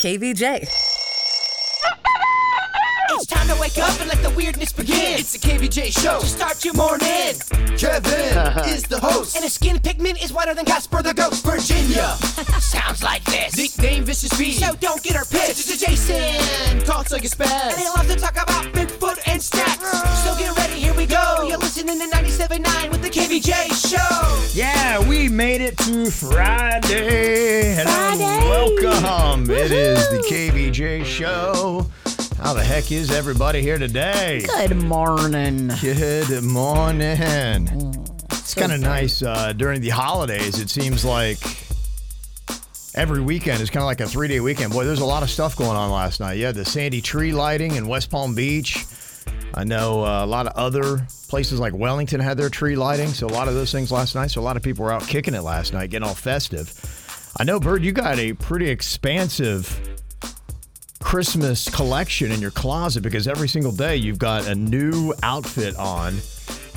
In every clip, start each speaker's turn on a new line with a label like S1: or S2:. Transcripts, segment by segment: S1: KVJ.
S2: It's time to wake up and let the weirdness begin. It's the KVJ show to start your morning. Kevin is the host, and his skin pigment is whiter than Casper the Ghost. Virginia sounds like this. Nickname Vicious Beast, so don't get her pissed. It's Jason talks like a spaz, and he loves to talk about Bigfoot and snacks. So get ready, here we go. You're listening to 97.9 with the KVJ show.
S3: Yeah, we made it to Friday. Hello, welcome. It is the KVJ show. How the heck is everybody here today?
S1: Good morning. Mm,
S3: Good morning. it's kind of nice uh, during the holidays. It seems like every weekend is kind of like a three day weekend. Boy, there's a lot of stuff going on last night. Yeah, the Sandy Tree lighting in West Palm Beach. I know uh, a lot of other places like Wellington had their tree lighting. So a lot of those things last night. So a lot of people were out kicking it last night, getting all festive. I know, Bird, you got a pretty expansive Christmas collection in your closet because every single day you've got a new outfit on.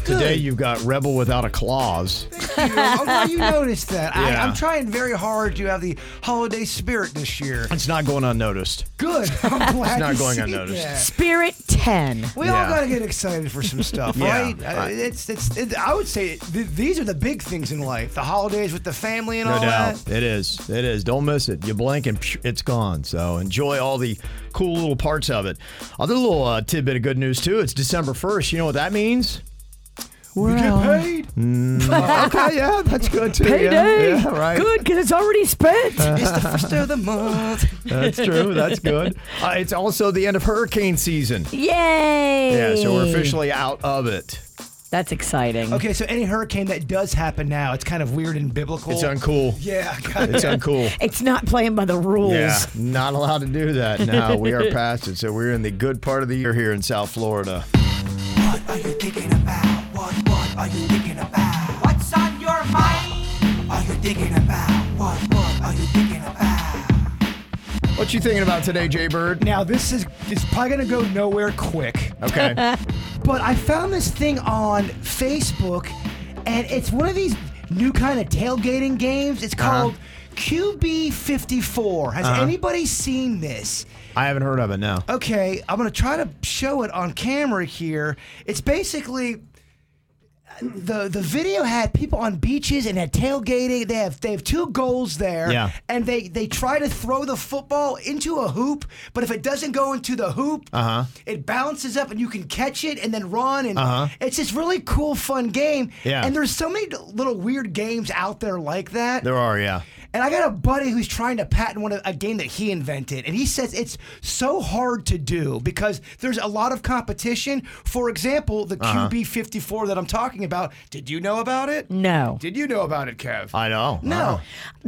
S3: Today you've got Rebel Without a Claws.
S4: you. I'm glad Oh, you noticed that.
S3: Yeah.
S4: I, I'm trying very hard to have the holiday spirit this year.
S3: It's not going unnoticed.
S4: Good. I'm glad
S3: not
S4: to
S3: going
S4: see
S3: unnoticed.
S4: that.
S1: Spirit 10.
S4: We
S3: Yeah.
S4: all got to get excited for some stuff,
S3: Yeah.
S4: right? Uh,
S3: Right.
S4: It's it's. It, I would say th- these are the big things in life: the holidays with the family and
S3: No
S4: all
S3: doubt.
S4: that.
S3: It is. It is. Don't miss it. You blink and psh, it's gone. So enjoy all the cool little parts of it. Other little uh, tidbit of good news, too. It's December 1st. You know what that means?
S4: We get paid.
S3: Mm, okay, yeah, that's good, too.
S1: Payday.
S3: Yeah, yeah, right. Uh-huh.
S1: Good, because it's already spent.
S4: It's the first of the month.
S3: That's true. That's good. Uh, it's also the end of hurricane season.
S1: Yay.
S3: Yeah, so we're officially out of it.
S1: That's exciting.
S4: Okay, so any hurricane that does happen now, it's kind of weird and biblical.
S3: It's uncool.
S4: Yeah. God.
S3: It's uncool.
S1: It's not playing by the rules.
S3: Yeah, not allowed to do that now. We are past it. So we're in the good part of the year here in South Florida.
S2: What are you thinking about? What what are you thinking about? What's on your mind? Are you thinking about? What what are you thinking about?
S3: What you thinking about today, Jay Bird?
S4: Now this is it's probably gonna go nowhere quick.
S3: Okay.
S4: But I found this thing on Facebook, and it's one of these new kind of tailgating games. It's
S3: Uh-huh.
S4: called QB54. Has anybody seen this?
S3: I haven't heard of it now.
S4: Okay, I'm gonna try to show it on camera here. It's basically the the video had people on beaches and had tailgating. They have they have two goals there.
S3: Yeah.
S4: And they they try to throw the football into a hoop, but if it doesn't go into the hoop, uh-huh. it bounces up and you can catch it and then run and
S3: Uh-huh.
S4: it's this really cool fun game.
S3: Yeah.
S4: And there's so many little weird games out there like that.
S3: There are, yeah.
S4: And I got a buddy who's trying to patent one of, a game that he invented, and he says it's so hard to do because there's a lot of competition. For example, the QB54 that I'm talking about. Did you know about it?
S1: No.
S4: Did you know about it, Kev?
S3: I know.
S4: no.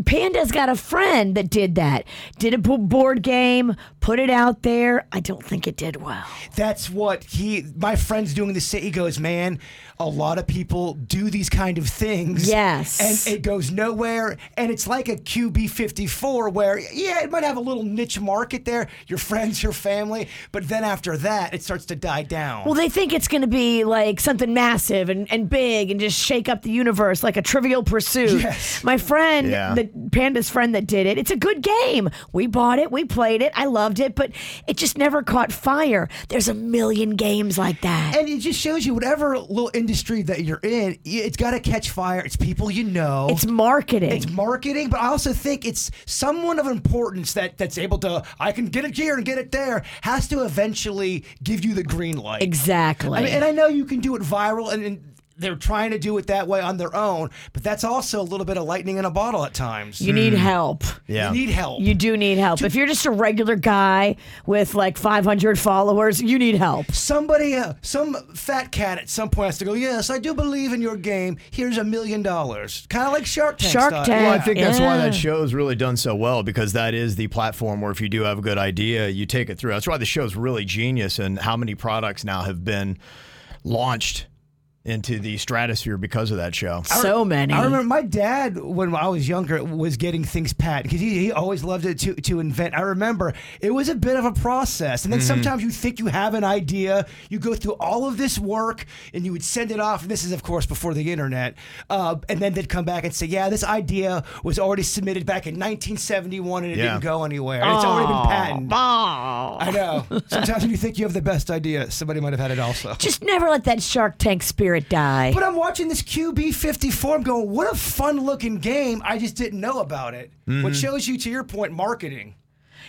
S1: Panda's got a friend that did that. Did a bo- board game, put it out there. I don't think it did well.
S4: That's what he. My friend's doing this. He goes, man. A lot of people do these kind of things.
S1: Yes.
S4: and it goes nowhere. And it's like a QB54, where yeah, it might have a little niche market there, your friends, your family, but then after that, it starts to die down.
S1: Well, they think it's going to be like something massive and, and big and just shake up the universe like a trivial pursuit.
S4: Yes.
S1: My friend,
S3: Yeah.
S1: the Panda's friend that did it, it's a good game. We bought it, we played it, I loved it, but it just never caught fire. There's a million games like that.
S4: And it just shows you whatever little industry that you're in, y- it's got to catch fire. It's people you know.
S1: it's marketing.
S4: It's marketing, but I also think it's someone of importance that that's able to. I can get it here and get it there. Has to eventually give you the green light.
S1: exactly.
S4: I mean, and I know you can do it viral, and, and they're trying to do it that way on their own, but that's also a little bit of lightning in a bottle at times.
S1: You
S3: Hmm.
S1: need help.
S3: Yeah.
S4: You need help.
S1: You do need help. If you're just a regular guy with like 500 followers, you need help.
S4: Somebody, uh, some fat cat at some point has to go, Yes, I do believe in your game. Here's a million dollars. Kind of like Shark Tank.
S1: Shark
S4: style.
S1: Tank.
S3: Well, I think that's why
S1: Yeah.
S3: that show's really done so well because that is the platform where if you do have a good idea, you take it through. That's why the show's really genius and how many products now have been launched into the stratosphere because of that show.
S1: So many.
S4: I remember my dad when I was younger was getting things patent because he, he always loved it to to invent. I remember it was a bit of a process,
S1: Mm-hmm.
S4: and then sometimes you think you have an idea, you go through all of this work, and you would send it off. And this is of course before the internet, uh, and then they'd come back and say, "Yeah, this idea was already submitted back in 1971, and it
S3: Yeah.
S4: didn't go anywhere. It's already been patented." I know. Sometimes when you think you have the best idea, somebody might have had it also.
S1: Just never let that Shark Tank spirit die.
S4: But I'm watching this QB 54. I'm going, what a fun looking game. I just didn't know about it. Which shows you, to your point, marketing.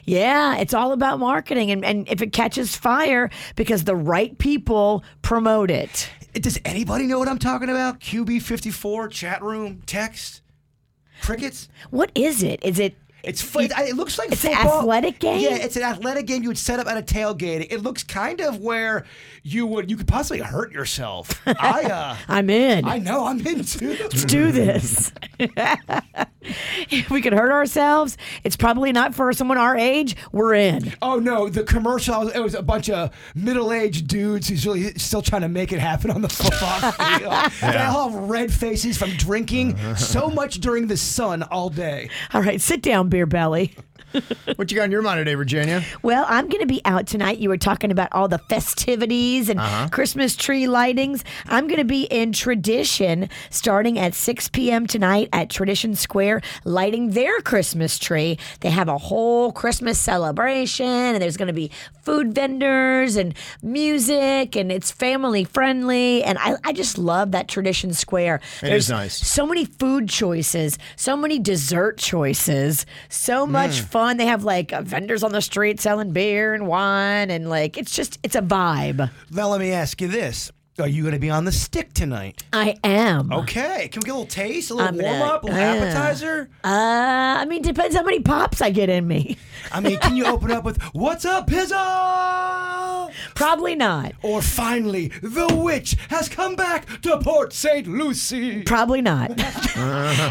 S1: Yeah, it's all about marketing. And, and if it catches fire, because the right people promote it.
S4: Does anybody know what I'm talking about? QB 54, chat room, text, crickets?
S1: What is it? Is it.
S4: It's fun. It, it looks like
S1: It's an
S4: football.
S1: athletic game?
S4: Yeah, it's an athletic game you would set up at a tailgate. It looks kind of where you would you could possibly hurt yourself. I uh,
S1: I'm in.
S4: I know I'm into.
S1: do this. if we could hurt ourselves, it's probably not for someone our age. We're in.
S4: Oh no, the commercial it was a bunch of middle-aged dudes who's really still trying to make it happen on the football field. They all have red faces from drinking so much during the sun all day.
S1: All right, sit down, beer belly.
S3: What you got in your mind today, Virginia?
S1: Well, I'm going to be out tonight. You were talking about all the festivities and
S3: Uh-huh.
S1: Christmas tree lightings. I'm going to be in Tradition starting at 6 p.m. tonight at Tradition Square, lighting their Christmas tree. They have a whole Christmas celebration, and there's going to be food vendors and music, and it's family friendly. And I, I just love that Tradition Square.
S3: It is
S1: There's
S3: nice.
S1: so many food choices, so many dessert choices, so much
S4: Mm.
S1: fun. They have like uh, vendors on the street selling beer and wine, and like it's just it's a vibe.
S4: Now let me ask you this. Are you going to be on the stick tonight?
S1: I am.
S4: Okay. Can we get a little taste, a little
S1: I'm gonna-
S4: warm up, a little
S1: yeah.
S4: appetizer?
S1: Uh, I mean, depends how many pops I get in me.
S4: I mean, can you open up with "What's up, Pizzle"?
S1: Probably not.
S4: Or finally, the witch has come back to Port St. Lucie.
S1: Probably not.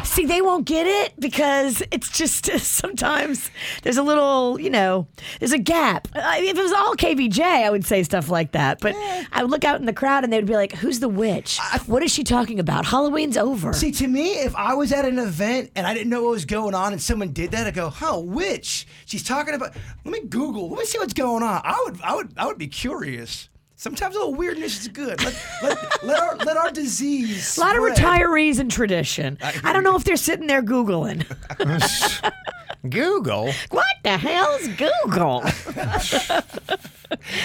S1: See, they won't get it because it's just sometimes there's a little, you know, there's a gap. I mean, if it was all KVJ, I would say stuff like that. But I would look out in the crowd and they would be like, who's the witch? what is she talking about? Halloween's over.
S4: See, to me, if I was at an event and I didn't know what was going on and someone did that, I'd go, "Huh, witch? She's talking about." Let me Google. Let me see what's going on. I would, I would, I would be curious. Sometimes a little weirdness is good. Let, let, let our let our disease.
S1: a lot of
S4: spread.
S1: retirees in tradition. I don't know if they're sitting there Googling.
S3: Google.
S1: what the hell's Google?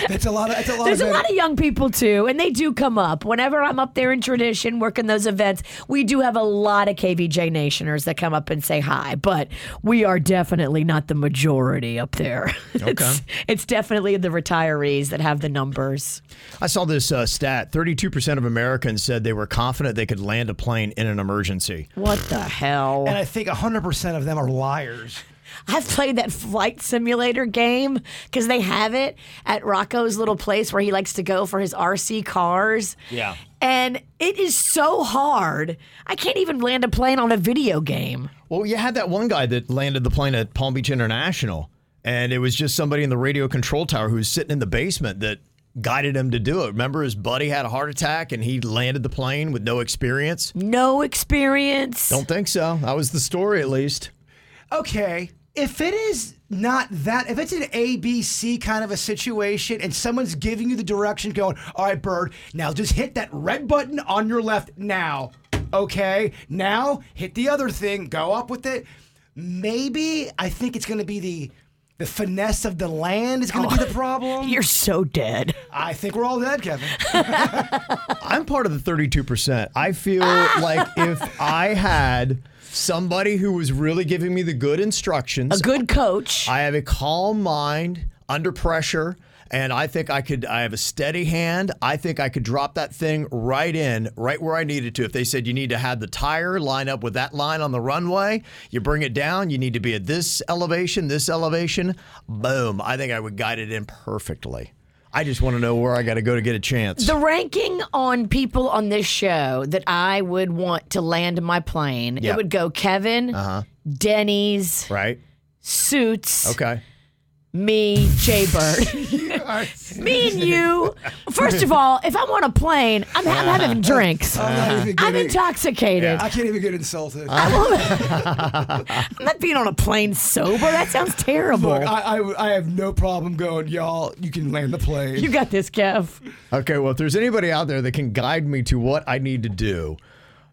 S4: That's a lot of. That's a lot
S1: There's
S4: of.
S1: a lot of young people too, and they do come up. Whenever I'm up there in tradition, working those events, we do have a lot of KVJ Nationers that come up and say hi, but we are definitely not the majority up there. it's, it's definitely the retirees that have the numbers.
S3: I saw this uh, stat 32% of Americans said they were confident they could land a plane in an emergency.
S1: What the hell?
S4: and I think 100% of them are liars.
S1: I've played that flight simulator game because they have it at Rocco's little place where he likes to go for his RC cars.
S3: Yeah.
S1: And it is so hard. I can't even land a plane on a video game.
S3: Well, you had that one guy that landed the plane at Palm Beach International, and it was just somebody in the radio control tower who was sitting in the basement that guided him to do it. Remember, his buddy had a heart attack and he landed the plane with no experience?
S1: No experience.
S3: Don't think so. That was the story, at least.
S4: okay, if it is not that, if it's an ABC kind of a situation and someone's giving you the direction going, all right, Bird, now just hit that red button on your left now. Okay, now hit the other thing, go up with it. Maybe I think it's going to be the. The finesse of the land is going to be the problem.
S1: Oh, You're so dead.
S4: I think we're all dead, Kevin.
S3: I'm part of the 32%. I feel like if I had somebody who was really giving me the good instructions,
S1: A good coach.
S3: I have a calm mind under pressure. And I think I could, I have a steady hand. I think I could drop that thing right in, right where I needed to. If they said you need to have the tire line up with that line on the runway, you bring it down, you need to be at this elevation, this elevation, boom. I think I would guide it in perfectly. I just want to know where I got to go to get a chance.
S1: The ranking on people on this show that I would want to land my plane,
S3: Yeah. Uh-huh.
S1: it would go Kevin, Denny's,
S3: right?
S1: Suits,
S3: Okay.
S1: me, Jay Bird. me and you. First of all, if I'm on a plane, I'm, I'm having
S3: Uh-huh.
S1: drinks.
S4: I'm not even
S1: I'm
S4: getting-
S1: intoxicated.
S4: I can't even get insulted.
S3: Uh-huh.
S1: I'm not being on a plane sober. That sounds terrible.
S4: Look, I, I, I have no problem going, y'all, you can land the plane.
S1: you got this, Kev.
S3: Okay, well, if there's anybody out there that can guide me to what I need to do,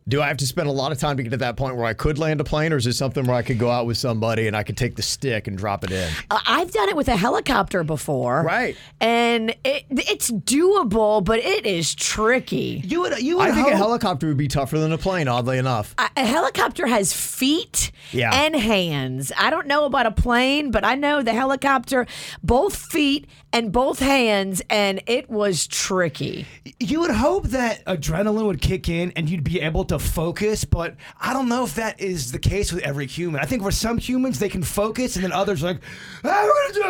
S3: do I have to spend a lot of time to get to that point where I could land a plane, or is it something where I could go out with somebody and I could take the stick and drop it in?
S1: Uh, I've done it with a helicopter before.
S3: Right.
S1: And it, it's doable, but it is tricky.
S4: you would, you would
S3: I think a
S4: hope-
S3: helicopter would be tougher than a plane, oddly enough.
S1: A, a helicopter has feet
S3: Yeah.
S1: and hands. I don't know about a plane, but I know the helicopter, both feet and both hands, and it was tricky.
S4: you would hope that adrenaline would kick in and you'd be able to focus, but I don't know if that is the case with every human. I think for some humans they can focus, and then others are like, I'm gonna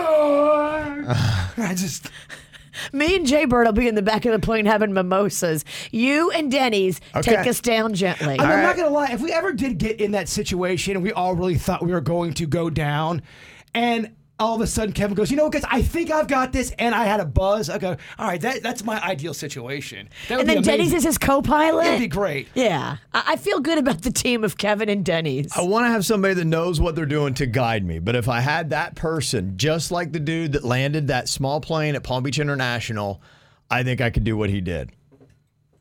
S4: die. I just
S1: Me and Jay Bird will be in the back of the plane having mimosas. You and Denny's
S3: Okay.
S1: take us down gently.
S4: I mean, I'm not gonna lie. If we ever did get in that situation, and we all really thought we were going to go down, and all of a sudden Kevin goes, "You know what, guys? I think I've got this," and I had a buzz. I go, "All right, that, that's my ideal situation." That would
S1: and then
S4: be
S1: Denny's
S4: amazing.
S1: is his co-pilot.
S4: It'd be great.
S1: Yeah, I, I feel good about the team of Kevin and Denny's.
S3: I want to have somebody that knows what they're doing to guide me. But if I had that person, just like the dude that landed that small plane at Palm Beach International, I think I could do what he did.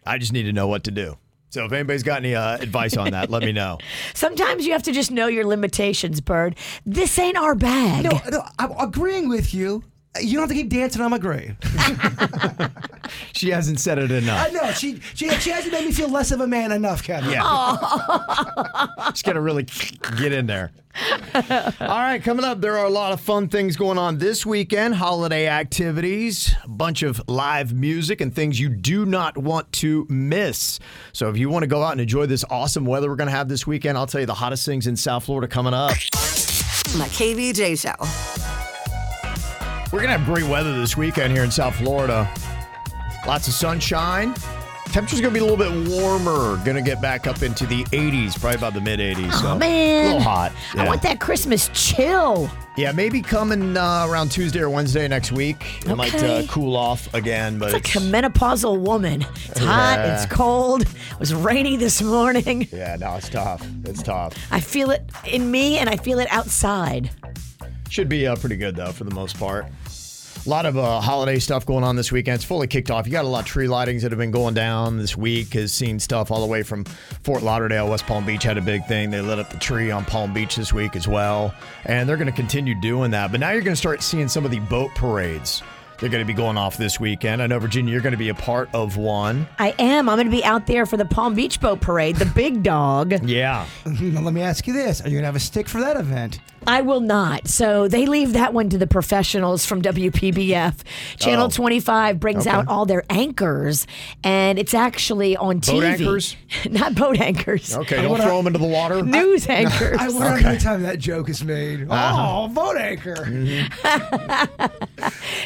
S3: I just need to know what to do. So if anybody's got any uh, advice on that, let me know.
S1: Sometimes you have to just know your limitations, Bird. This ain't our bag.
S4: No, no, I'm agreeing with you. You don't have to keep dancing on my grave.
S3: She hasn't said it
S1: Uh.
S3: enough.
S4: I know she, she she hasn't made me feel less of a man enough, Kevin.
S3: Yeah. Just got to really get in there. All right, coming up, there are a lot of fun things going on this weekend holiday activities, a bunch of live music, and things you do not want to miss. So if you want to go out and enjoy this awesome weather we're going to have this weekend, I'll tell you the hottest things in South Florida coming up.
S5: My KVJ show.
S3: We're going to have great weather this weekend here in South Florida. Lots of sunshine. Temperature's going to be a little bit warmer. Going to get back up into the 80s, probably about the mid 80s. so
S1: oh man,
S3: A little hot.
S1: I
S3: yeah.
S1: want that Christmas chill.
S3: Yeah, maybe coming uh, around Tuesday or Wednesday next week. It might uh,
S1: Okay.
S3: cool off again, but
S1: It's
S3: it's,
S1: like a menopausal woman. It's hot.
S3: Yeah.
S1: It's cold. It was rainy this morning.
S3: yeah, no, it's tough. It's tough.
S1: I feel it in me, and I feel it outside.
S3: Should be uh, pretty good though for the most part. A lot of uh, holiday stuff going on this weekend. It's fully kicked off. You got a lot of tree lightings that have been going down this week. Has seen stuff all the way from Fort Lauderdale, West Palm Beach had a big thing. They lit up the tree on Palm Beach this week as well, and they're going to continue doing that. But now you're going to start seeing some of the boat parades. They're going to be going off this weekend. I know Virginia, you're going to be a part of one.
S1: I am. I'm going to be out there for the Palm Beach Boat Parade, the big dog.
S3: Yeah,
S4: Now, let me ask you this: Are you gonna have a stick for that event?
S1: I will not. So they leave that one to the professionals from WPBF. Channel
S3: Oh.
S1: 25 brings out all their anchors, and it's actually on TV.
S3: anchors?
S1: Not boat anchors.
S3: Okay, don't throw them into the water.
S1: News anchors.
S4: I wonder how many times that joke is made.
S3: Uh-huh.
S4: Oh, boat anchor.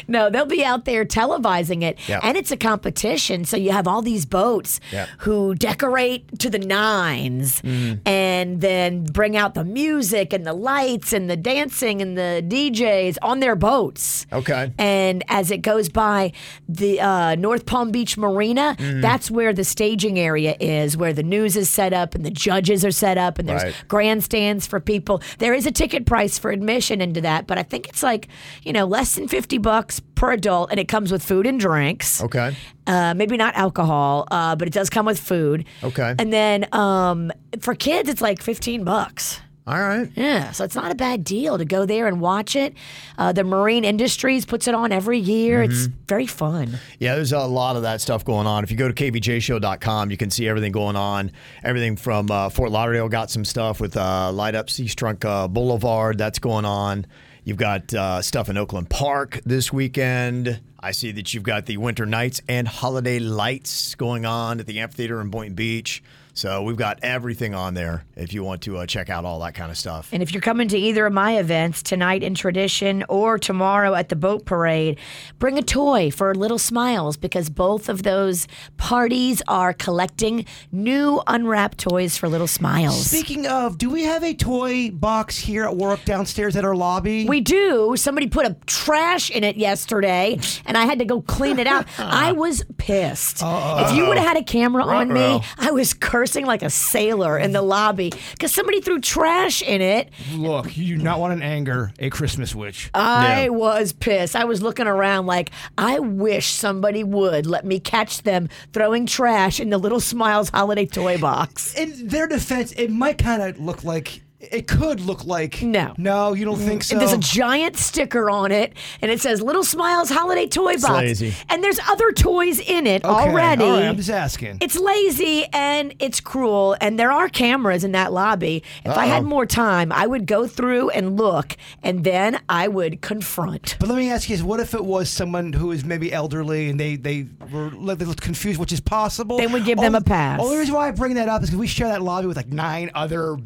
S1: no, they'll be out there televising it.
S3: Yeah.
S1: And it's a competition. So you have all these boats
S3: Yeah.
S1: who decorate to the nines
S3: Mm,
S1: and then bring out the music and the lights and the dancing and the DJs on their boats.
S3: Okay.
S1: And as it goes by the uh, North Palm Beach Marina, that's where the staging area is, where the news is set up and the judges are set up, and there's
S3: Right.
S1: grandstands for people. There is a ticket price for admission into that, but I think it's like you know less than fifty bucks per adult, and it comes with food and drinks.
S3: Okay.
S1: Uh, maybe not alcohol, uh, but it does come with food.
S3: Okay.
S1: And then um, for kids, it's like fifteen bucks.
S3: All right.
S1: Yeah, so it's not a bad deal to go there and watch it. Uh, the Marine Industries puts it on every year. It's
S3: Mm-hmm.
S1: very fun.
S3: Yeah, there's a lot of that stuff going on. If you go to kvjshow.com, you can see everything going on. Everything from uh, Fort Lauderdale got some stuff with uh, Light Up Sea Strunk uh, Boulevard that's going on. You've got uh, stuff in Oakland Park this weekend. I see that you've got the winter nights and holiday lights going on at the amphitheater in Boynton Beach. So we've got everything on there if you want to uh, check out all that kind of stuff.
S1: And if you're coming to either of my events tonight in Tradition or tomorrow at the boat parade, bring a toy for Little Smiles because both of those parties are collecting new unwrapped toys for Little Smiles.
S4: Speaking of, do we have a toy box here at work downstairs at our lobby?
S1: We do. Somebody put a trash in it yesterday, and I had to go clean it out. I was pissed. If you would have had a camera on
S3: Uh-oh.
S1: me, I was cursing like a sailor in the lobby because somebody threw trash in it.
S4: Look, you do not want an anger, a Christmas witch.
S1: I
S3: Yeah.
S1: was pissed. I was looking around like, I wish somebody would let me catch them throwing trash in the Little Smiles holiday toy box.
S4: in their defense, it might kind of look like it could look like
S1: No.
S4: no, you don't think so.
S1: And there's a giant sticker on it, and it says "Little Smiles Holiday Toy Box,"
S3: lazy.
S1: and there's other toys in it
S4: Okay,
S1: already.
S4: all right, I'm just asking.
S1: It's lazy and it's cruel, and there are cameras in that lobby. If I had more time, I would go through and look, and then I would confront.
S4: but let me ask you: this, What if it was someone who is maybe elderly and they they were like, they looked confused, which is possible?
S1: Then we give them
S4: Only-
S1: a pass.
S4: Only reason why I bring that up is because we share that lobby with like nine other,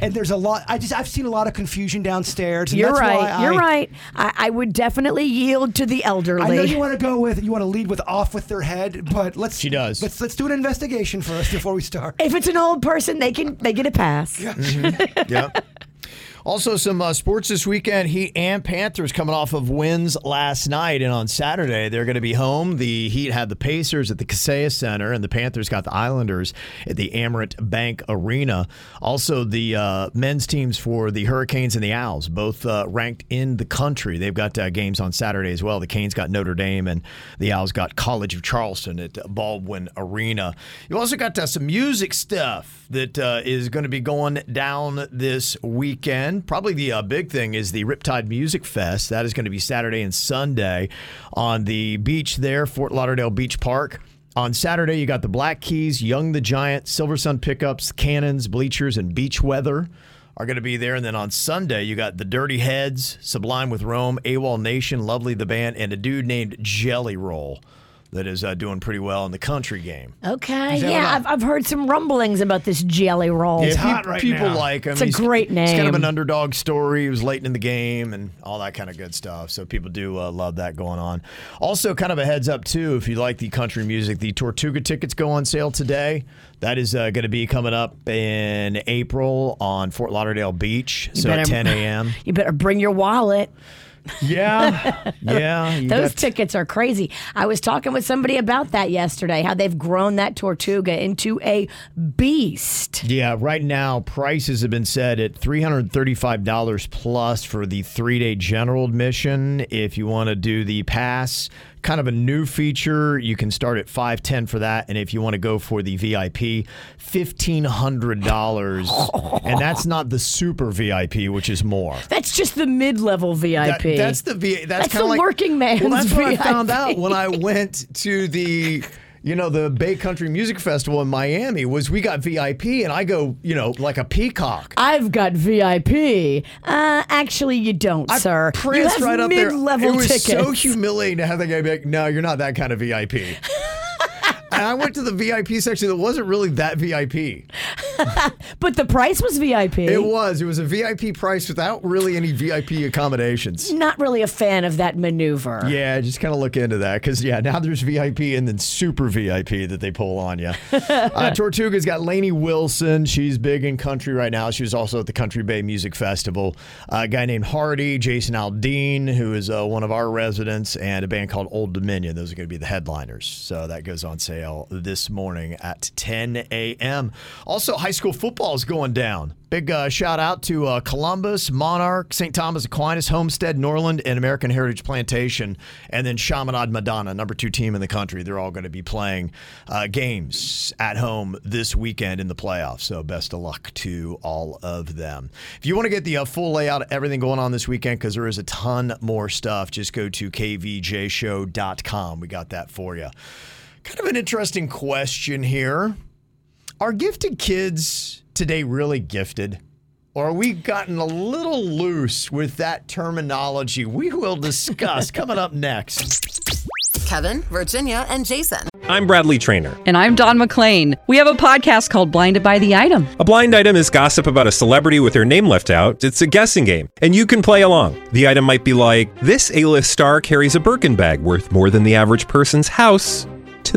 S4: and there's a lot. I just I've seen a lot of confusion downstairs. And
S1: You're
S4: that's
S1: right.
S4: Why
S1: You're
S4: I,
S1: right. I, I would definitely yield to the elderly.
S4: I know you want to go with you want to lead with off with their head, but let's
S3: She does.
S4: Let's let's do an investigation first before we start.
S1: if it's an old person, they can they get a pass.
S3: yep. Also, some uh, sports this weekend. Heat and Panthers coming off of wins last night, and on Saturday they're going to be home. The Heat had the Pacers at the Kaseya Center, and the Panthers got the Islanders at the Amarant Bank Arena. Also, the uh, men's teams for the Hurricanes and the Owls, both uh, ranked in the country. They've got uh, games on Saturday as well. The Canes got Notre Dame, and the Owls got College of Charleston at Baldwin Arena. You also got uh, some music stuff that uh, is going to be going down this weekend. Probably the uh, big thing is the Riptide Music Fest. That is going to be Saturday and Sunday on the beach there, Fort Lauderdale Beach Park. On Saturday, you got the Black Keys, Young the Giant, Silver Sun Pickups, Cannons, Bleachers, and Beach Weather are going to be there. And then on Sunday, you got the Dirty Heads, Sublime with Rome, AWOL Nation, Lovely the Band, and a dude named Jelly Roll that is uh, doing pretty well in the country game.
S1: Okay. Yeah, I've, I've heard some rumblings about this jelly roll.
S3: Yeah,
S4: hot
S3: peop-
S4: right
S3: people
S4: now.
S3: like him.
S1: It's a
S3: He's-
S1: great
S3: It's kind of
S1: name.
S3: an underdog story. He was late in the game and all that kind of good stuff. So people do uh, love that going on. Also, kind of a heads up too, if you like the country music, the Tortuga tickets go on sale today. That is uh, going to be coming up in April on Fort Lauderdale Beach. so
S1: better-
S3: 10 a.m.
S1: You better bring your wallet.
S3: yeah, yeah. you
S1: Those
S3: got-
S1: tickets are crazy. I was talking with somebody about that yesterday, how they've grown that Tortuga into a beast.
S3: Yeah, right now prices have been set at $335 plus for the three day general admission. If you want to do the pass, kind of a new feature, you can start at 510 for that. And if you want to go for the VIP, $1,500. and that's not the super VIP, which is more.
S1: That's just the mid level VIP.
S3: That- that's the V. That's,
S1: That's
S3: kinda
S1: the
S3: like,
S1: working man's
S3: Well, that's what I found
S1: VIP.
S3: out when I went to the. You know the Bay Country Music Festival in Miami was we got VIP and I go you know like a peacock.
S1: I've got VIP. Uh, actually, you don't, sir. You
S3: Pranced
S1: have
S3: right up there.
S1: mid-level
S3: It was
S1: tickets.
S3: so humiliating to have that guy be like, "No, you're not that kind of VIP." and I went to the VIP section that wasn't really that VIP.
S1: but the price was VIP.
S3: It was it was a VIP price without really any VIP accommodations.
S1: Not really a fan of that maneuver.
S3: Yeah, just kind of look into that because yeah, now there's VIP and then super VIP that they pull on you. uh, Tortuga's got Lainey Wilson. She's big in country right now. She was also at the Country Bay Music Festival. Uh, a guy named Hardy, Jason Aldean, who is uh, one of our residents, and a band called Old Dominion. Those are going to be the headliners. So that goes on sale this morning at 10 a.m. Also, high school football is going down. Big uh, shout out to uh, Columbus, Monarch, St. Thomas Aquinas, Homestead, Norland, and American Heritage Plantation, and then Chaminade Madonna, number two team in the country. They're all going to be playing uh, games at home this weekend in the playoffs. So best of luck to all of them. If you want to get the uh, full layout of everything going on this weekend, because there is a ton more stuff, just go to kvjshow.com. We got that for you. Kind of an interesting question here. Are gifted kids today really gifted? Or we've gotten a little loose with that terminology. We will discuss coming up next.
S5: Kevin, Virginia, and Jason.
S6: I'm Bradley Trainer.
S7: And I'm Don McClain. We have a podcast called Blinded by the Item.
S6: A blind item is gossip about a celebrity with their name left out. It's a guessing game, and you can play along. The item might be like this: A-list star carries a Birkin bag worth more than the average person's house to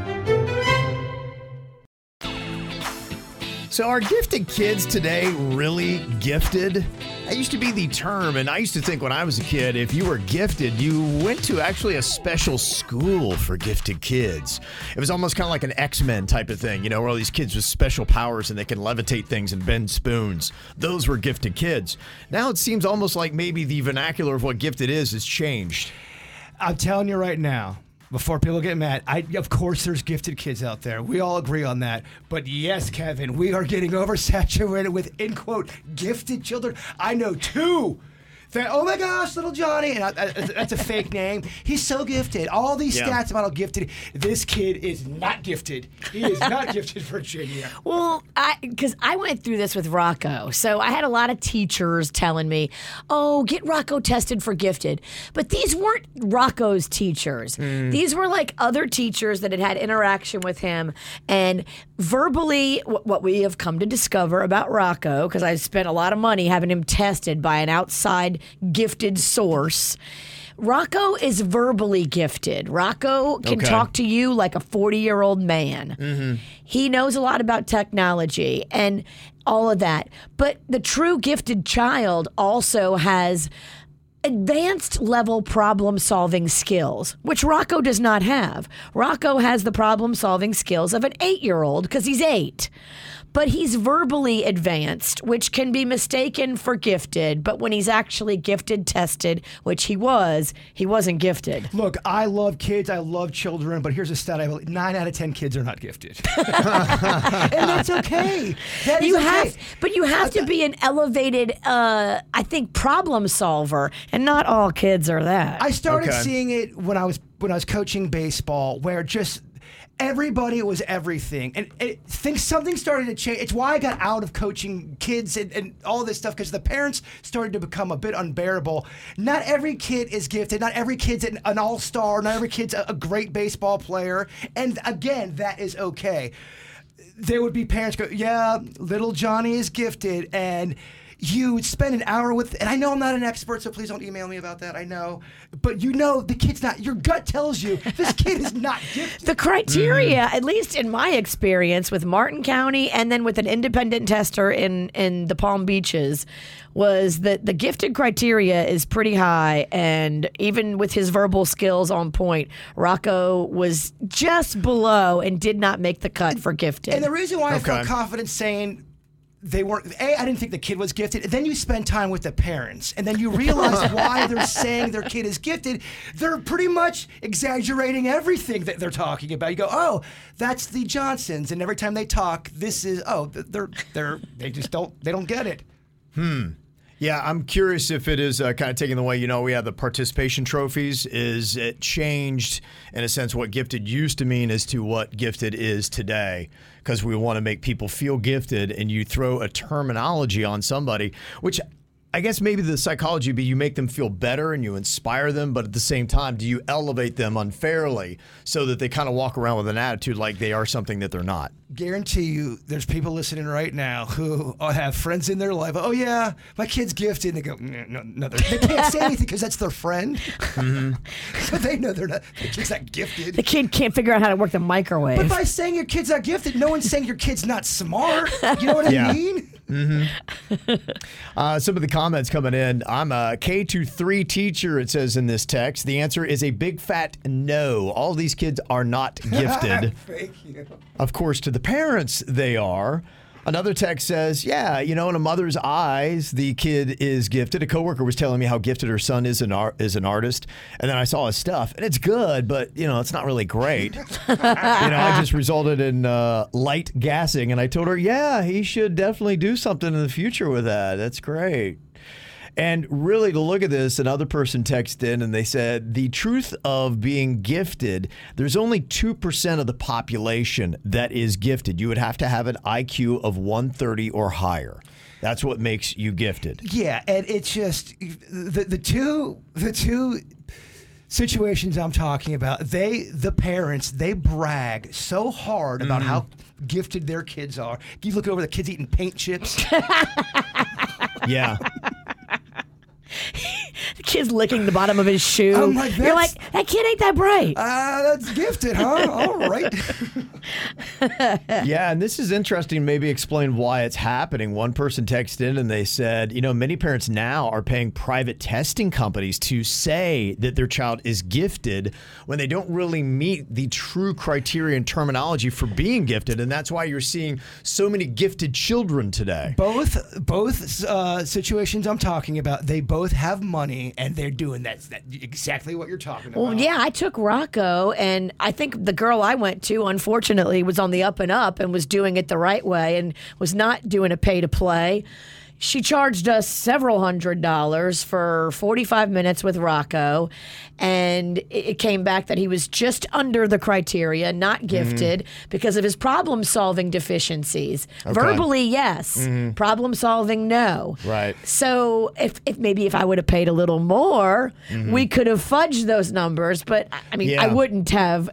S3: So, are gifted kids today really gifted? That used to be the term, and I used to think when I was a kid, if you were gifted, you went to actually a special school for gifted kids. It was almost kind of like an X Men type of thing, you know, where all these kids with special powers and they can levitate things and bend spoons. Those were gifted kids. Now it seems almost like maybe the vernacular of what gifted is has changed.
S4: I'm telling you right now, before people get mad, I of course there's gifted kids out there. We all agree on that. But yes, Kevin, we are getting oversaturated with in quote gifted children. I know two. That, oh my gosh, little Johnny, and I, I, that's a fake name. He's so gifted. All these
S3: Yeah.
S4: stats about how gifted this kid is not gifted. He is not gifted, Virginia.
S1: Well, I because I went through this with Rocco, so I had a lot of teachers telling me, "Oh, get Rocco tested for gifted." But these weren't Rocco's teachers; these were like other teachers that had had interaction with him, and verbally, wh- what we have come to discover about Rocco, because I spent a lot of money having him tested by an outside gifted source. Rocco is verbally gifted. Rocco can
S3: Okay.
S1: talk to you like a 40 year old man. He knows a lot about technology and all of that. But the true gifted child also has advanced level problem solving skills, which Rocco does not have. Rocco has the problem solving skills of an eight year old because he's eight. But he's verbally advanced, which can be mistaken for gifted. But when he's actually gifted tested, which he was, he wasn't gifted.
S4: Look, I love kids. I love children. But here's a stat: I believe nine out of ten kids are not gifted, and that's okay. That is
S1: you
S4: okay.
S1: have but you have to be an elevated uh i think problem solver and not all kids are that
S4: I started
S3: Okay.
S4: seeing it when I was when I was coaching baseball, where just everybody was everything, and it, things something started to change. It's why I got out of coaching kids and, and all this stuff because the parents started to become a bit unbearable. Not every kid is gifted. Not every kid's an, an all star. Not every kid's a, a great baseball player. And again, that is okay. there would be parents go, yeah, little Johnny is gifted, and you would spend an hour with. And I know I'm not an expert, so please don't email me about that. I know, but you know the kid's not. Your gut tells you this kid is not gifted.
S1: the criteria
S3: Mm-hmm.
S1: at least in my experience with martin county and then with an independent tester in in the palm beaches was that the gifted criteria is pretty high and even with his verbal skills on point rocco was just below and did not make the cut for gifted
S4: And the reason why I felt
S3: Okay.
S4: confident saying they weren't a I didn't think the kid was gifted. Then you spend time with the parents, and then you realize why they're saying their kid is gifted. They're pretty much exaggerating everything that they're talking about. You go, oh, that's the Johnsons, and every time they talk, this is oh, th- they're they're they just don't they don't get it.
S3: Hmm. Yeah, I'm curious if it is uh, kind of taking the way you know we have the participation trophies. Is it changed in a sense what gifted used to mean as to what gifted is today? Because we want to make people feel gifted, and you throw a terminology on somebody, which I guess maybe the psychology would be you make them feel better and you inspire them, but at the same time, do you elevate them unfairly so that they kind of walk around with an attitude like they are something that they're not?
S4: guarantee you there's people listening right now who have friends in their life. Oh, yeah, my kid's gifted. And they go, no, no, no they're- they can't say anything because that's their friend. so they know they're not, their kid's not
S1: the
S4: gifted.
S1: kid can't figure out how to work the microwave
S4: But by saying your kid's not gifted, no one's saying your kid's not smart. You know what
S3: Yeah.
S4: I mean?
S3: Uh, some of the comments coming in. I'm a K to three teacher. It says in this text. The answer is a big fat no. All these kids are not gifted.
S4: Thank you.
S3: of course, to the parents they are. Another text says, "Yeah, you know, in a mother's eyes, the kid is gifted." A coworker was telling me how gifted her son is an art is an artist, and then I saw his stuff, and it's good, but you know, it's not really great. you know, I just resulted in uh, light gassing, and I told her, "Yeah, he should definitely do something in the future with that. That's great." And really, to look at this, another person texted in and they said, The truth of being gifted, there's only 2% of the population that is gifted. You would have to have an IQ of 130 or higher. That's what makes you gifted.
S4: Yeah, and it's just the the two the two situations I'm talking about. They the parents they brag so hard about how gifted their kids are. You look over the kids eating paint chips.
S3: Yeah.
S8: The kid's licking the bottom of his shoe.
S4: I'm like,
S8: You're
S4: that's-
S8: like, that kid ain't that bright.
S4: Ah, that's gifted, huh? All right.
S3: Yeah, and this is interesting. Maybe explain why it's happening. One person texted in and they said, you know, many parents now are paying private testing companies to say that their child is gifted when they don't really meet the true criteria and terminology for being gifted. And that's why you're seeing so many gifted children today.
S4: Both both uh, situations I'm talking about, they both have money and they're doing that, that exactly what you're talking about.
S1: Well, yeah, I took Rocco, and I think the girl I went to, unfortunately, was on the up and up and was doing it the right way and was not doing a pay to play. She charged us several hundred dollars for 45 minutes with Rocco, and it- it came back that he was just under the criteria,
S4: Mm-hmm.
S1: not gifted, because of his problem solving deficiencies. Verbally, yes.
S4: Mm-hmm.
S1: Problem solving, no.
S3: Right.
S1: So if, if maybe if I would have paid a little more, we could have fudged those numbers. But I- I mean, I
S3: Mm-hmm. Yeah.
S1: wouldn't have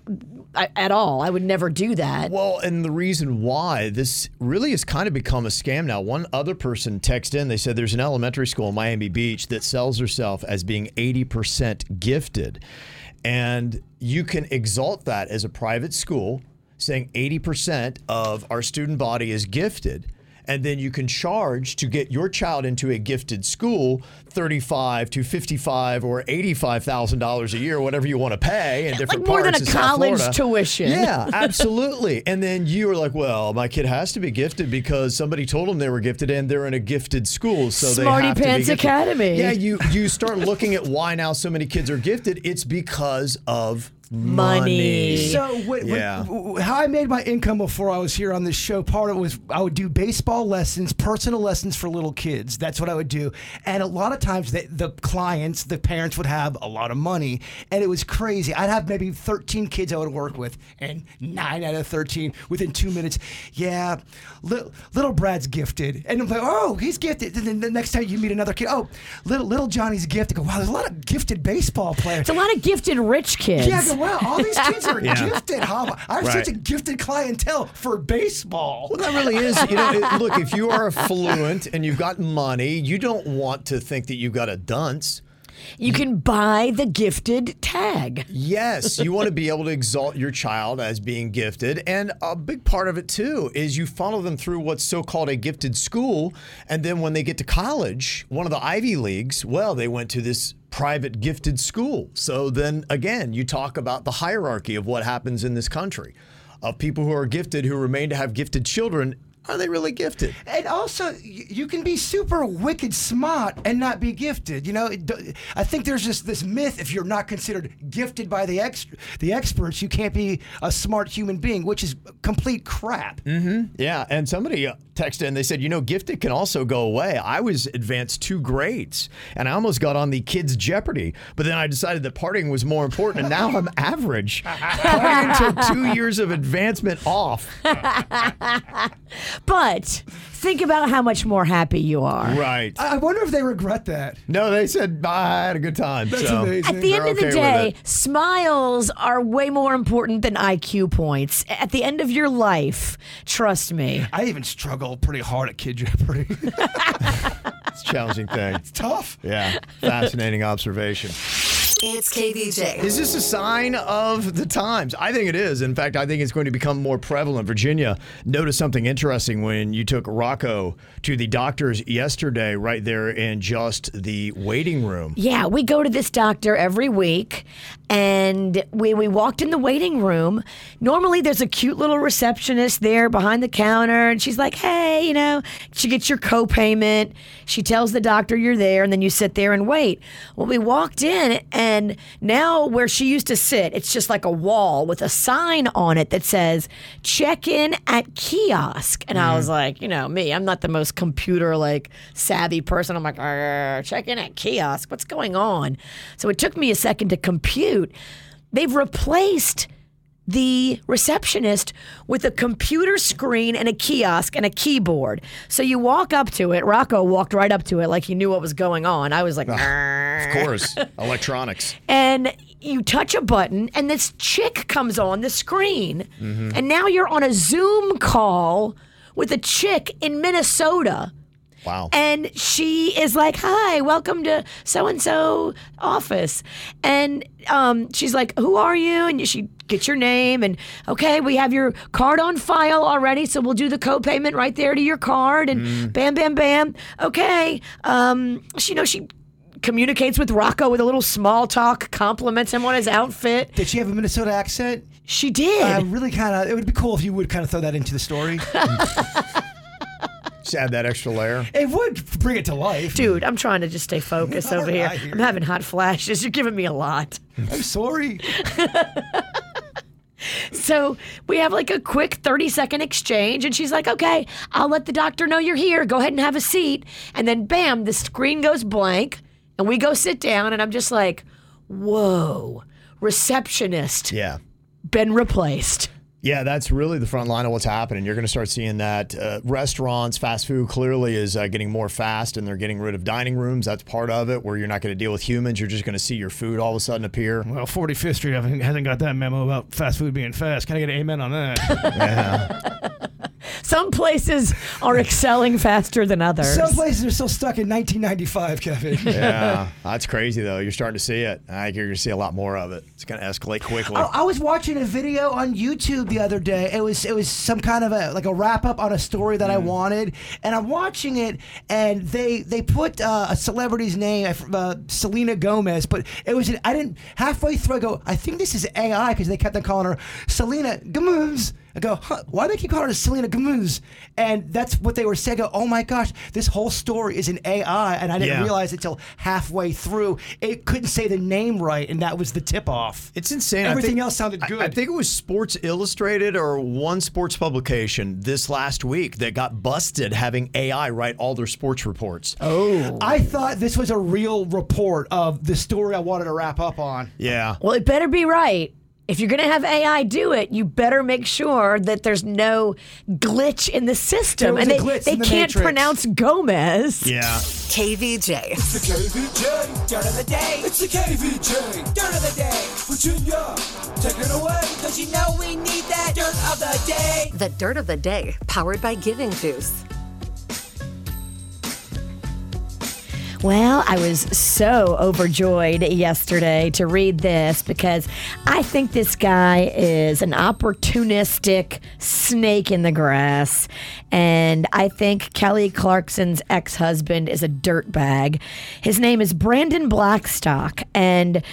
S1: I, at all. I would never do that.
S3: Well, and the reason why this really has kind of become a scam now. One other person texted in, they said there's an elementary school in Miami Beach that sells herself as being 80% gifted. And you can exalt that as a private school, saying 80% of our student body is gifted. And then you can charge to get your child into a gifted school thirty-five to fifty-five or eighty-five thousand dollars a year, whatever you want to pay, in different
S1: more than
S3: parts of
S1: a
S3: South
S1: college
S3: Florida.
S1: tuition.
S3: Yeah, yeah, absolutely. And then you were like, well, my kid has to be gifted because somebody told them they were gifted and they're in a gifted school. So
S1: Smarty
S3: they have to be
S1: Pants
S3: gifted.
S1: Academy.
S3: Yeah, you, you start looking at why now so many kids are gifted. It's because of
S1: Money.
S3: money.
S4: So what,
S3: Yeah.
S4: what, how I made my income before I was here on this show, part of it was I would do baseball lessons, personal lessons for little kids. That's what I would do. And a lot of times the, the clients, the parents would have a lot of money and it was crazy. I'd have maybe 13 kids I would work with and nine out of 13 within two minutes. Yeah, little, little Brad's gifted. And I'm like, oh, he's gifted. And then the next time you meet another kid, oh, little, little Johnny's gifted. Go, wow, there's a lot of gifted baseball players.
S1: It's a lot of gifted rich kids.
S4: Yeah, but wow, all these kids are
S3: Yeah.
S4: gifted. Huh? I have
S3: Right.
S4: such a gifted clientele for baseball.
S3: Well, that really is. You know, it, look, if you are affluent and you've got money, you don't want to think that you've got a dunce.
S1: you can buy the gifted tag.
S3: Yes, you want to be able to exalt your child as being gifted. And a big part of it, too, is you follow them through what's so called a gifted school. And then when they get to college, one of the Ivy Leagues, well, they went to this private gifted school. So then again, you talk about the hierarchy of what happens in this country of people who are gifted who remain to have gifted children. Are they really gifted?
S4: And also, y- you can be super wicked smart and not be gifted. You know, It do- I think there's just this myth if you're not considered gifted by the ex- the experts, you can't be a smart human being, which is complete crap.
S3: Yeah, and somebody uh, texted and they said, you know, gifted can also go away. I was advanced two grades and I almost got on the kids Jeopardy, but then I decided that partying was more important and now I'm average. partying took two years of advancement off.
S1: But think about how much more happy you are.
S3: Right.
S4: I I wonder if they regret that.
S3: No, they said I had a good time. That's so.
S4: amazing.
S1: At the
S3: They're
S1: end of the
S3: okay with
S1: day,
S3: it.
S1: smiles are way more important than IQ points. At the end of your life, trust me.
S4: I even struggle pretty hard at Kid Jeopardy.
S3: It's a challenging thing.
S4: Tough.
S3: Yeah, fascinating observation.
S5: It's KVJ.
S3: Is this a sign of the times? I think it is. In fact, I think it's going to become more prevalent. Virginia noticed something interesting when you took Rocco to the doctors yesterday, right there in just the waiting room.
S1: Yeah, we go to this doctor every week, and we we walked in the waiting room. Normally, there's a cute little receptionist there behind the counter, and she's like, "Hey, you know," she gets your co-payment. She tells the doctor you're there, and then you sit there and wait. Well, we walked in, and now where she used to sit, it's just like a wall with a sign on it that says "Check in at kiosk," and I
S3: Mm.
S1: was like, you know, me, I'm not the most computer like savvy person. I'm like, "Arr, check in at kiosk. What's going on? So it took me a second to compute. They've replaced the receptionist with a computer screen and a kiosk and a keyboard. So you walk up to it. Rocco walked right up to it like he knew what was going on. I was like,
S3: Of course, electronics.
S1: and you touch a button and this chick comes on the screen and now you're on a zoom call with a chick in minnesota
S3: Wow.
S1: and she is like hi welcome to so and so office and um, she's like who are you and she gets your name and okay we have your card on file already so we'll do the co-payment right there to your card and
S4: Mm.
S1: bam bam bam okay um, she you know she communicates with rocco with a little small talk compliments him on his outfit
S4: Did she have a Minnesota accent?
S1: she did
S4: I really kind of. It would be cool if you would kind of throw that into the story.
S3: Just add that extra layer.
S4: it would bring it to life.
S1: Dude, I'm trying to just stay focused over here.
S4: I hear
S1: I'm
S4: you.
S1: having hot flashes. You're giving me a lot.
S4: I'm sorry.
S1: So we have like a quick 30 second exchange, and she's like, okay, I'll let the doctor know you're here. Go ahead and have a seat. And then, bam, the screen goes blank, and we go sit down, and I'm just like, whoa, receptionist
S3: Yeah.
S1: been replaced.
S3: Yeah, that's really the front line of what's happening. You're going to start seeing that uh, restaurants, fast food clearly is uh, getting more fast and they're getting rid of dining rooms. That's part of it where you're not going to deal with humans. You're just going to see your food all of a sudden appear.
S9: Well, 45th Street haven't, hasn't got that memo about fast food being fast. Can I get an amen on that?
S1: Some places are excelling faster than others.
S4: Some places are still stuck in 1995, Kevin.
S3: yeah, that's crazy though. You're starting to see it. I think you're going to see a lot more of it. It's going to escalate quickly.
S4: Oh, I was watching a video on YouTube the other day. It was it was some kind of a like a wrap up on a story that I wanted, and I'm watching it, and they they put uh, a celebrity's name, I f- uh, Selena Gomez, but it was an, I didn't halfway through I go I think this is AI because they kept on calling her Selena Gomez. I go, huh, why do they keep calling her Selena Gomez? And that's what they were saying. I go, oh my gosh, this whole story is an AI, and I didn't
S3: Yeah.
S4: realize it till halfway through. It couldn't say the name right, and that was the tip off.
S3: It's insane. I
S4: Everything
S3: think-
S4: else sounded
S3: I-
S4: good.
S3: I, think it was Sports Illustrated or one sports publication this last week that got busted having AI write all their sports reports. Oh.
S4: I thought this was a real report of the story I wanted to wrap up on.
S3: Yeah.
S1: Well, it better be right. If you're going to have AI do it, you better make sure that there's no glitch in the
S4: There
S1: system.
S4: was
S1: And
S4: a
S1: they,
S4: glitch
S1: they
S4: in the
S1: can't
S4: matrix.
S1: pronounce Gomez.
S3: Yeah.
S5: KVJ.
S2: The KVJ, dirt of the day. It's the KVJ, dirt of the day. Virginia, take it away. Cause you know we need that dirt of the day.
S5: The dirt of the day, powered by Giving Juice.
S1: Well, I was so overjoyed yesterday to read this because I think this guy is an opportunistic snake in the grass. And I think Kelly Clarkson's ex husband is a dirtbag. His name is Brandon Blackstock. And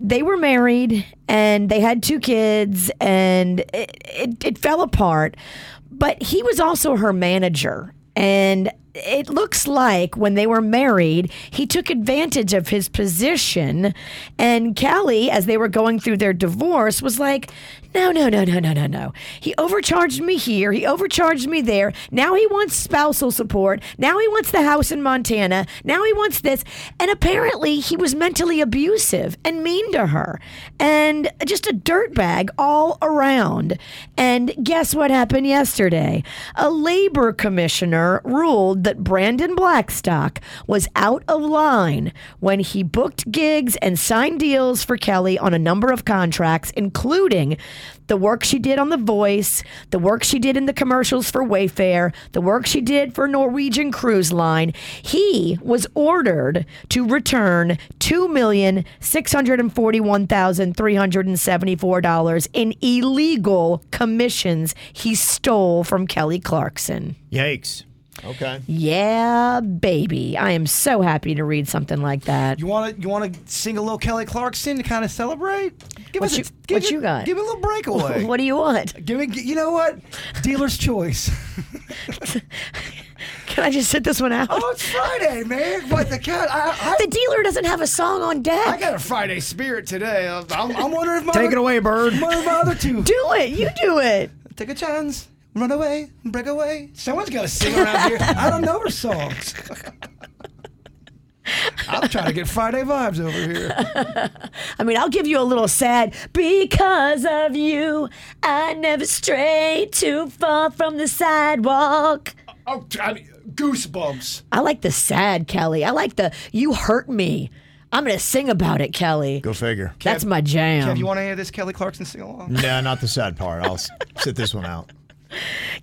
S1: they were married and they had two kids and it, it, it fell apart. But he was also her manager. And it looks like when they were married, he took advantage of his position. And Callie, as they were going through their divorce, was like, no, no, no, no, no, no, no. He overcharged me here. He overcharged me there. Now he wants spousal support. Now he wants the house in Montana. Now he wants this. And apparently, he was mentally abusive and mean to her and just a dirtbag all around. And guess what happened yesterday? A labor commissioner ruled that Brandon Blackstock was out of line when he booked gigs and signed deals for Kelly on a number of contracts, including the work she did on The Voice, the work she did in the commercials for Wayfair, the work she did for Norwegian Cruise Line. He was ordered to return $2,641,374 in illegal commissions he stole from Kelly Clarkson.
S3: Yikes. Okay.
S1: Yeah, baby. I am so happy to read something like that.
S4: You want to you want to sing a little Kelly Clarkson to kind of celebrate? Give
S1: What
S4: us
S1: you-
S4: a, give
S1: what
S4: it-
S1: you got?
S4: Give me a little breakaway.
S1: What do you want?
S4: Give me. You know what? Dealer's choice.
S1: Can I just sit this one out?
S4: oh, it's Friday, man. What the cat? I,
S1: The dealer doesn't have a song on
S4: I,
S1: deck.
S4: I got a Friday spirit today. I'm, I'm wondering if my
S3: Take it away, Bird.
S4: I'm wondering if my other two.
S1: do it. You do it.
S4: Take a chance. Run away, break away. Someone's got to sing around here. I don't know her songs. I'm trying to get Friday vibes over here.
S1: I mean, I'll give you a little sad because of you. I never stray too far from the sidewalk.
S4: Oh, I mean, goosebumps.
S1: I like the sad, Kelly. I like the you hurt me. I'm going to sing about it, Kelly.
S3: Go figure.
S1: That's my jam.
S4: Kev, you want to hear this Kelly Clarkson sing along?
S3: No, not the sad part. I'll s- sit this one out.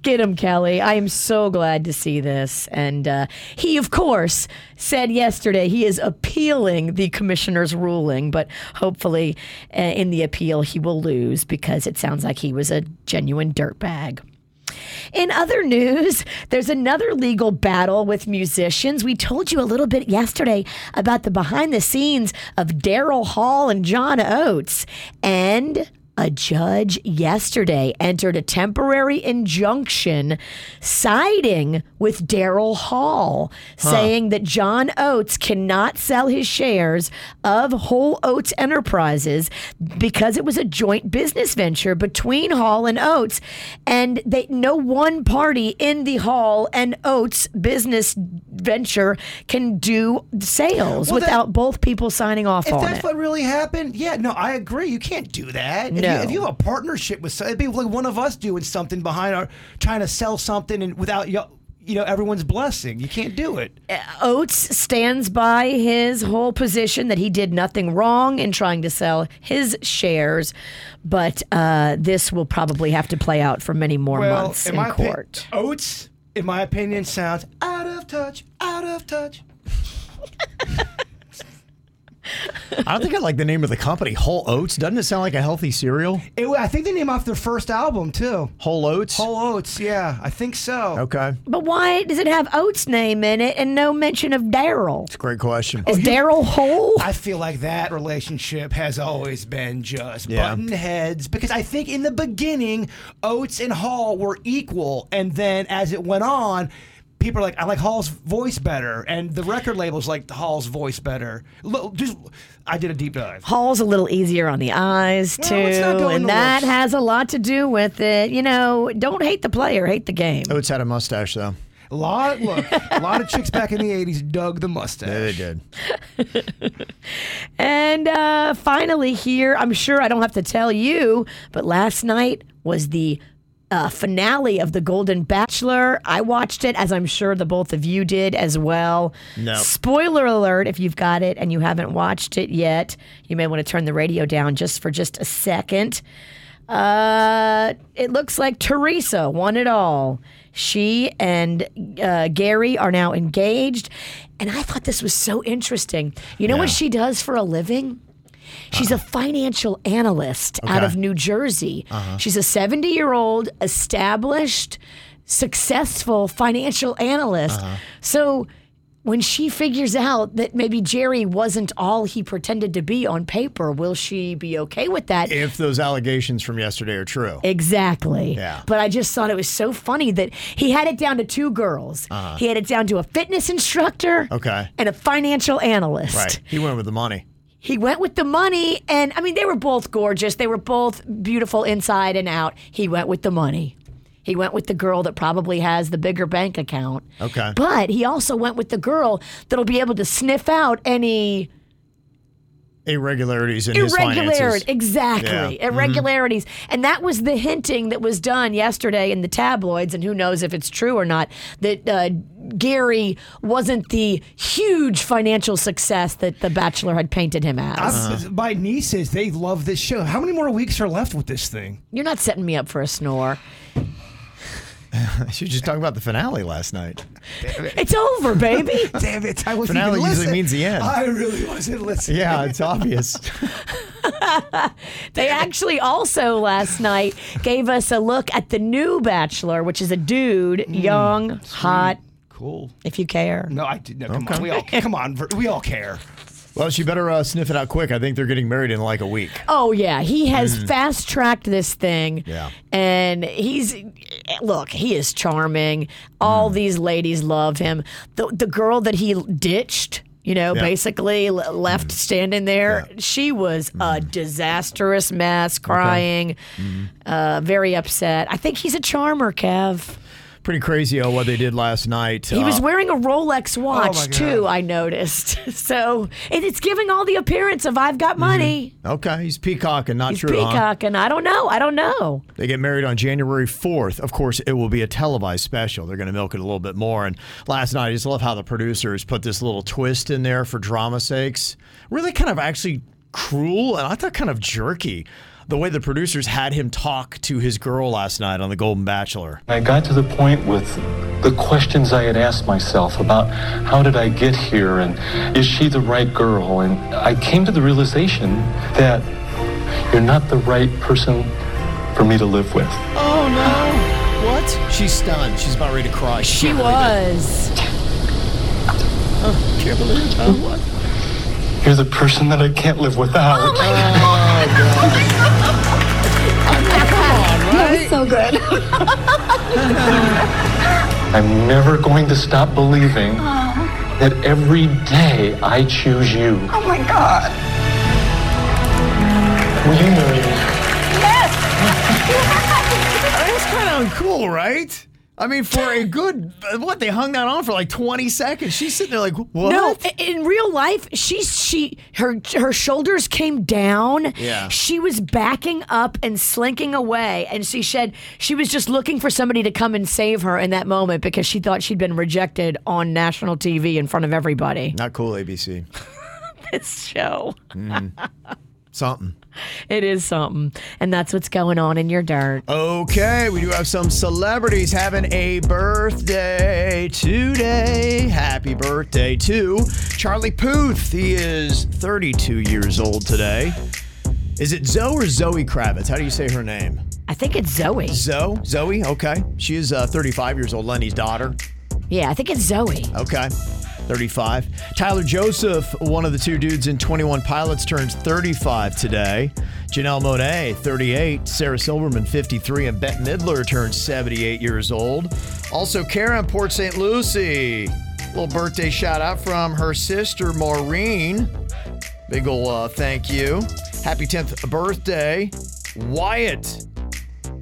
S1: Get him, Kelly. I am so glad to see this. And uh, he, of course, said yesterday he is appealing the commissioner's ruling, but hopefully uh, in the appeal he will lose because it sounds like he was a genuine dirtbag. In other news, there's another legal battle with musicians. We told you a little bit yesterday about the behind the scenes of Daryl Hall and John Oates. And a judge yesterday entered a temporary injunction siding with Daryl Hall, saying that John Oates cannot sell his shares of Whole Oates Enterprises because it was a joint business venture between Hall and Oates, and they no one party in the Hall and Oates business venture can do sales
S4: Well, that-
S1: without both people signing off
S4: If
S1: on
S4: that's
S1: it.
S4: what really happened, yeah, no, I agree. You can't do that. If,
S1: No.
S4: you, if you have a partnership with, some- it'd be like one of us doing something behind our trying to sell something and without you, you know, everyone's blessing. You can't do it.
S1: Uh, Oates stands by his whole position that he did nothing wrong in trying to sell his shares, but uh, this will probably have to play out for many more months in
S4: my opi-
S1: court.
S4: Oates, in my opinion, sounds out of touch. Out of touch.
S3: I don't think I like the name of the company, Whole Oats. Doesn't it sound like a healthy cereal?
S4: It, I think they name off their first album too.
S3: Whole Oats?
S4: Whole Oats, yeah, I think so.
S3: okay.
S1: but why does it have Oates' name in it and no mention of Daryl?
S3: Great question.
S1: Is Daryl whole?
S4: Oh, I feel like that relationship has always been just
S3: Yeah.
S4: button heads because I think in the beginning Oates and Hall were equal, and then as it went on, people are like, "I like Hall's voice better," and the record labels like Hall's voice better. Look, just I did a deep dive.
S1: Hall's a little easier on the eyes
S4: Well,
S1: too,
S4: let's not go
S1: and
S4: into
S1: that
S4: Oates.
S1: has a lot to do with it. You know, don't hate the player, hate the game.
S3: Oats had a mustache, though.
S4: A lot, look, a lot of chicks back in the '80s dug the mustache.
S3: Yeah, they did.
S1: And uh, finally, here, I'm sure I don't have to tell you, but last night was the uh, finale of The Golden Bachelor. I watched it, as I'm sure the both of you did as well.
S3: No.
S1: Spoiler alert if you've got it and you haven't watched it yet, you may want to turn the radio down just for just a second. Uh, it looks like Teresa won it all. She and uh, Gary are now engaged. And I thought this was so interesting. You know what
S3: Yeah. Uh-huh.
S1: she does for a living? She's a financial analyst out
S3: Okay. Uh-huh.
S1: of New Jersey. She's a 70 year old, established, successful financial analyst.
S3: Uh-huh.
S1: So when she figures out that maybe Jerry wasn't all he pretended to be on paper, will she be okay with that?
S3: If those allegations from yesterday are true.
S1: Exactly.
S3: Yeah.
S1: But I just thought it was so funny that he had it down to two girls. He had it down to a fitness instructor
S3: Uh-huh. Okay.
S1: and a financial analyst.
S3: Right. He went with the money.
S1: He went with the money, and I mean, they were both gorgeous. They were both beautiful inside and out. He went with the money. He went with the girl that probably has the bigger bank account.
S3: Okay.
S1: But he also went with the girl that'll be able to sniff out any
S3: Irregularities in his
S1: irregularity.
S3: finances. Mm-hmm.
S1: Exactly.
S3: Yeah.
S1: Irregularities. And that was the hinting that was done yesterday in the tabloids, and who knows if it's true or not, that uh, Gary wasn't the huge financial success that The Bachelor had painted him as.
S3: Uh-huh.
S4: I'm- My nieces, they love this show. How many more weeks are left with this thing?
S1: You're not setting me up for a snore.
S3: She was just talking about the finale last night.
S1: It's over, baby.
S4: Damn it! I wasn't
S3: Finale
S4: even
S3: usually
S4: listening.
S3: means the end.
S4: I really wasn't listening.
S3: Yeah, it's obvious.
S1: They actually also last night gave us a look at the new Bachelor, which is a dude, young, hot,
S4: Cool.
S1: if you care.
S4: No, I did. No, come on. We all come on. Ver- We all care.
S3: well, she better uh, sniff it out quick. I think they're getting married in like a week.
S1: Oh yeah, he has fast tracked this thing.
S3: Yeah.
S1: And he's look, he is charming. All
S3: Mm.
S1: these ladies love him. The the girl that he ditched, you know,
S3: Yeah. Mm.
S1: basically l- left standing there,
S3: Yeah. Mm.
S1: she was a disastrous mess, crying,
S3: Mm-hmm.
S1: uh, very upset. I think he's a charmer, Kev.
S3: Pretty crazy oh, what they did last night.
S1: He was
S3: Uh,
S1: wearing a Rolex watch
S4: God.
S1: too, I noticed. So, and it's giving all the appearance of I've got money.
S3: Okay, he's peacocking, Mm-hmm. not
S1: He's
S3: true. huh?
S1: peacocking. I don't know. I don't know.
S3: They get married on January 4th. Of course, it will be a televised special. They're going to milk it a little bit more. And last night, I just love how the producers put this little twist in there for drama sakes. Really kind of actually cruel and I thought kind of jerky. The way the producers had him talk to his girl last night on The Golden Bachelor.
S10: I got to the point with the questions I had asked myself about how did I get here and is she the right girl? And I came to the realization that you're not the right person for me to live with.
S3: Oh, no. What? She's stunned. She's about ready to cry.
S1: She was.
S3: Can't believe it. Oh, what?
S10: You're the person that I can't live without.
S4: Oh,
S5: So good.
S10: I'm never going to stop believing that every day I choose you.
S5: Oh my God.
S10: Will you marry me?
S3: That's kind of uncool, right? I mean, for a good, what? They hung that on for like 20 seconds. She's sitting there like, what?
S1: No, i- in real life, she she her her shoulders came down.
S3: Yeah.
S1: She was backing up and slinking away, and she said she was just looking for somebody to come and save her in that moment because she thought she'd been rejected on national TV in front of everybody.
S3: Not cool, ABC.
S1: This show,
S3: Mm-hmm. Something.
S1: it is something, and that's what's going on in your dirt.
S3: Oh. Okay, we do have some celebrities having a birthday today. Happy birthday to Charlie Puth. He is 32 years old today. Is it Zoe or Zoe Kravitz? How do you say her name?
S1: I think it's Zoe.
S3: Zoe? Zoe? Okay. She is uh, 35 years old, Lenny's daughter.
S1: Yeah, I think it's Zoe.
S3: Okay. 35. Tyler Joseph, one of the two dudes in 21 Pilots, turns 35 today. Janelle Monet, 38. Sarah Silverman, 53. And Bette Midler turns 78 years old. Also, Karen, Port St. Lucie. Little birthday shout out from her sister, Maureen. Big ol' uh, thank you. Happy 10th birthday. Wyatt,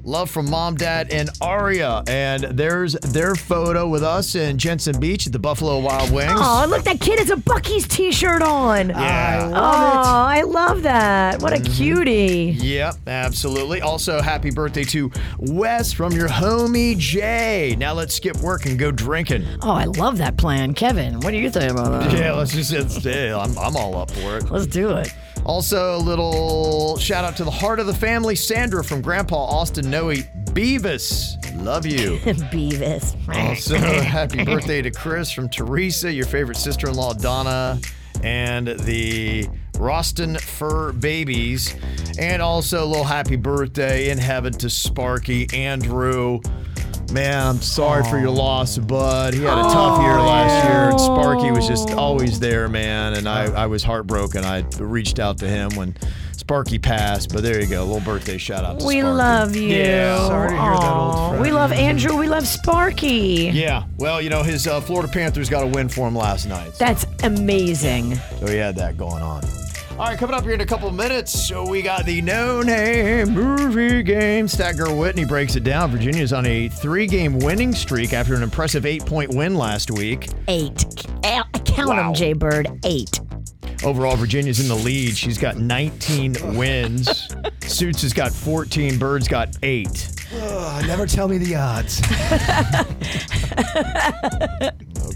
S3: Love from Mom, Dad, and Aria. And there's their photo with us in Jensen Beach at the Buffalo Wild Wings.
S1: Oh, look, that kid has a Bucky's t-shirt on.
S3: Yeah. Mm-hmm.
S1: oh, I love that. What a cutie.
S3: Yep, absolutely. Also, happy birthday to Wes from your homie Jay. Now let's skip work and go drinking.
S1: Oh, I love that plan. Kevin, what do you think about that?
S3: Yeah, let's just, it's, yeah, I'm, I'm all up for it.
S1: Let's do it.
S3: Also, a little shout out to the heart of the family, Sandra from Grandpa Austin Noe Beavis. Love you.
S1: Beavis.
S3: Also, happy birthday to Chris from Teresa, your favorite sister in law, Donna, and the Roston Fur Babies. And also, a little happy birthday in heaven to Sparky, Andrew. Man, I'm sorry for your loss, bud. He had a tough year last year. And Sparky was just always there, man. And I, I was heartbroken. I reached out to him when Sparky passed. But there you go. A little birthday shout out to
S1: We
S3: Sparky.
S1: love you.
S3: Yeah.
S4: Sorry to hear that, old
S1: Aw,
S4: friend.
S1: We love Andrew. We love Sparky.
S3: Yeah. Well, you know, his uh, Florida Panthers got a win for him last night.
S1: That's amazing.
S3: So he had that going on. All right, coming up here in a couple of minutes, so we got the no name movie game. Stat Girl Whitney breaks it down. Virginia's on a three game winning streak after an impressive eight point win last week.
S1: Eight. Count them, Jay Bird. Eight.
S3: Overall, Virginia's in the lead. She's got 19 wins. Suits has got 14, Bird's got eight.
S4: Ugh, never tell me the odds.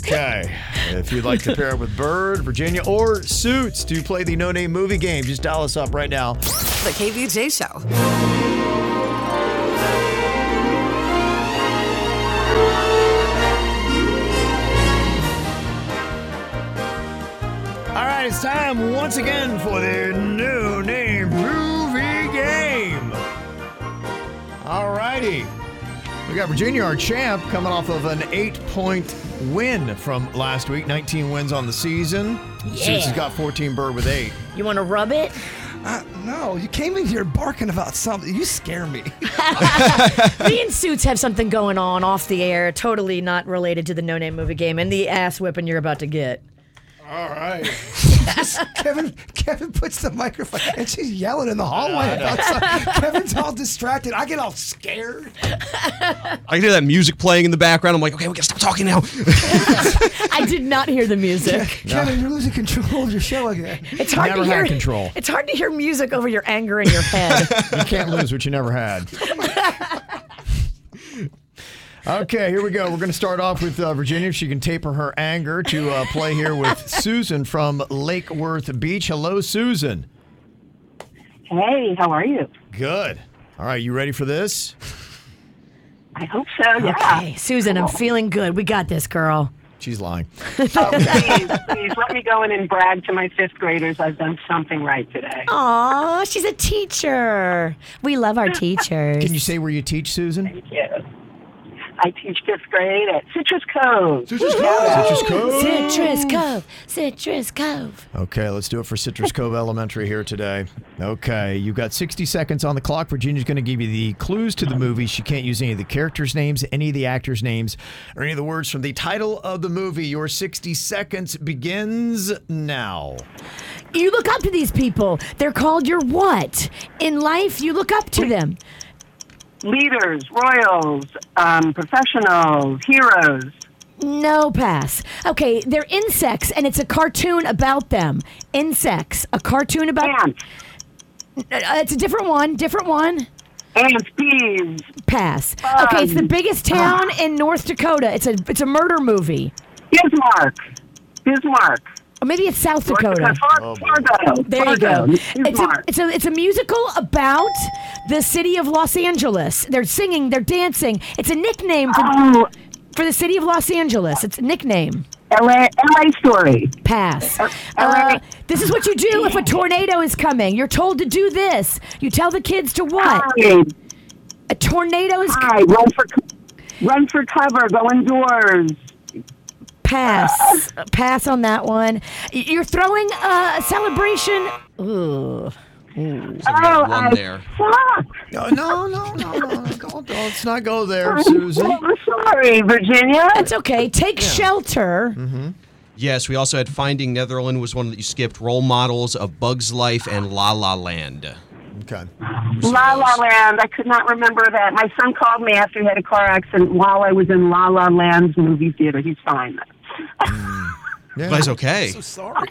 S3: Okay. If you'd like to pair up with Bird, Virginia, or Suits to play the no name movie game, just dial us up right now.
S5: The KVJ Show.
S3: All right, it's time once again for the no name movie game. All righty. We got Virginia, our champ, coming off of an eight point win from last week 19 wins on the season. Suits has got 14, Bird with eight.
S1: You want to rub it?
S4: Uh, no, you came in here barking about something. You scare me.
S1: Me and Suits have something going on off the air, totally not related to the No Name movie game and the ass whipping you're about to get.
S3: All right.
S4: Kevin Kevin puts the microphone and she's yelling in the hallway.
S11: I know.
S4: outside. Kevin's all distracted. I get all scared.
S11: I can hear that music playing in the background. I'm like, okay, we gotta stop talking now.
S1: I did not hear the music.
S4: Kevin, you're losing control of your show again.
S1: It's hard
S3: Never
S1: to
S3: had
S1: hear
S3: control.
S1: It's hard to hear music over your anger in your head.
S3: You can't lose what you never had. Okay, here we go. We're going to start off with uh, Virginia. If she can taper her anger to uh, play here with Susan from Lake Worth Beach. Hello, Susan.
S2: Hey, how are you?
S3: Good. All right, you ready for this?
S2: I hope so. Yeah.
S1: Okay, Susan, I'm feeling good. We got this, girl.
S3: She's lying.
S2: please, please let me go in and brag to my fifth graders. I've done something right today.
S1: Aw, she's a teacher. We love our teachers.
S3: Can you say where you teach, Susan?
S2: Thank you. I teach fifth grade at Citrus Cove.
S3: Citrus Cove. Citrus Cove.
S1: Citrus Cove. Citrus Cove.
S3: Okay, let's do it for Citrus Cove Elementary here today. Okay, you've got 60 seconds on the clock. Virginia's going to give you the clues to the movie. She can't use any of the characters' names, any of the actors' names, or any of the words from the title of the movie. Your 60 seconds begins now.
S1: You look up to these people. They're called your what? In life, you look up to them.
S2: Leaders, royals, um, professionals, heroes.
S1: No pass. Okay, they're insects, and it's a cartoon about them. Insects, a cartoon about.
S2: Ants.
S1: Uh, it's a different one. Different one.
S2: Ants, bees.
S1: Pass. Okay, it's the
S2: Bugs.
S1: biggest town in North Dakota. It's a it's a murder movie.
S2: Bismarck. Bismarck.
S1: Or maybe it's South
S2: North
S1: Dakota.
S2: Far- Fargo.
S1: There you
S2: Fargo.
S1: go. It's a,
S2: Bismarck.
S1: it's a it's a musical about the city of Los Angeles. They're singing, they're dancing. It's a nickname for
S2: Oh.
S1: for the city of Los Angeles. It's a nickname.
S2: LA, LA story.
S1: Pass.
S2: Uh,
S1: Uh,
S2: LA.
S1: this is what you do if a tornado is coming. You're told to do this. You tell the kids to what?
S2: Hi.
S1: A tornado is
S2: Hi. Run for, co- run for cover. Go indoors.
S1: pass. Pass on that one. Y- You're throwing a celebration. Ooh.
S2: Oh,
S11: one
S2: I
S11: there.
S2: suck.
S3: No, no, no, no, no. Don't, don't, let's not go there, Susan.
S2: I'm sorry, Virginia.
S1: It's okay. Take shelter.
S11: Mm-hmm. Yes, we also had Finding Netherland was one that you skipped. Role models of Bugs Life and La La Land.
S3: Okay.
S2: La La Land. I could not remember that. My son called me after he had a car accident while I was in La La Land's movie theater. He's fine.
S3: Yeah.
S11: That's okay.
S4: Sorry.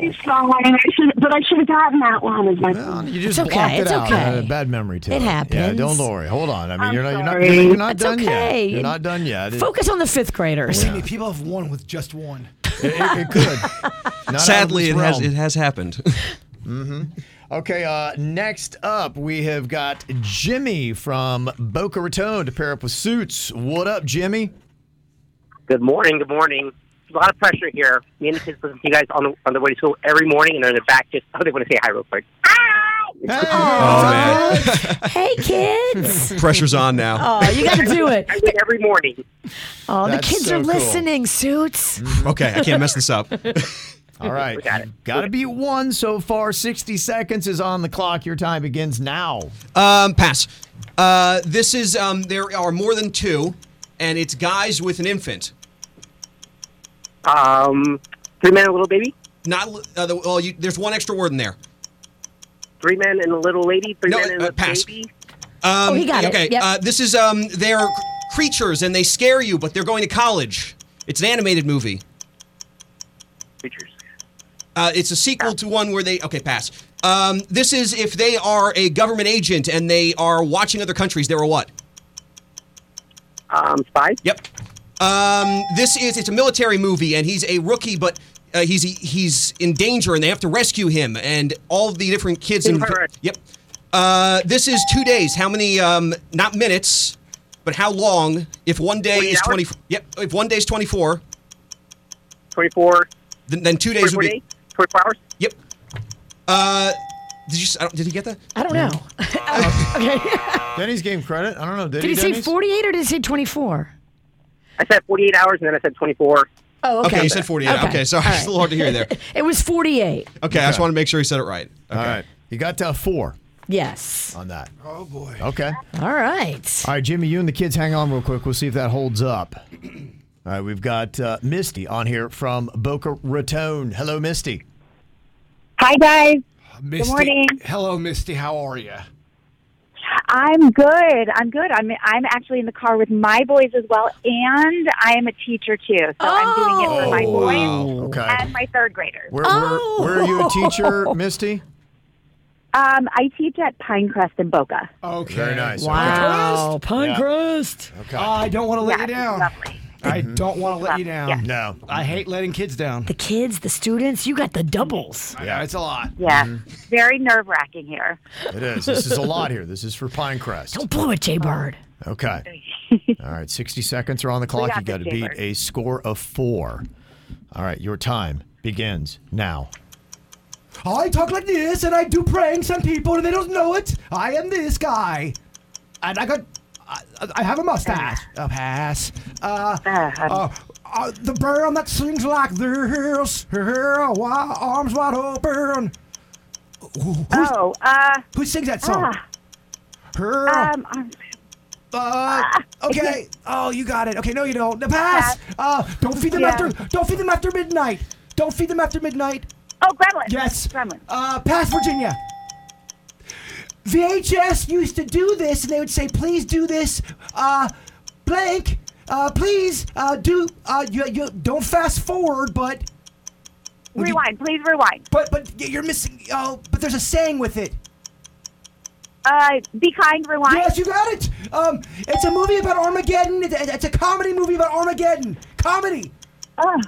S2: He's fine. I should, but I should have gotten that one as my
S3: Well,
S2: son.
S3: You just
S1: It's okay,
S3: blocked it
S1: it's
S3: out. Uh,
S1: okay.
S3: I had a bad memory to
S1: It
S3: it. Yeah,
S1: happens.
S3: don't worry. Hold on. I mean,
S2: I'm
S3: you're not, you're not,
S2: sorry.
S3: you're not
S1: It's
S3: done
S1: okay.
S3: yet. You're not done yet. It-
S1: Focus on the fifth graders.
S4: Believe me, people have won with just one.
S3: It, it, it could. Not out of
S11: Sadly,
S3: this
S11: it has
S3: realm.
S11: it has happened.
S3: Mm-hmm. Okay, uh, next up, we have got Jimmy from Boca Raton to pair up with Suits. What up, Jimmy?
S12: Good morning. Good morning. A lot of pressure here. Me and the kids listen to you guys on the, on the way to school every morning, and they're in the back just, oh, they want to say hi real quick. Hi!
S3: Hey!
S1: hey, kids.
S11: Oh, Pressure's on now.
S1: Oh, you got to do it.
S12: I do it every morning.
S1: Oh, the
S3: That's
S1: kids
S3: so
S1: are
S3: cool.
S1: listening, Suits.
S11: Mm-hmm. Okay, I can't mess this up.
S3: All right.
S12: We got it.
S3: Got to beat one so far. 60 seconds is on the clock. Your time begins now.
S11: Um, pass. Uh, this is um, there are more than two, and it's guys with an infant.
S12: Um, three men and a little baby?
S11: Not l- uh, the, well, you, there's one extra word in there.
S12: Three men and a little lady? Three
S11: No,
S12: men and
S11: uh,
S12: a
S11: pass.
S12: baby?
S11: Um,
S1: Oh, he got it.
S11: okay,
S1: Yep.
S11: uh, this is um, they're c- creatures and they scare you, but they're going to college. It's an animated movie.
S12: Creatures.
S11: Uh, it's a sequel to one where they okay pass. Um, this is if they are a government agent and they are watching other countries. They were what?
S2: Um, spies.
S11: Yep. Um, this is it's a military movie and he's a rookie, but uh, he's he's in danger and they have to rescue him and all the different kids.
S2: Team
S11: in-
S2: Pirates.
S11: yep. Uh, this is two days. How many? Um, not minutes, but how long? If one day
S2: Forty
S11: is
S2: hours?
S11: twenty. Yep. If one day is twenty four.
S2: 24,
S11: Then, then two days
S2: 24
S11: would be.
S2: days, 24 hours.
S11: Yep. Uh, did you? s- I don't, did he get that?
S1: I don't know.
S3: Denny's gave him credit. I don't know. Did,
S1: Did he say
S3: Denny's?
S1: 48 or did he say 24?
S2: I said 48 hours, and then I said 24.
S1: Oh, okay.
S11: Okay, you said 48. Okay, sorry. It's a little hard to hear there. Okay,
S1: It was 48.
S11: I just want to make sure he said it right. Okay.
S3: All right. You got to four
S1: Yes.
S3: on that.
S4: Oh boy.
S3: Okay.
S1: All right.
S3: All right, Jimmy, you and the kids hang on real quick. We'll see if that holds up. All right, we've got uh, Misty on here from Boca Raton. Hello, Misty.
S10: Hi, guys.
S4: Uh, Misty,
S10: morning.
S4: Hello, Misty. How are you?
S10: I'm good. I'm good. I'm I'm actually in the car with my boys as well, and I am a teacher too. So I'm doing it for Oh,
S4: Oh,
S10: my boys
S3: Oh, Okay.
S10: and my third graders.
S3: Where, where, where are you a teacher,
S1: Oh.
S3: Misty?
S10: Um, I teach at Pinecrest in Boca.
S4: Okay.
S3: Very nice.
S1: Wow.
S3: Yeah.
S1: Pinecrest.
S3: Okay.
S4: I don't want to let
S10: Yeah,
S4: you down.
S10: it's lovely.
S4: I don't want
S10: Uh,
S4: to let you down.
S3: No.
S4: I hate letting kids down.
S1: The kids, the students, you got the doubles.
S4: Yeah, it's a lot.
S10: Yeah, very nerve wracking here.
S3: Mm-hmm. It is. This is a lot here. This is for Pinecrest.
S1: Don't blow it, Jay Bird.
S3: Okay. All right. 60 seconds are on the clock.
S10: got
S3: you got to
S10: this,
S3: beat
S10: Jaybird.
S3: a score of four. All right. Your time begins now.
S4: I talk like this, and I do pranks on people, and they don't know it. I am this guy, and I got, I, I have a mustache.
S10: Ah.
S4: A pass. Uh,
S10: um.
S4: uh, uh, the brown that sings like this, her wide arms wide open. Who, who's-
S10: Oh, uh, ah.
S4: who sings that song? Her.
S10: um, I'm-
S4: Uh, okay. Oh, you got it. Okay, no, you don't. The pass. Uh, don't feed them
S10: Yeah.
S4: after. Don't feed them after midnight. Don't feed them after midnight.
S10: oh, Gremlin.
S4: Yes.
S10: Gremlin.
S4: Uh, pass, Virginia. VHS used to do this, and they would say, "Please do this, uh, blank. Uh, please uh, do. Uh, you, you don't fast forward, but would you-
S10: rewind, please rewind.
S4: but but you're missing. Oh, but there's a saying with it.
S10: Uh, be kind. Rewind.
S4: Yes, you got it. Um, it's a movie about Armageddon. It's, it's a comedy movie about Armageddon. Comedy.
S10: Ugh.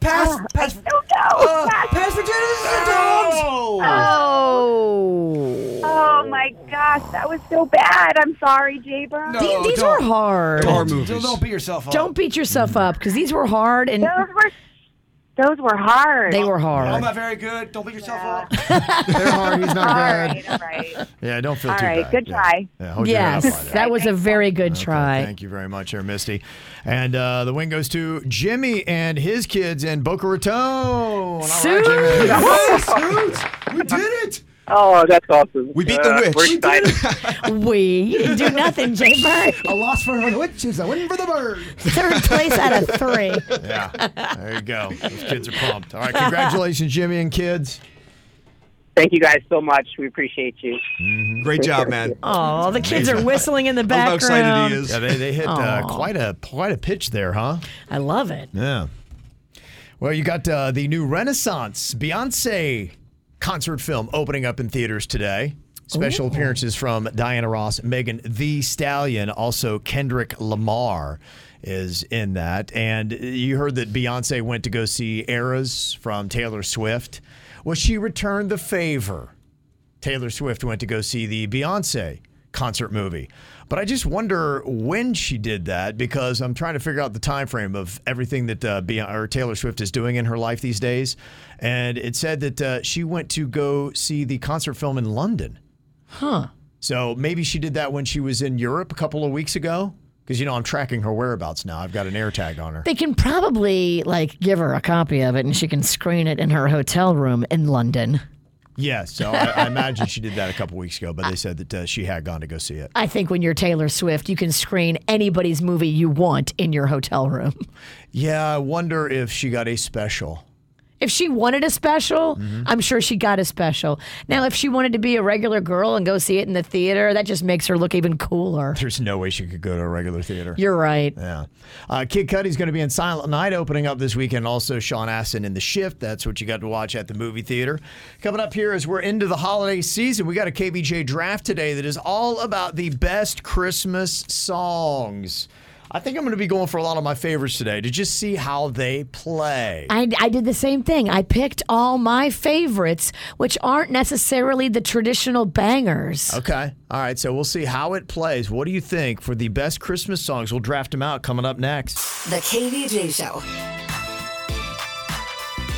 S4: Pass.
S10: Oh, Uh, I
S4: pass.
S10: don't know.
S4: Uh,
S10: Pass.
S4: pass Virginia to the dogs.
S1: Oh.
S10: Oh my gosh, that was so bad. I'm sorry, Jay Burns.
S1: These- these are hard.
S11: Horror
S4: Don't-
S11: movies.
S4: Don't beat yourself up.
S1: Don't beat yourself up because these were hard and
S10: Those were those were hard.
S1: they were
S4: I'm
S1: hard.
S4: not very good. Don't beat yourself up.
S3: They're hard. He's not
S10: All
S3: bad.
S10: right, all right.
S3: Yeah, don't feel
S10: All
S3: too
S10: right,
S3: bad.
S10: good
S3: Yeah.
S10: try.
S3: Yeah, hold your head up on
S1: Yes,
S3: that.
S1: that was a very good
S3: Okay,
S1: try.
S3: Thank you very much, here, Misty. And uh, the win goes to Jimmy and his kids in Boca Raton. All right,
S1: Suits!
S3: Jimmy.
S4: we did it.
S2: Oh, that's awesome.
S11: We beat the
S12: Uh,
S11: witch.
S2: We're
S11: We
S2: excited.
S1: We you didn't do nothing, Jay Bird.
S4: A loss for the witches, a win for the bird.
S1: Third place out of three.
S3: Yeah, there you go. Those kids are pumped. All right, congratulations, Jimmy and kids.
S2: Thank you guys so much. We appreciate you.
S3: Mm-hmm.
S11: Great job, man.
S1: Oh, the kids are whistling in the
S11: Look how excited
S1: background.
S11: he is.
S3: Yeah, they, they hit uh,
S1: Aw.
S3: quite a quite a pitch there, huh?
S1: I love it.
S3: Yeah. Well, you got uh, the new Renaissance Beyonce concert film opening up in theaters today. Special appearances from Diana Ross, Megan the Stallion, also Kendrick Lamar is in that. And you heard that Beyonce went to go see Eras from Taylor Swift. Well, she returned the favor. Taylor Swift went to go see the Beyonce concert movie. But I just wonder when she did that because I'm trying to figure out the time frame of everything that uh, Beyonce, or Taylor Swift is doing in her life these days. And it said that uh, she went to go see the concert film in London.
S1: Huh.
S3: So maybe she did that when she was in Europe a couple of weeks ago. Because you know I'm tracking her whereabouts now. I've got an air tag on her.
S1: They can probably like give her a copy of it and she can screen it in her hotel room in London.
S3: Yeah, so I, I imagine she did that a couple weeks ago. But they said that uh, she had gone to go see it.
S1: I think when you're Taylor Swift, you can screen anybody's movie you want in your hotel room.
S3: Yeah, I wonder if she got a special.
S1: If she wanted a special, I'm sure she got a special. Now, if she wanted to be a regular girl and go see it in the theater, that just makes her look even cooler.
S3: There's no way she could go to a regular theater.
S1: You're right.
S3: Yeah. Uh, Kid Cudi's going to be in Silent Night opening up this weekend. Also, Sean Astin in The Shift. That's what you got to watch at the movie theater. Coming up here as we're into the holiday season, we got a KBJ draft today that is all about the best Christmas songs. I think I'm going to be going for a lot of my favorites today to just see how they play.
S1: I, I did the same thing. I picked all my favorites, which aren't necessarily the traditional bangers.
S3: Okay. All right. So we'll see how it plays. What do you think for the best Christmas songs? We'll draft them out coming up next.
S5: The KVJ Show.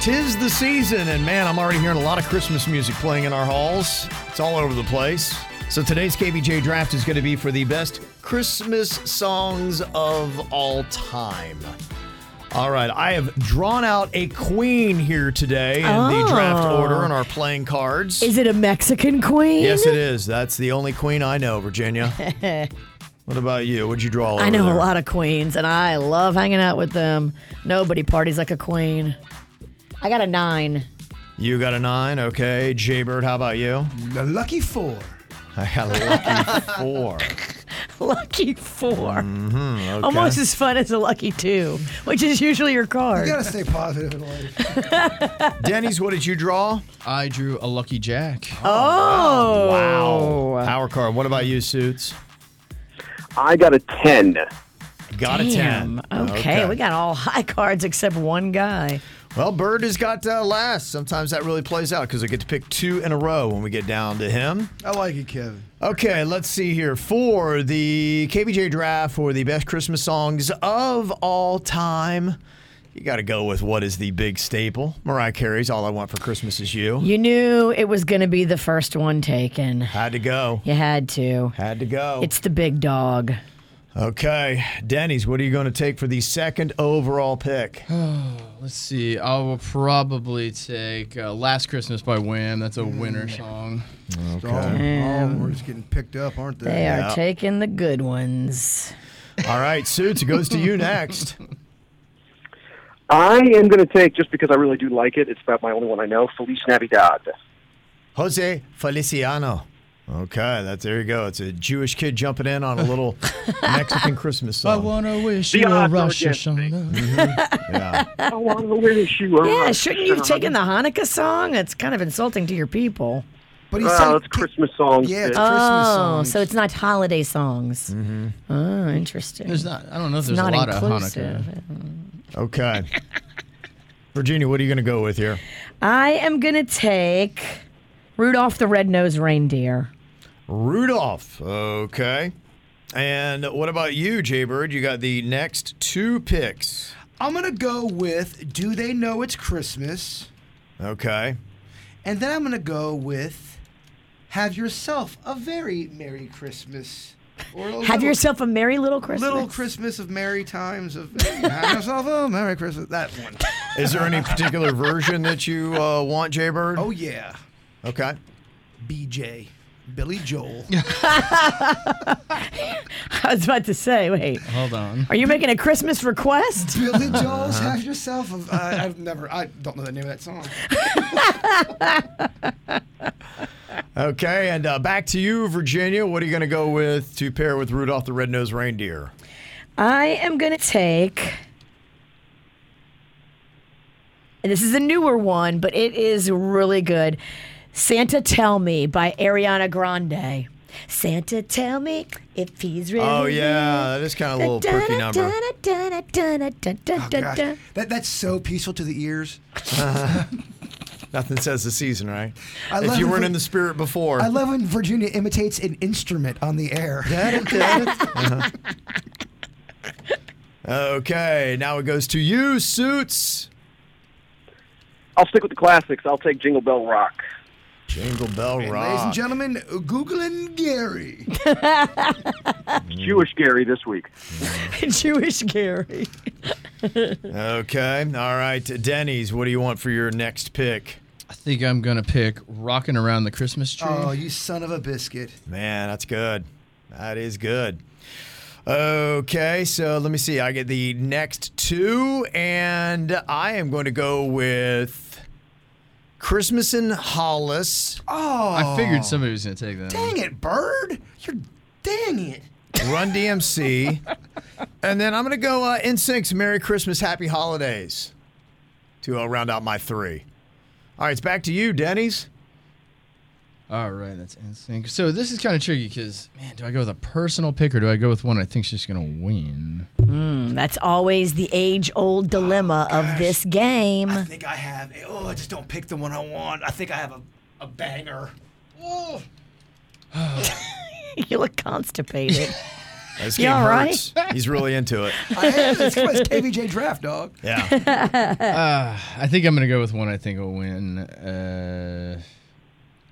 S3: Tis the season, and man, I'm already hearing a lot of Christmas music playing in our halls. It's all over the place. So today's KBJ draft is going to be for the best Christmas songs of all time. All right, I have drawn out a queen here today in the draft
S1: Oh.
S3: order on our playing cards.
S1: Is it a Mexican queen?
S3: Yes, it is. That's the only queen I know, Virginia. what about you? What'd you draw?
S1: I
S3: over
S1: know
S3: there?
S1: a lot of queens, and I love hanging out with them. Nobody parties like a queen. I got a nine.
S3: You got a nine, okay. Jay Bird, how about you?
S4: A lucky four.
S3: I got a lucky four.
S1: Lucky 4
S3: Mhm, okay.
S1: Almost as fun as a lucky two, which is usually your card.
S4: You gotta stay positive in life.
S3: Denny's, what did you draw?
S13: I drew a lucky jack.
S1: Oh.
S3: Wow. Power card. What about you, Suits?
S14: I got a 10.
S3: Got a
S1: Damn.
S3: 10.
S1: Okay, we got all high cards except one guy.
S3: Well, Bird has got uh, last. Sometimes that really plays out because I get to pick two in a row when we get down to him.
S4: I like it, Kevin.
S3: Okay, let's see here. For the KBJ draft for the best Christmas songs of all time, you got to go with what is the big staple. Mariah Carey's All I Want for Christmas Is You.
S1: You knew it was going to be the first one taken.
S3: Had to go.
S1: You had to.
S3: Had to go.
S1: It's the big dog.
S3: Oh. Okay, Denny's, what are you going to take for the second overall pick?
S13: Let's see. I will probably take uh, "Last Christmas" by Wham. That's a winner song.
S4: Mm.
S13: Mm.
S4: Strong Always getting picked up, aren't they?
S1: They are taking the good ones.
S3: All right, Suits, it goes to you next.
S14: I am going to take, just because I really do like it, it's about my only one I know, Feliz Navidad. Oh,
S3: Jose Feliciano. Okay, that's there you go. It's a Jewish kid jumping in on a little Mexican Christmas
S13: I
S3: song.
S13: wanna wish
S3: The
S13: you a
S3: odds are
S13: Rosh
S3: against
S13: Hashanah.
S3: Yeah.
S14: I want to wish you a
S1: Yeah,
S14: Rosh
S1: shouldn't you have
S14: Hashanah.
S1: taken the Hanukkah song? It's kind of insulting to your people.
S4: But
S14: he Well, said- Ah, it's Christmas songs, Yeah, it's bitch. Christmas
S1: oh,
S14: songs.
S1: so it's not holiday songs. Mm-hmm. Oh, interesting.
S13: There's not. I don't know if
S1: It's
S13: there's a
S1: not
S13: lot of
S1: inclusive.
S13: Hanukkah.
S3: Okay. Virginia, what are you going to go with here?
S1: I am gonna take Rudolph the Red-Nosed Reindeer.
S3: Rudolph. Okay. And what about you, Jay Bird? You got the next two picks.
S4: I'm gonna go with Do They Know It's Christmas?
S3: Okay.
S4: And then I'm gonna go with Have Yourself a Very Merry Christmas. Or a
S1: Have
S4: little-
S1: yourself a merry little Christmas.
S4: Oh, Little Christmas of Merry Times of Have Yourself a Merry Christmas. That one.
S3: Is there any particular version that you uh, want, Jay Bird?
S4: Oh yeah.
S3: Okay.
S4: BJ. Billy Joel.
S1: I was about to say, wait,
S13: Hold on.
S1: are you making a Christmas request?
S4: Billy
S3: Uh-huh.
S4: Joel's Have Yourself a I I've never I don't know the name of that song.
S3: Okay, and uh, back to you, Virginia. What are you going to go with to pair with Rudolph the Red-Nosed Reindeer?
S1: I am going to take. and This is a newer one, but it is really good. Santa Tell Me by Ariana Grande. Santa Tell Me If He's Really.
S3: Oh yeah, that is kind of a little perky number.
S4: Oh, gosh. That that's so peaceful to the ears.
S3: Nothing says the season, right?
S4: I
S3: if
S4: love
S3: you
S4: it.
S3: weren't in the spirit before,
S4: I love when Virginia imitates an instrument on the air.
S3: Okay, now it goes to you, Suits.
S14: I'll stick with the classics. I'll take Jingle Bell Rock.
S3: Jingle Bell Rock.
S4: Ladies and gentlemen, Googling Gary.
S14: Jewish Gary this week.
S1: Jewish Gary.
S3: Okay, all right, Denny's. What do you want for your next pick?
S13: I think I'm gonna pick "Rocking Around the Christmas Tree."
S4: Oh, you son of a biscuit.
S3: Man, that's good. That is good. Okay, so let me see. I get the next two, and I am going to go with Christmas in Hollis.
S4: Oh.
S13: I figured somebody was going to take that.
S4: Dang it, Bird. You're dang it.
S3: Run DMC. and then I'm going to go uh, NSYNC's Merry Christmas, Happy Holidays to uh, round out my three. All right, it's back to you, Denny's.
S13: All right, that's insane. So this is kind of tricky because, man, do I go with a personal pick or do I go with one I think she's going to win?
S1: Mm, that's always the age old dilemma of this game.
S4: I think I have. Oh, I just don't pick the one I want. I think I have a, a banger. Oh.
S1: you look constipated.
S3: This
S1: You
S3: game
S1: all right?
S3: hurts. He's really into it.
S4: I am. It's, it's KBJ draft, dog.
S13: Yeah. uh, I think I'm going to go with one I think will win. Uh,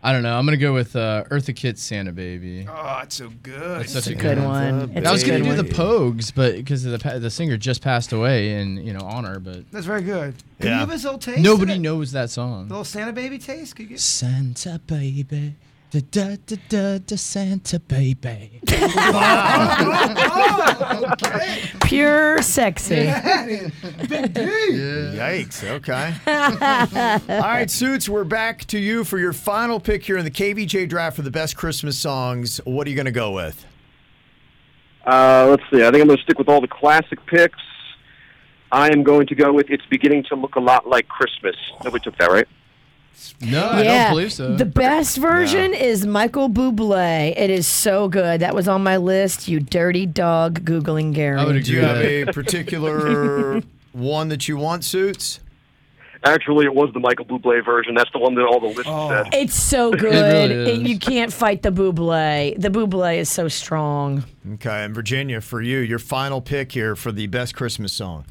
S13: I don't know. I'm going to go with uh, Eartha Kitt's Santa Baby.
S4: Oh, it's so good.
S13: That's such a good one. I was going to do the Pogues, but because the pa- the singer just passed away, and you know, honor, but
S4: That's very good. Can you
S13: Yeah.
S4: give us a little taste? of
S13: nobody
S4: it?
S13: knows that
S4: A
S13: song.
S4: little Santa baby taste? Could you get?
S13: Santa baby, da da da da, da Santa baby. Oh,
S1: Pure sexy.
S3: Big D. Yikes. Okay. All right, Suits, we're back to you for your final pick here in the KVJ draft for the best Christmas songs. What are you going to go with?
S15: Uh, let's see. I think I'm going to stick with all the classic picks. I am going to go with "It's Beginning to Look a Lot Like Christmas." Nobody took that, right?
S13: No, I
S1: yeah.
S13: don't believe so.
S1: The best version is Michael Bublé. It is so good. That was on my list. You dirty dog googling Gary.
S3: Do you have a particular one that you want, Suits?
S15: Actually, it was the Michael Bublé version. That's the one that all the lists
S13: Oh.
S3: Oh.
S15: said.
S1: It's so good.
S3: really
S1: It-
S3: is.
S1: you can't fight the Bublé. The Bublé is so strong.
S3: Okay, and Virginia, for you, your final pick here for the best Christmas song.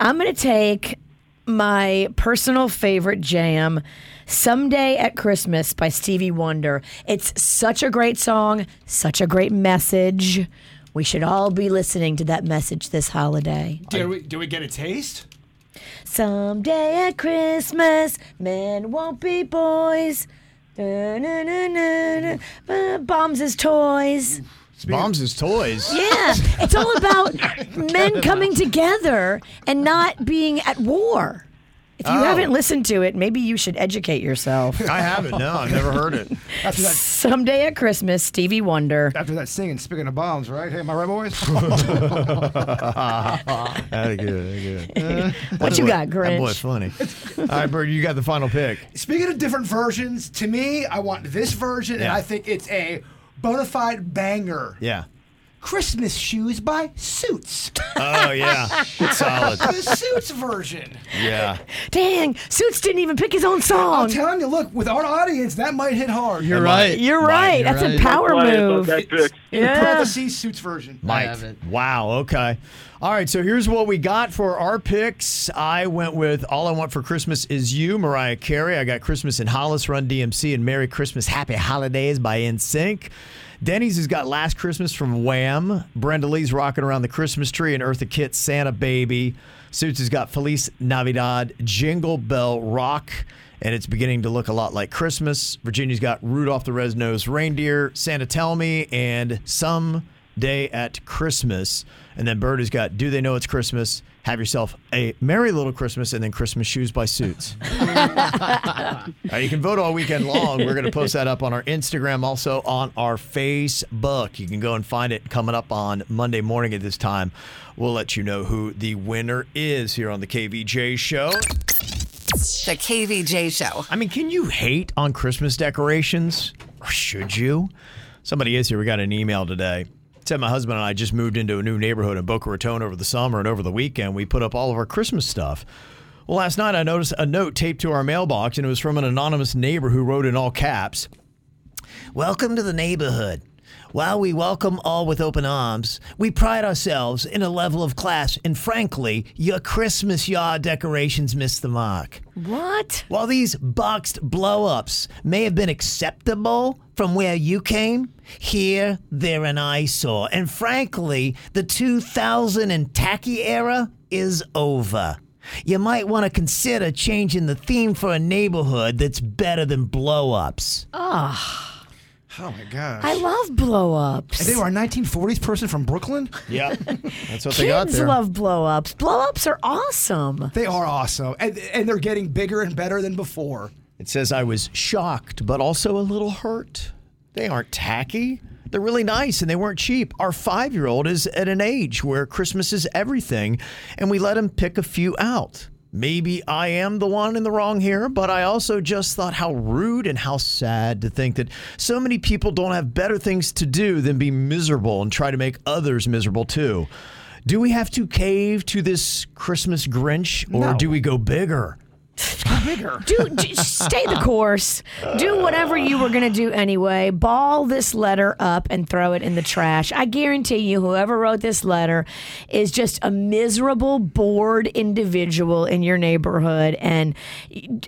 S1: I'm going to take my personal favorite jam, Someday at Christmas by Stevie Wonder. It's such a great song, such a great message. We should all be listening to that message this holiday.
S4: Do we, do we get a taste?
S1: Someday at Christmas, men won't be boys. Da-na-na-na-na. Uh, Bombs as toys.
S3: Bombs is toys.
S1: Yeah, it's all about men coming together and not being at war. If you
S3: Oh.
S1: haven't listened to it, maybe you should educate yourself.
S3: I haven't. No, I've never heard it.
S4: After that,
S1: Someday at Christmas, Stevie Wonder.
S4: after that singing, speaking of bombs, right? Hey, am I right, boys?
S3: That'd be good, that'd be good.
S4: What you got,
S3: That boy- That
S4: Grinch?
S3: boy funny. All right, Bird, you got the final pick.
S4: Speaking of different versions, to me, I want this version, and
S3: Yeah.
S4: I think it's a bona fide banger.
S3: Yeah.
S4: Christmas shoes by Suits.
S3: Oh, yeah. Solid.
S4: The Suits version.
S3: Yeah.
S1: Dang, Suits didn't even pick his own song.
S4: I'm telling you, look, with our audience, that might hit hard.
S3: You're It right. might.
S1: You're
S3: Might,
S1: right.
S3: you're
S1: That's a
S3: right.
S1: power
S3: That's why I
S1: move.
S3: thought that pick.
S4: In
S3: Yeah.
S4: parentheses, Suits version.
S3: Mike. Wow. Okay. All right. So here's what we got for our picks. I went with All I Want for Christmas Is You, Mariah Carey. I got Christmas in Hollis, Run DMC, and Merry Christmas, Happy Holidays by NSYNC. Denny's has got Last Christmas from Wham. Brenda Lee's Rocking Around the Christmas Tree and Eartha Kitt's Santa Baby. Suits has got Felice Navidad, Jingle Bell Rock, and it's beginning to look a lot like Christmas. Virginia's got Rudolph the Red-Nosed Reindeer, Santa Tell Me, and Some Day at Christmas. And then Bird has got Do They Know It's Christmas? Have Yourself a Merry Little Christmas, and then Christmas Shoes by Suits. Uh, you can vote all weekend long. We're going to post that up on our Instagram, also on our Facebook. You can go and find it coming up on Monday morning at this time. We'll let you know who the winner is here on the KVJ show.
S5: The KVJ Show.
S3: I mean, can you hate on Christmas decorations? Or should you? Somebody is here. We got an email today. It said my husband and I just moved into a new neighborhood in Boca Raton over the summer, and over the weekend we put up all of our Christmas stuff. Well, last night I noticed a note taped to our mailbox, and it was from an anonymous neighbor who wrote in all caps, Welcome to the neighborhood. While we welcome all with open arms, we pride ourselves in a level of class, and frankly, your Christmas yard decorations miss the mark.
S1: What?
S3: While these boxed blow ups may have been acceptable from where you came, here they're an eyesore. And frankly, the 2000 and tacky era is over. You might want to consider changing the theme for a neighborhood that's better than blow ups.
S1: Ah,
S4: Oh, my gosh.
S1: I love blow ups.
S4: And they were a 1940s person from Brooklyn?
S3: Yeah. That's
S4: what
S1: Kids love blow ups. Blow ups are awesome.
S4: They are awesome. And, and they're getting bigger and better than before.
S3: It says, I was shocked, but also a little hurt. They aren't tacky. They're really nice and they weren't cheap. Our five year old is at an age where Christmas is everything, and we let him pick a few out. Maybe I am the one in the wrong here, but I also just thought how rude and how sad to think that so many people don't have better things to do than be miserable and try to make others miserable too. Do we have to cave to this Christmas Grinch or
S4: No.
S3: do we go bigger?
S4: bigger.
S1: do, do- stay the course. Do whatever you were going to do anyway. Ball this letter up and throw it in the trash. I guarantee you, whoever wrote this letter is just a miserable, bored individual in your neighborhood, and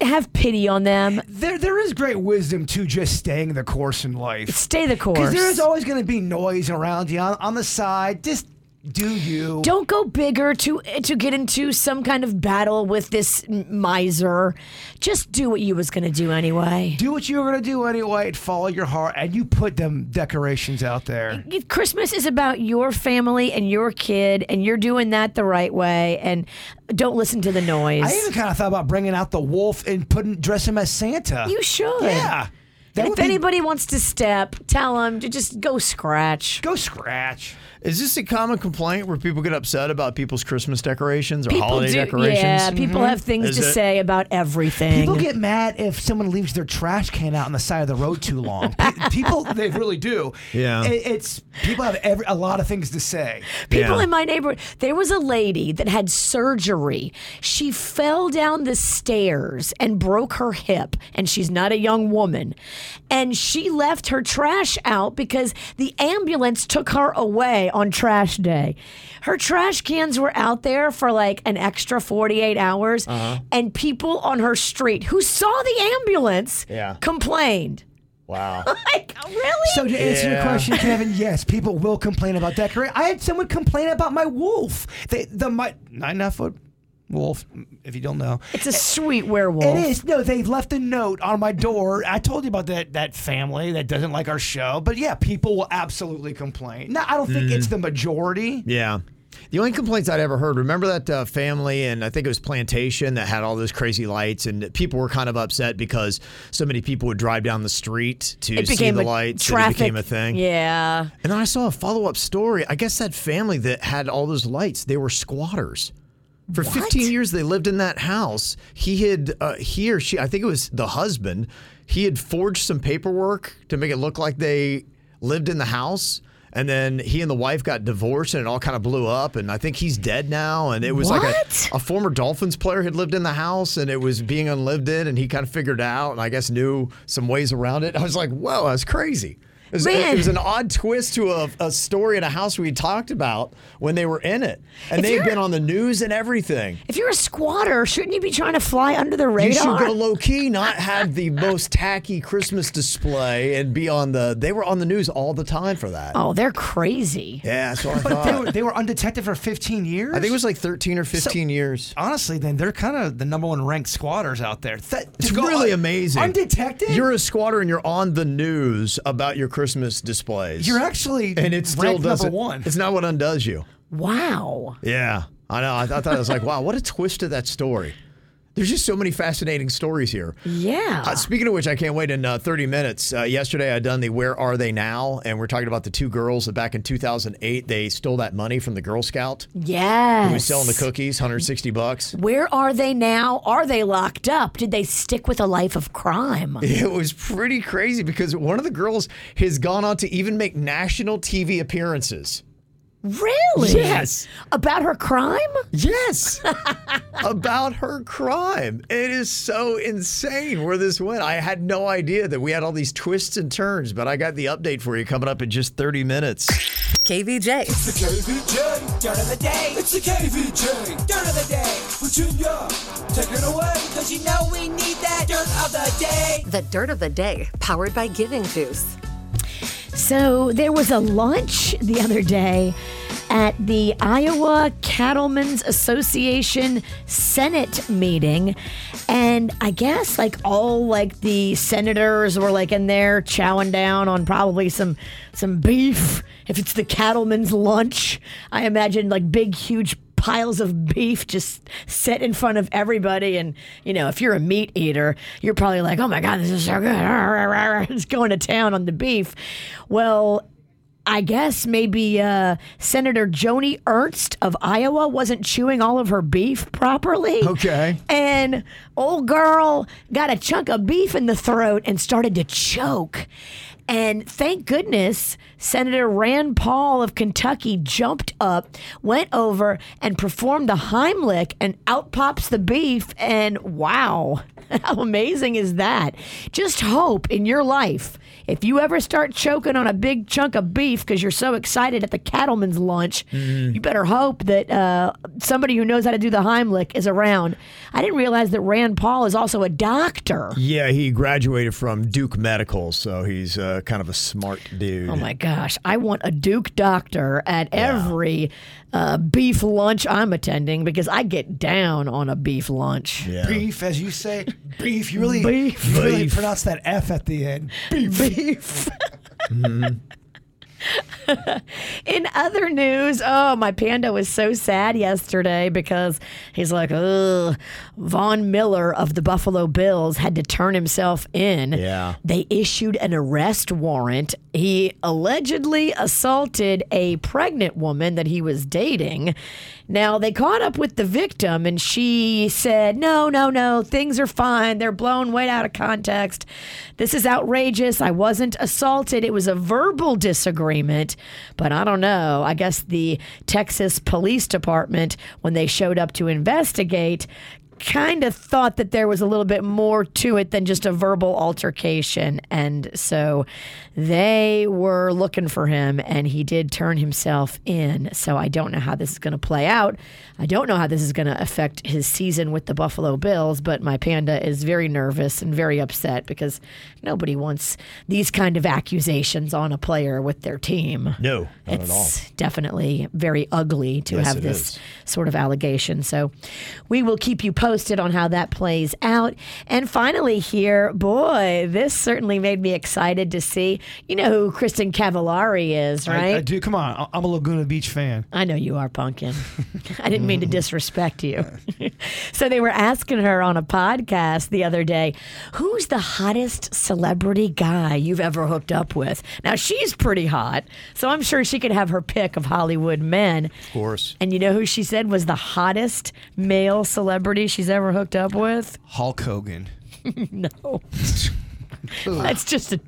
S1: have pity on them.
S4: There, there is great wisdom to just staying the course in life.
S1: Stay the course.
S4: Because there is always going to be noise around you on, on the side. Just do you.
S1: Don't go bigger to to get into some kind of battle with this miser. Just do what you was going to do anyway.
S4: do what you were going to do anyway and follow your heart. And you put them decorations out there.
S1: Christmas is about your family and your kid, and you're doing that the right way. And don't listen to the noise.
S4: I even kind of thought about bringing out the wolf and putting dress him as Santa.
S1: you should.
S4: Yeah. That
S1: And
S4: would
S1: if
S4: be-
S1: anybody wants to step, tell them to just go scratch.
S4: Go scratch.
S3: Is this a common complaint where people get upset about people's Christmas decorations or holiday decorations? Mm-hmm.
S1: yeah. People have things
S3: Is
S1: to
S3: it-
S1: say about everything.
S4: Mm-hmm. People get mad if someone leaves their trash can out on the side of the road too long. Pe- people, they really do.
S3: Yeah.
S4: It- it's people have every, a lot of things to say.
S1: People in my neighborhood, there was a lady that had surgery. She fell down the stairs and broke her hip, and she's not a young woman. And she left her trash out because the ambulance took her away on trash day. Her trash cans were out there for like an extra 48 hours,
S2: Uh-huh.
S1: and people on her street who saw the ambulance
S4: Yeah.
S1: complained.
S3: Wow.
S1: Like, really?
S4: So to answer your
S1: Yeah.
S4: question, Kevin, yes, people will complain about decorating. I had someone complain about my wolf. They, the my nine and a half foot wolf. If you don't know,
S1: It's a sweet werewolf.
S4: It is. No, they left a note on my door. I told you about that that family that doesn't like our show. But yeah, people will absolutely complain. No, I don't think
S3: Mm.
S4: it's the majority.
S3: Yeah. The only complaints I'd ever heard, remember that uh, family and I think it was Plantation that had all those crazy lights and people were kind of upset because so many people would drive down the street to
S1: It
S3: see
S1: became
S3: the
S1: a
S3: lights
S1: traffic-
S3: and it became a thing.
S1: Yeah.
S3: And then I saw a follow-up story. I guess that family that had all those lights, they were squatters. For 15 years they lived in that house. He had uh, he or she, I think it was the husband, he had forged some paperwork to make it look like they lived in the house. And then he and the wife got divorced and it all kind of blew up. And I think he's dead now. And it was
S1: What?
S3: like a, a former Dolphins player had lived in the house and it was being unlived in. And he kind of figured out and I guess knew some ways around it. I was like, whoa, that's crazy. It was, it- it was
S1: Man.
S3: an odd twist to a, a story in a house we talked about when they were in it. And
S1: If
S3: they've
S1: you're-
S3: been on the news and everything.
S1: If you're a squatter, shouldn't you be trying to fly under the radar?
S3: You should go low key, not have the most tacky Christmas display and be on the. They were on the news all the time for that.
S1: Oh, they're crazy.
S3: Yeah, that's what I
S4: But they were,
S3: thought.
S4: they were undetected for 15 years.
S3: Oh I think it was like 13 or 15 years.
S4: Honestly, then they're kind of the number one ranked squatters out there. That,
S3: It's
S4: to go
S3: really
S4: un-
S3: amazing.
S4: Undetected.
S3: You're a squatter and you're on the news about your Christmas displays.
S4: You're actually
S3: and it still
S4: ranked number
S3: doesn't.
S4: one.
S3: It's not what undoes you.
S1: Wow.
S3: Yeah, I know. I, I thought it was like, wow, what a twist to that story. There's just so many fascinating stories here.
S1: Yeah.
S3: Uh, speaking of which, I can't wait in uh, 30 minutes. Uh, yesterday, I done the Where Are They Now? And we're talking about the two girls that back in 2008, they stole that money from the Girl Scout
S1: Yes.
S3: who was selling the cookies, 160 bucks.
S1: Where are they now? Are they locked up? Did they stick with a life of crime?
S3: It was pretty crazy because one of the girls has gone on to even make national TV appearances.
S1: Really?
S3: Yes.
S1: About her crime?
S3: Yes. about her crime. It is so insane where this went. I had no idea that we had all these twists and turns, but I got the update for you coming up in just 30 minutes.
S5: KVJ.
S2: It's the KVJ. Dirt of the day. It's the KVJ. Dirt of the day. Virginia, take it away. Cause you know we need that dirt of the day.
S5: The dirt of the day, powered by Giving Juice.
S1: So there was a lunch the other day at the Iowa Cattlemen's Association Senate meeting and I guess like all like the senators were like in there chowing down on probably some some beef if it's the cattlemen's lunch I imagine like big huge piles of beef just set in front of everybody. And, you know, if you're a meat eater, you're probably like, oh my God, this is so good. It's going to town on the beef. Well, I guess maybe uh, Senator Joni Ernst of Iowa wasn't chewing all of her beef properly.
S3: Okay.
S1: And old girl got a chunk of beef in the throat and started to choke. And thank goodness Senator Rand Paul of Kentucky jumped up, went over, and performed the Heimlich, and out pops the beef. And wow, how amazing is that? Just hope in your life. If you ever start choking on a big chunk of beef because you're so excited at the cattleman's lunch,
S3: Mm-hmm.
S1: you better hope that uh, somebody who knows how to do the Heimlich is around. I didn't realize that Rand Paul is also a doctor.
S3: Yeah, he graduated from Duke Medical, so he's uh, kind of a smart dude.
S1: Oh my gosh, I want a Duke doctor at every uh, beef lunch I'm attending because I get down on a beef lunch.
S3: Yeah.
S4: Beef, as you say, beef. You really,
S1: Beef.
S4: You really
S1: Beef.
S4: pronounce that F at the end. Beef.
S1: Beef. In other news, oh, my panda was so sad yesterday because he's like, ugh, Von Miller of the Buffalo Bills had to turn himself in.
S3: Yeah.
S1: They issued an arrest warrant. He allegedly assaulted a pregnant woman that he was dating. Now, they caught up with the victim and she said, No, no, no, things are fine. They're blown way out of context. This is outrageous. I wasn't assaulted. It was a verbal disagreement. But I don't know. I guess the Texas Police Department, when they showed up to investigate, kind of thought that there was a little bit more to it than just a verbal altercation. And so they were looking for him and he did turn himself in. So I don't know how this is going to play out. I don't know how this is going to affect his season with the Buffalo Bills, but my panda is very nervous and very upset because nobody wants these kind of accusations on a player with their team.
S3: No, not at
S1: it's
S3: all.
S1: definitely very ugly to
S3: Yes,
S1: have
S3: it
S1: this
S3: is.
S1: sort of allegation. So we will keep you posted on how that plays out. And finally, here, boy, this certainly made me excited to see. You know who Kristen Cavallari is,
S4: I- I,
S1: right?
S4: do. Come on, I- I'm a Laguna Beach fan.
S1: I know you are, Pumpkin. I didn't
S3: Mm-hmm.
S1: mean to disrespect you. so they were asking her on a podcast the other day, who's the hottest celebrity guy you've ever hooked up with? Now, she's pretty hot, so I'm sure she could have her pick of Hollywood men.
S3: Of course.
S1: And you know who she said was the hottest male celebrity she's ever hooked up with?
S4: Hulk Hogan.
S1: no. That's just a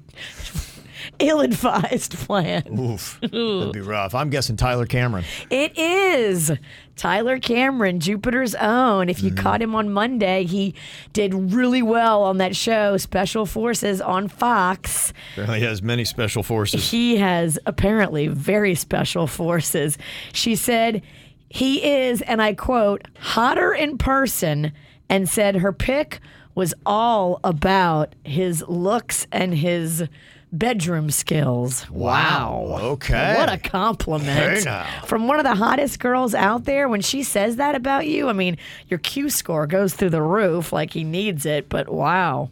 S1: ill advised plan.
S3: Oof. That'd be rough. I'm guessing Tyler Cameron.
S1: It is Tyler Cameron, Jupiter's own. If you caught him on Monday, he did really well on that show, Special Forces on Fox.
S3: Apparently has many special forces.
S1: He has apparently very special forces. She said he is, and I quote, hotter in person, and said her pick was all about his looks and his bedroom skills.
S3: Wow. Okay.
S1: What a compliment
S3: Hey now.
S1: from one of the hottest girls out there. When she says that about you, I mean, your Q score goes through the roof like he needs it, but wow.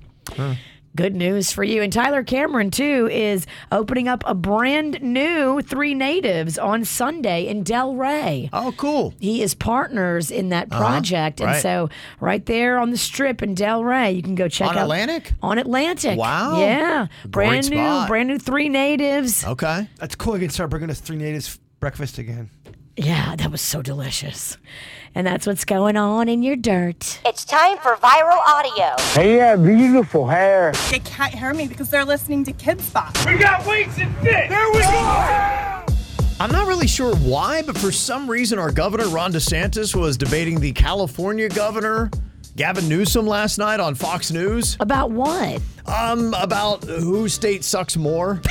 S1: Good news for you. And Tyler Cameron, too, is opening up a brand new Three Natives on Sunday in Del Rey.
S3: Oh, cool. Uh-huh.
S1: He is partners in that project.
S3: Right.
S1: And so, right there on the strip in Del Rey, you can go check
S3: On
S1: out
S3: Atlantic?
S1: On Atlantic.
S3: Wow.
S1: Yeah.
S3: Great
S1: brand
S3: spot.
S1: new, brand new Three Natives.
S3: Okay.
S4: That's cool. You can start bringing us three natives breakfast again.
S1: Yeah, that was so delicious.
S3: Uh-huh.
S1: And that's what's going on in your dirt.
S2: It's time for viral audio.
S16: Hey, yeah, beautiful hair.
S2: They can't hear me because they're listening to Kids Box.
S16: We got weights and fit. There we go.
S3: I'm not really sure why, but for some reason, our governor, Ron DeSantis, was debating the California governor, Gavin Newsom, last night on Fox News.
S1: About what?
S3: Um, about whose state sucks more.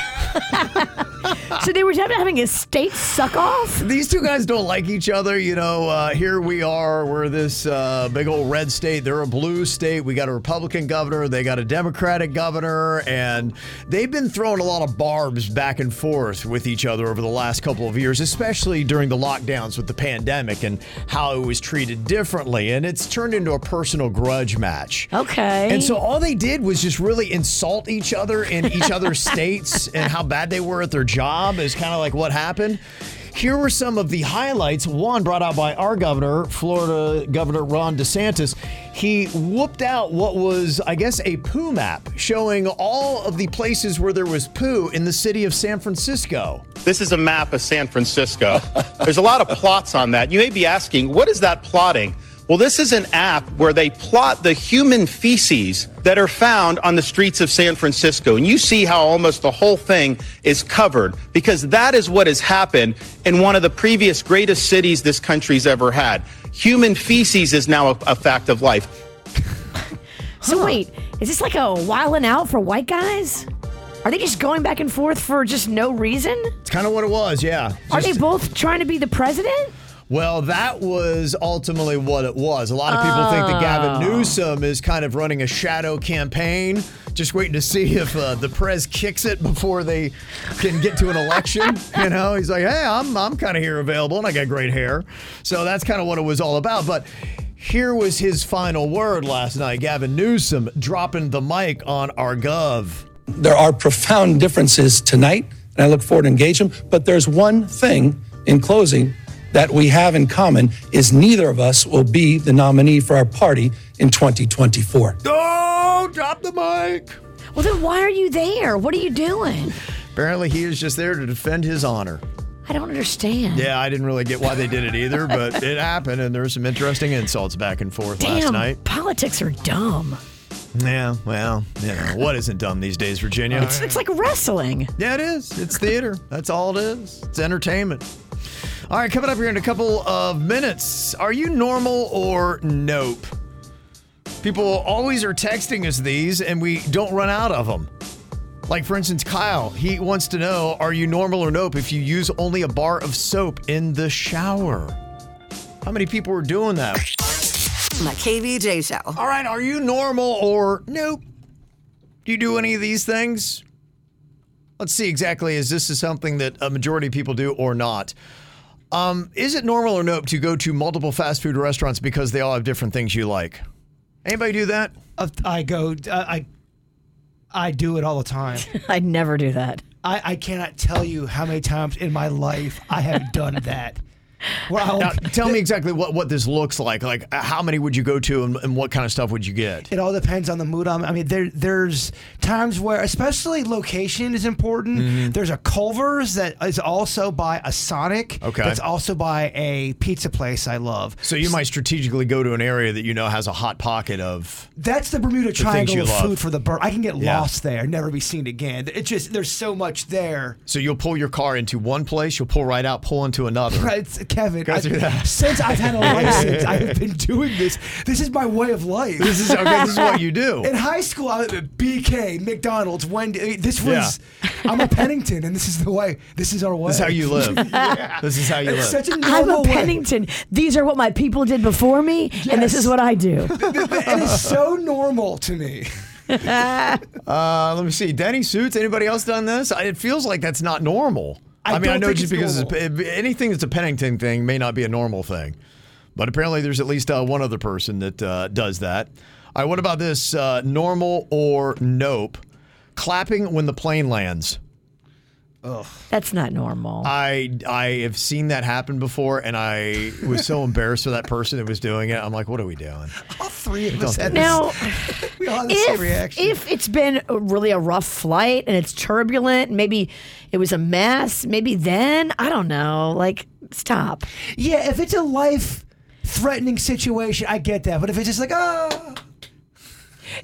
S1: so they were having a state suck off?
S3: These two guys don't like each other. You know, uh, here we are. We're this uh, big old red state. They're a blue state. We got a Republican governor. They got a Democratic governor. And they've been throwing a lot of barbs back and forth with each other over the last couple of years, especially during the lockdowns with the pandemic and how it was treated differently. And it's turned into a personal grudge match.
S1: Okay.
S3: And so all they did was just really insult each other in each other's states and how bad they were at their job is kind of like what happened. Here were some of the highlights. One brought out by our governor, Florida Governor Ron DeSantis. He whooped out what was, I guess, a poo map showing all of the places where there was poo in the city of San Francisco.
S17: This is a map of San Francisco. There's a lot of plots on that. You may be asking, what is that plotting? Well, this is an app where they plot the human feces that are found on the streets of San Francisco. And you see how almost the whole thing is covered because that is what has happened in one of the previous greatest cities this country's ever had. Human feces is now a, a fact of life.
S1: So wait, is this like a wilding out for white guys? Are they just going back and forth for just no reason?
S3: It's kind of what it was, yeah.
S1: Are they both trying to be the president?
S3: Well, that was ultimately what it was. A lot of people think that Gavin
S1: Oh.
S3: Newsom is kind of running a shadow campaign, just waiting to see if uh, the prez kicks it before they can get to an election. you know, he's like, "Hey, I'm I'm kind of here available, and I got great hair." So that's kind of what it was all about. But here was his final word last night. Gavin Newsom dropping the mic on our gov.
S18: There are profound differences tonight, and I look forward to engage them. But there's one thing in closing that we have in common is neither of us will be the nominee for our party in 2024.
S3: Oh, drop the mic.
S1: Well, then why are you there? What are you doing?
S3: Apparently, he is just there to defend his honor.
S1: I don't understand.
S3: Yeah, I didn't really get why they did it either, but it happened, and there were some interesting insults back and forth last
S1: Damn,
S3: night.
S1: politics are dumb.
S3: Yeah, well, you know, what isn't dumb these days, Virginia?
S1: It's, it's like wrestling.
S3: yeah, it is. It's theater. That's all it is. It's entertainment. All right, coming up here in a couple of minutes. Are you normal or nope? People always are texting us these, and we don't run out of them. Like, for instance, Kyle, he wants to know Are you normal or nope if you use only a bar of soap in the shower? How many people are doing that?
S19: My KVJ show.
S3: All right, are you normal or nope? Do you do any of these things? Let's see exactly is this is something that a majority of people do or not. Um, is it normal or nope to go to multiple fast food restaurants because they all have different things you like? Anybody do that?
S4: I go. Uh, I I do it all the time.
S1: I never do that.
S4: I, I cannot tell you how many times in my life I have done that. Where I'll,
S3: Now, tell me exactly what, what this looks like. Like, uh, how many would you go to and, and what kind of stuff would you get?
S4: It all depends on the mood. I'm, I mean, there there's times where, especially location is important.
S3: Mm-hmm.
S4: There's a Culver's that is also by a Sonic.
S3: Okay.
S4: That's also by a pizza place I love.
S3: So you might strategically go to an area that you know has a hot pocket of.
S4: That's the Bermuda
S3: things
S4: Triangle
S3: you
S4: of
S3: love.
S4: food for the bird. I can get
S3: Yeah.
S4: lost there, never be seen again. It just there's so much there.
S3: So you'll pull your car into one place, you'll pull right out, pull into another.
S4: It's Kevin.
S3: Go
S4: I-
S3: through that.
S4: Since I've had a license, I have been doing this. This is my way of life.
S3: This is- okay, this is what you do.
S4: In high school, I was at BK, McDonald's, Wendy. This
S3: Yeah.
S4: was. I'm a Pennington, and this is the way. This is our way.
S3: This is how you live.
S4: Yeah.
S3: This is how you
S4: It's
S3: live.
S4: such a
S1: I'm
S4: normal
S1: a
S4: way.
S1: Pennington. These are what my people did before me, and this is what I do.
S4: it is so normal to me.
S3: Uh, let me see. Denny suits. Anybody else done this? I, it feels like that's not normal. I,
S4: I
S3: mean, I
S4: don't
S3: know
S4: think
S3: just
S4: it's
S3: because it's, anything that's a Pennington thing may not be a normal thing, but apparently there's at least uh, one other person that uh, does that. All right, what about this? Uh, normal or nope? Clapping when the plane lands.
S1: That's not normal.
S3: I I have seen that happen before, and I was so embarrassed for that person that was doing it. I'm like, what are we doing?
S4: All three of
S3: Don't
S4: us
S3: do
S4: had
S3: this.
S1: Now,
S4: this- we all had the same
S1: if,
S4: reaction.
S1: if it's been a- really a rough flight and it's turbulent, maybe it was a mess, maybe then, I don't know. Like, stop.
S4: Yeah, if it's a life threatening situation, I get that. But if it's just like, oh,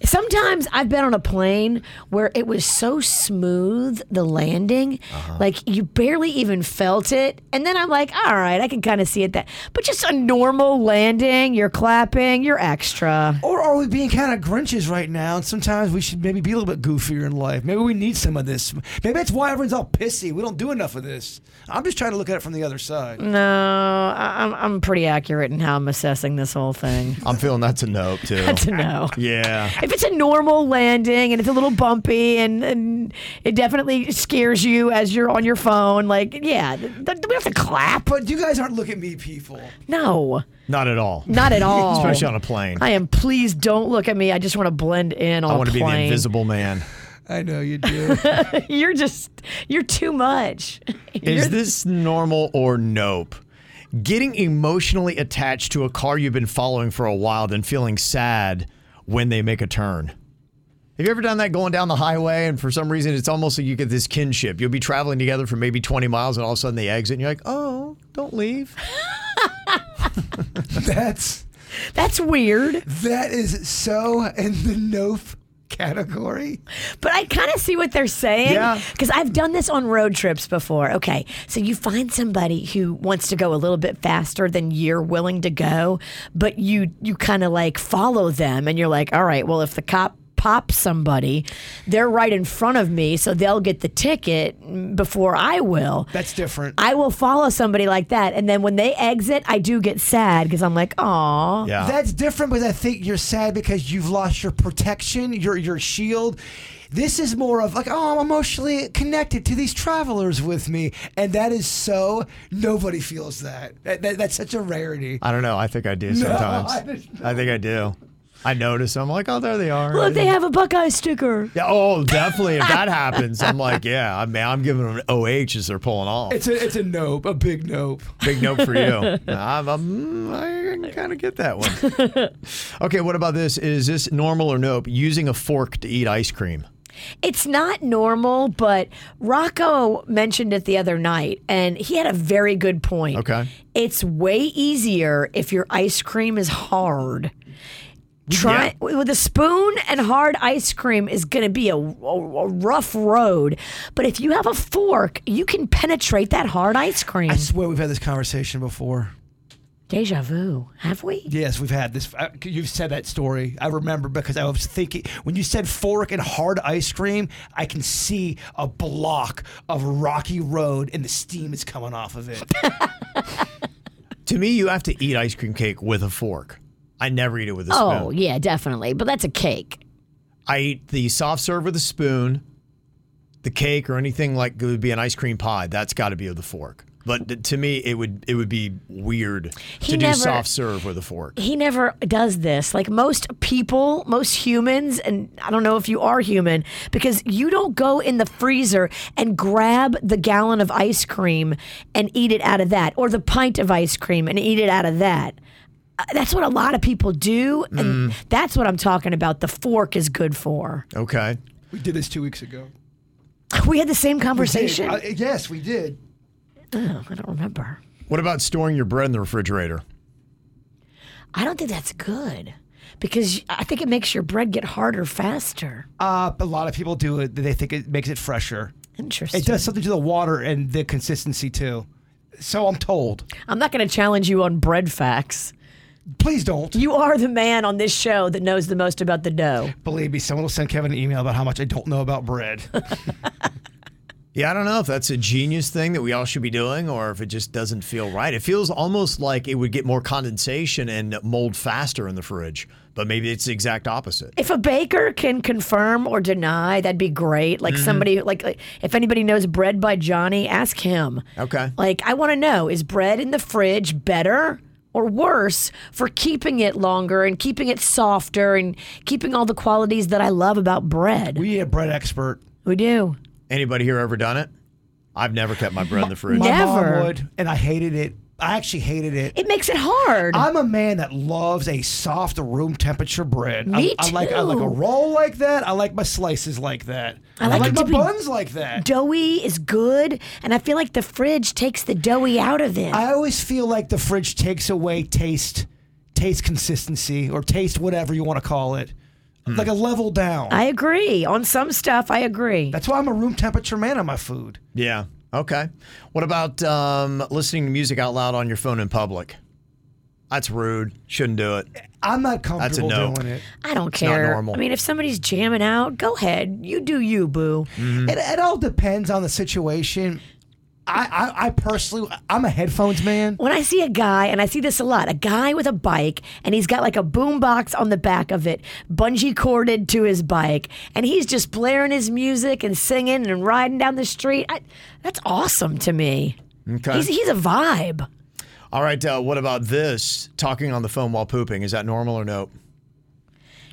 S1: Sometimes I've been on a plane where it was so smooth, the landing,
S3: Uh-huh.
S1: like you barely even felt it. And then I'm like, all right, I can kind of see it that. But just a normal landing, you're clapping, you're extra.
S4: or are we being kind of grinches right now? And sometimes we should maybe be a little bit goofier in life. Maybe we need some of this. Maybe that's why everyone's all pissy. We don't do enough of this. I'm just trying to look at it from the other side.
S1: No, I- I'm, I'm pretty accurate in how I'm assessing this whole thing.
S3: I'm feeling that's a nope too.
S1: That's a no.
S3: Yeah.
S1: If it's a normal landing and it's a little bumpy and, and it definitely scares you as you're on your phone, like, yeah, th- th- do we have to clap?
S4: But you guys aren't looking at me, people.
S1: No,
S3: Not at all.
S1: not at all.
S3: Especially on a plane.
S1: I am. Please don't look at me. I just want to blend in on
S3: I
S1: a
S3: want to be the
S1: plane.
S3: invisible man.
S4: I know you do.
S1: you're just you're too much.
S3: Is this normal or nope? Getting emotionally attached to a car you've been following for a while, then feeling sad when they make a turn. Have you ever done that going down the highway and for some reason it's almost like you get this kinship? You'll be traveling together for maybe 20 miles and all of a sudden they exit and you're like, oh, don't leave.
S4: That's
S1: That's weird.
S4: that is so in the noof category.
S1: But I kind of see what they're saying.
S4: Yeah.
S1: Because I've done this on road trips before. Okay. So you find somebody who wants to go a little bit faster than you're willing to go, but you you kind of like follow them and you're like, all right, well, if the cop pops somebody, they're right in front of me, so they'll get the ticket before I will.
S4: That's different.
S1: I will follow somebody like that. And then when they exit, I do get sad because I'm like, aw.
S3: Yeah.
S4: Uh-huh. That's different, but I think you're sad because you've lost your protection, your your shield. This is more of like, oh, I'm emotionally connected to these travelers with me, and that is so nobody feels that. that, that that's such a rarity.
S3: I don't know. I think I do sometimes.
S4: I
S3: I, think I do. I notice. I'm like, oh, there they are.
S1: Look, they have a Buckeye sticker.
S3: Yeah, oh, definitely. If that happens, I'm like, yeah, I mean, I'm giving them an OH as they're pulling off.
S4: It's a it's a nope, a big nope.
S3: Big note for you. I'm, I'm, I can kind of get that one. Okay, what about this? Is this normal or nope? Using a fork to eat ice cream.
S1: It's not normal, but Rocco mentioned it the other night, and he had a very good point.
S3: Okay.
S1: It's way easier if your ice cream is hard. Try
S3: Yeah.
S1: with a spoon and hard ice cream is going to be a, a- a rough road, but if you have a fork, you can penetrate that hard ice cream.
S4: I swear we've had this conversation before.
S1: Deja vu, have we?
S4: Yes, we've had this. I- You've said that story. I remember because I was thinking when you said fork and hard ice cream, I can see a block of rocky road and the steam is coming off of it.
S3: To me, you have to eat ice cream cake with a fork. I never eat it with a spoon.
S1: Oh yeah, definitely. But that's a cake.
S3: I eat the soft serve with a spoon, the cake or anything like it would be an ice cream pie. That's got to be with a fork. But th- to me, it would it would be weird
S1: He
S3: to
S1: never-
S3: do soft serve with a fork.
S1: he never does this. Like most people, most humans, and I don't know if you are human, because you don't go in the freezer and grab the gallon of ice cream and eat it out of that, or the pint of ice cream and eat it out of that. Uh, That's what a lot of people do, and
S4: Mm.
S1: that's what I'm talking about. The fork is good for.
S3: Okay,
S4: we did this two weeks ago.
S1: We had the same conversation.
S4: Uh, yes, we did.
S1: Oh, I don't remember.
S3: what about storing your bread in the refrigerator?
S1: I don't think that's good because I think it makes your bread get harder faster.
S4: Uh, a lot of people do it. They think it makes it fresher.
S1: Interesting.
S4: It does something to the water and the consistency too. So I'm told.
S1: I'm not going to challenge you on bread facts.
S4: Please don't.
S1: You are the man on this show that knows the most about the dough.
S4: Believe me, someone will send Kevin an email about how much I don't know about bread.
S3: Yeah, I don't know if that's a genius thing that we all should be doing or if it just doesn't feel right. It feels almost like it would get more condensation and mold faster in the fridge, but maybe it's the exact opposite.
S1: If a baker can confirm or deny, that'd be great. Like
S4: Mm-hmm.
S1: somebody, like like, if anybody knows bread by Johnny, ask him.
S3: Okay.
S1: Like I want to know: is bread in the fridge better or worse for keeping it longer and keeping it softer and keeping all the qualities that I love about bread? We,
S4: we need a bread expert.
S1: do.
S3: Anybody here ever done it? I've never kept my bread in the fridge.
S4: My
S1: Never.
S4: mom would, and I hated it. I actually hated it.
S1: It makes it hard.
S4: I'm a man that loves a soft room temperature bread.
S1: Me
S4: I, I like I like
S1: too.
S4: a roll like that. I like my slices like that.
S1: I like it
S4: my
S1: to be-
S4: buns like that.
S1: doughy is good, and I feel like the fridge takes the doughy out of it.
S4: I always feel like the fridge takes away taste, taste consistency, or taste whatever you want to call it, like a level down.
S1: I agree. On some stuff, I agree.
S4: That's why I'm a room temperature man on my food.
S3: Yeah. Okay. What about um, listening to music out loud on your phone in public? That's rude. Shouldn't do it.
S4: I'm not
S3: a
S4: comfortable
S3: no.
S4: doing it.
S1: I don't
S3: not
S1: care.
S3: normal.
S1: I mean, if somebody's jamming out, go ahead. You do you, boo.
S3: Mm-hmm.
S4: It, it all depends on the situation. I, I, I personally, I'm a headphones man.
S1: When I see a guy, and I see this a lot, a guy with a bike, and he's got like a boom box on the back of it, bungee corded to his bike, and he's just blaring his music and singing and riding down the street. I, that's awesome to me.
S3: Okay.
S1: He's, he's a vibe.
S3: All right. Uh, what about this? Talking on the phone while pooping. Is that normal or no?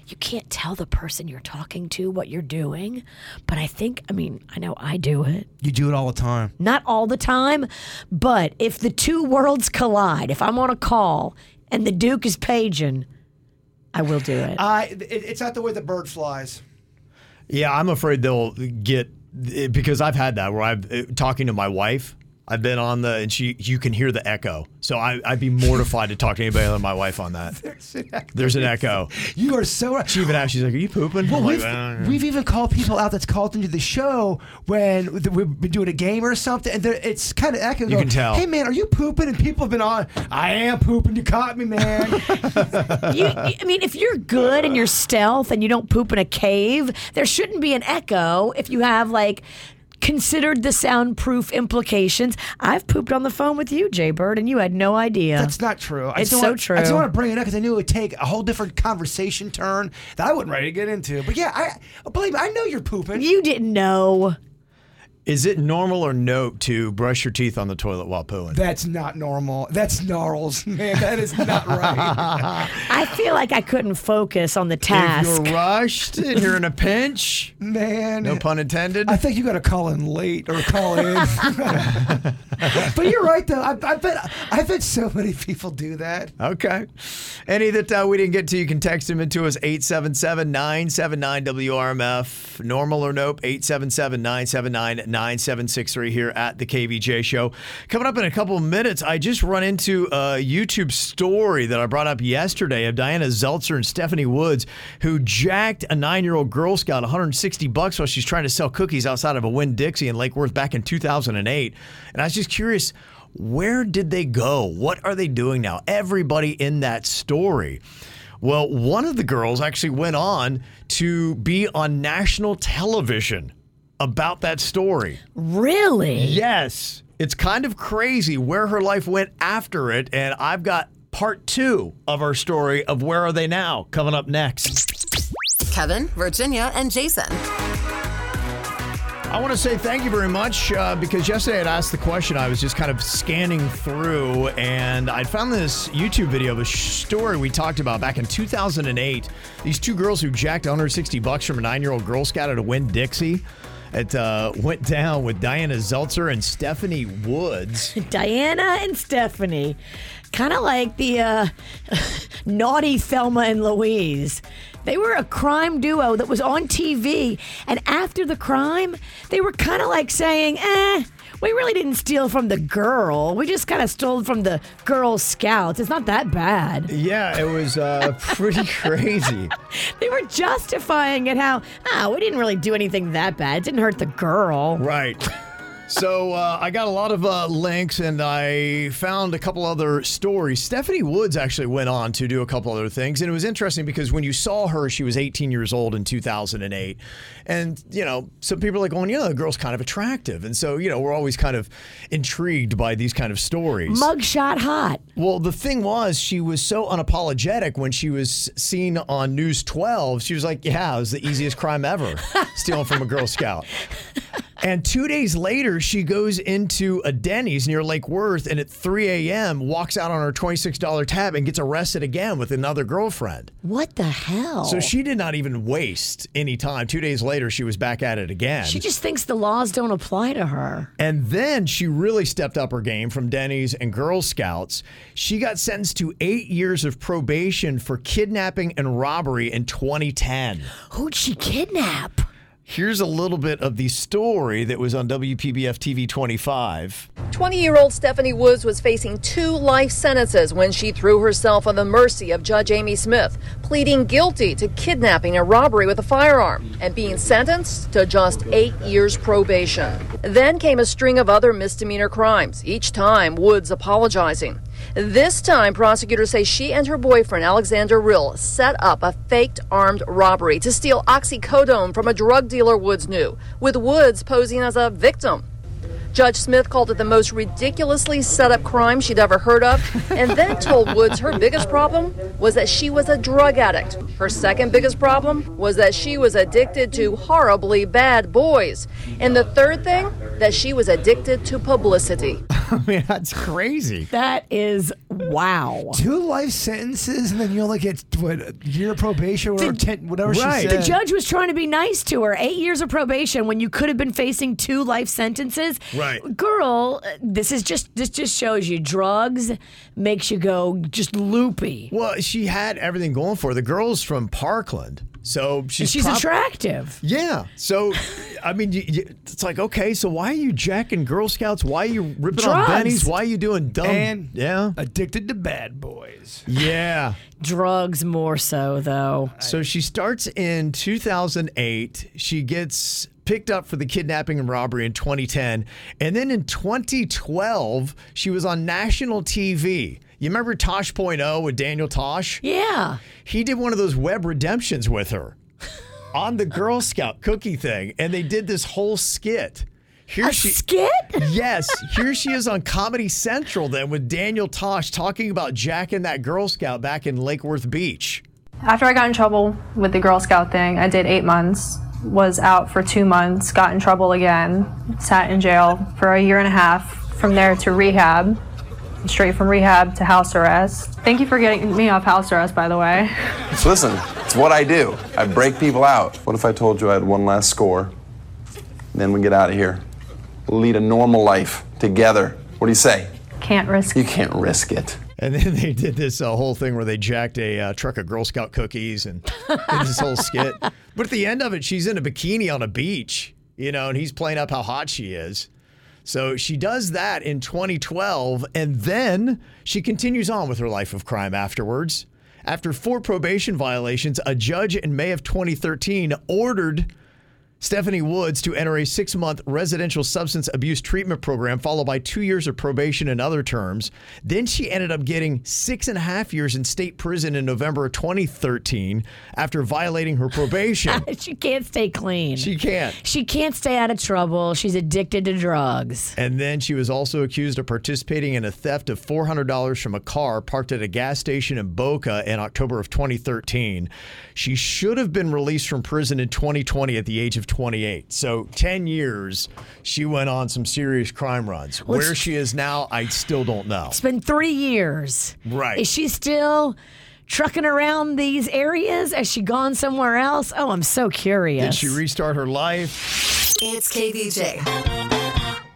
S1: you can't tell the person you're talking to what you're doing. But I think, I mean, I know I do it.
S4: You do it all the time.
S1: Not all the time, but if the two worlds collide, if I'm on a call and the Duke is paging, I will do it.
S4: I. it, it's not the way the bird flies.
S3: Yeah, I'm afraid they'll get it- because I've had that where I've uh, talking to my wife. I've been on the and she you can hear the echo. So I, I'd be mortified to talk to anybody other than my wife on that. There's an echo.
S4: You are so right.
S3: She even asked, she's like, "Are you pooping?"
S4: Well,
S3: I'm like,
S4: we've,
S3: "Uh,
S4: we've even called people out that's called into the show when th- we've been doing a game or something, and they're- it's kind of echoing.
S3: You
S4: going,
S3: can tell.
S4: Hey, man, are you pooping? And people have been on. I am pooping. You caught me, man.
S1: you, I mean, if you're good and you're stealth and you don't poop in a cave, there shouldn't be an echo if you have like considered the soundproof implications. I've pooped on the phone with you, Jay Bird, and you had no idea.
S4: That's not true. I
S1: It's
S4: just
S1: so
S4: want,
S1: true.
S4: I just want to bring it up because I knew it would take a whole different conversation turn that I wasn't ready to get into. But yeah, I believe me, I know you're pooping.
S1: You didn't know.
S3: Is it normal or nope to brush your teeth on the toilet while pooing?
S4: That's not normal. That's gnarls, man. That is not right.
S1: I feel like I couldn't focus on the task.
S3: If you're rushed and you're in a pinch,
S4: man.
S3: no pun intended.
S4: I think you got to call in late or call in. but you're right though. I, I bet I bet so many people do that.
S3: Okay. Any that uh, we didn't get to, you can text them into us 877 979 WRMF. Normal or nope, 877 979 9763 here at the KVJ Show. Coming up in a couple of minutes, I just run into a YouTube story that I brought up yesterday of Diana Zeltzer and Stephanie Woods, who jacked a nine year old Girl Scout 160 bucks while she's trying to sell cookies outside of a Winn Dixie in Lake Worth back in 2008. And I was just curious. Where did they go? What are they doing now? Everybody in that story. Well, one of the girls actually went on to be on national television about that story.
S1: really?
S3: Yes. It's kind of crazy where her life went after it. And I've got part two of our story of Where Are They Now coming up next.
S5: Kevin, Virginia, and Jason.
S3: I want to say thank you very much uh, because yesterday I'd asked the question. I was just kind of scanning through and I found this YouTube video of a sh- story we talked about back in 2008. These two girls who jacked 160 bucks from a nine year old Girl Scout at a Win Dixie. It uh, went down with Diana Zeltzer and Stephanie Woods.
S1: Diana and Stephanie, kind of like the uh, naughty Thelma and Louise. They were a crime duo that was on TV, and after the crime, they were kind of like saying, eh. We really didn't steal from the girl. We just kind of stole from the Girl Scouts. It's not that bad.
S3: Yeah, it was uh, pretty crazy.
S1: They were justifying it how, ah, we didn't really do anything that bad. It didn't hurt the girl.
S3: Right. So uh, I got a lot of uh, links, and I found a couple other stories. Stephanie Woods actually went on to do a couple other things, and it was interesting because when you saw her, she was 18 years old in 2008, and you know some people are like, "Oh, yeah, the girl's kind of attractive," and so you know we're always kind of intrigued by these kind of stories.
S1: Mugshot hot.
S3: Well, the thing was, she was so unapologetic when she was seen on News 12. She was like, Yeah, it was the easiest crime ever, stealing from a Girl Scout. And two days later, she goes into a Denny's near Lake Worth and at 3 a.m. walks out on her $26 tab and gets arrested again with another girlfriend.
S1: What the hell?
S3: So she did not even waste any time. Two days later, she was back at it again.
S1: she just thinks the laws don't apply to her.
S3: And then she really stepped up her game from Denny's and Girl Scouts. She got sentenced to eight years of probation for kidnapping and robbery in 2010.
S1: Who'd she kidnap?
S3: Here's a little bit of the story that was on WPBF TV 25.
S20: 20 year old Stephanie Woods was facing two life sentences when she threw herself on the mercy of Judge Amy Smith, pleading guilty to kidnapping and robbery with a firearm and being sentenced to just eight years probation. Then came a string of other misdemeanor crimes, each time Woods apologizing. This time, prosecutors say she and her boyfriend, Alexander Rill, set up a faked armed robbery to steal oxycodone from a drug dealer Woods knew, with Woods posing as a victim. Judge Smith called it the most ridiculously set up crime she'd ever heard of, and then told Woods her biggest problem was that she was a drug addict. Her second biggest problem was that she was addicted to horribly bad boys. And the third thing, that she was addicted to publicity.
S3: I mean, that's crazy.
S1: That is Wow.
S4: Two life sentences, and then you only get what a year of probation or ten, whatever she said.
S1: The judge was trying to be nice to her. Eight years of probation when you could have been facing two life sentences.
S4: Right.
S1: Girl, this is just this just shows you drugs makes you go just loopy.
S3: Well, she had everything going for her. The girl's from Parkland, so she's
S1: she's
S3: prob-
S1: attractive.
S3: Yeah. So, I mean, you, you, it's like okay. So why are you jacking Girl Scouts? Why are you ripping on
S1: Drugs.
S3: Bennies? Why are you doing dumb?
S1: And
S3: yeah,
S4: addicted to bad boys.
S3: Yeah.
S1: Drugs more so though.
S3: So she starts in 2008. She gets picked up for the kidnapping and robbery in 2010, and then in 2012 she was on national TV. You remember Tosh.0 with Daniel Tosh?
S1: Yeah.
S3: He did one of those web redemptions with her on the Girl Scout cookie thing, and they did this whole skit. Here
S1: A skit?
S3: Yes, here she is on Comedy Central then with Daniel Tosh talking about Jack and that Girl Scout back in Lake Worth Beach.
S7: After I got in trouble with the Girl Scout thing, I did eight months, was out for two months, got in trouble again, sat in jail for a year and a half, from there to rehab, straight from rehab to house arrest. Thank you for getting me off house arrest, by the way.
S21: Listen, it's what I do. I break people out. What if I told you I had one last score? Then we get out of here. We'll lead a normal life together. What do you say?
S7: Can't risk
S21: You can't risk it.
S3: And then they did this uh, whole thing where they jacked a uh, truck of Girl Scout cookies and did this whole skit. But at the end of it, she's in a bikini on a beach, you know, and he's playing up how hot she is. So she does that in 2012, and then she continues on with her life of crime afterwards. After four probation violations, a judge in May of 2013 ordered Stephanie Woods to enter a six month residential substance abuse treatment program, followed by two years of probation and other terms. Then she ended up getting six and a half years in state prison in November of 2013 after violating her probation.
S1: She can't stay clean.
S3: She can't.
S1: She can't stay out of trouble. She's addicted to drugs.
S3: And then she was also accused of participating in a theft of $400 from a car parked at a gas station in Boca in October of 2013. She should have been released from prison in 2020 at the age of 28. So, 10 years, she went on some serious crime runs.
S1: Well,
S3: Where
S1: it's-
S3: she is now, I still don't know.
S1: It's been three years.
S3: Right.
S1: Is she still trucking around these areas? Has she gone somewhere else? Oh, I'm so curious.
S3: Did she restart her life?
S5: It's KVJ.
S2: Ow!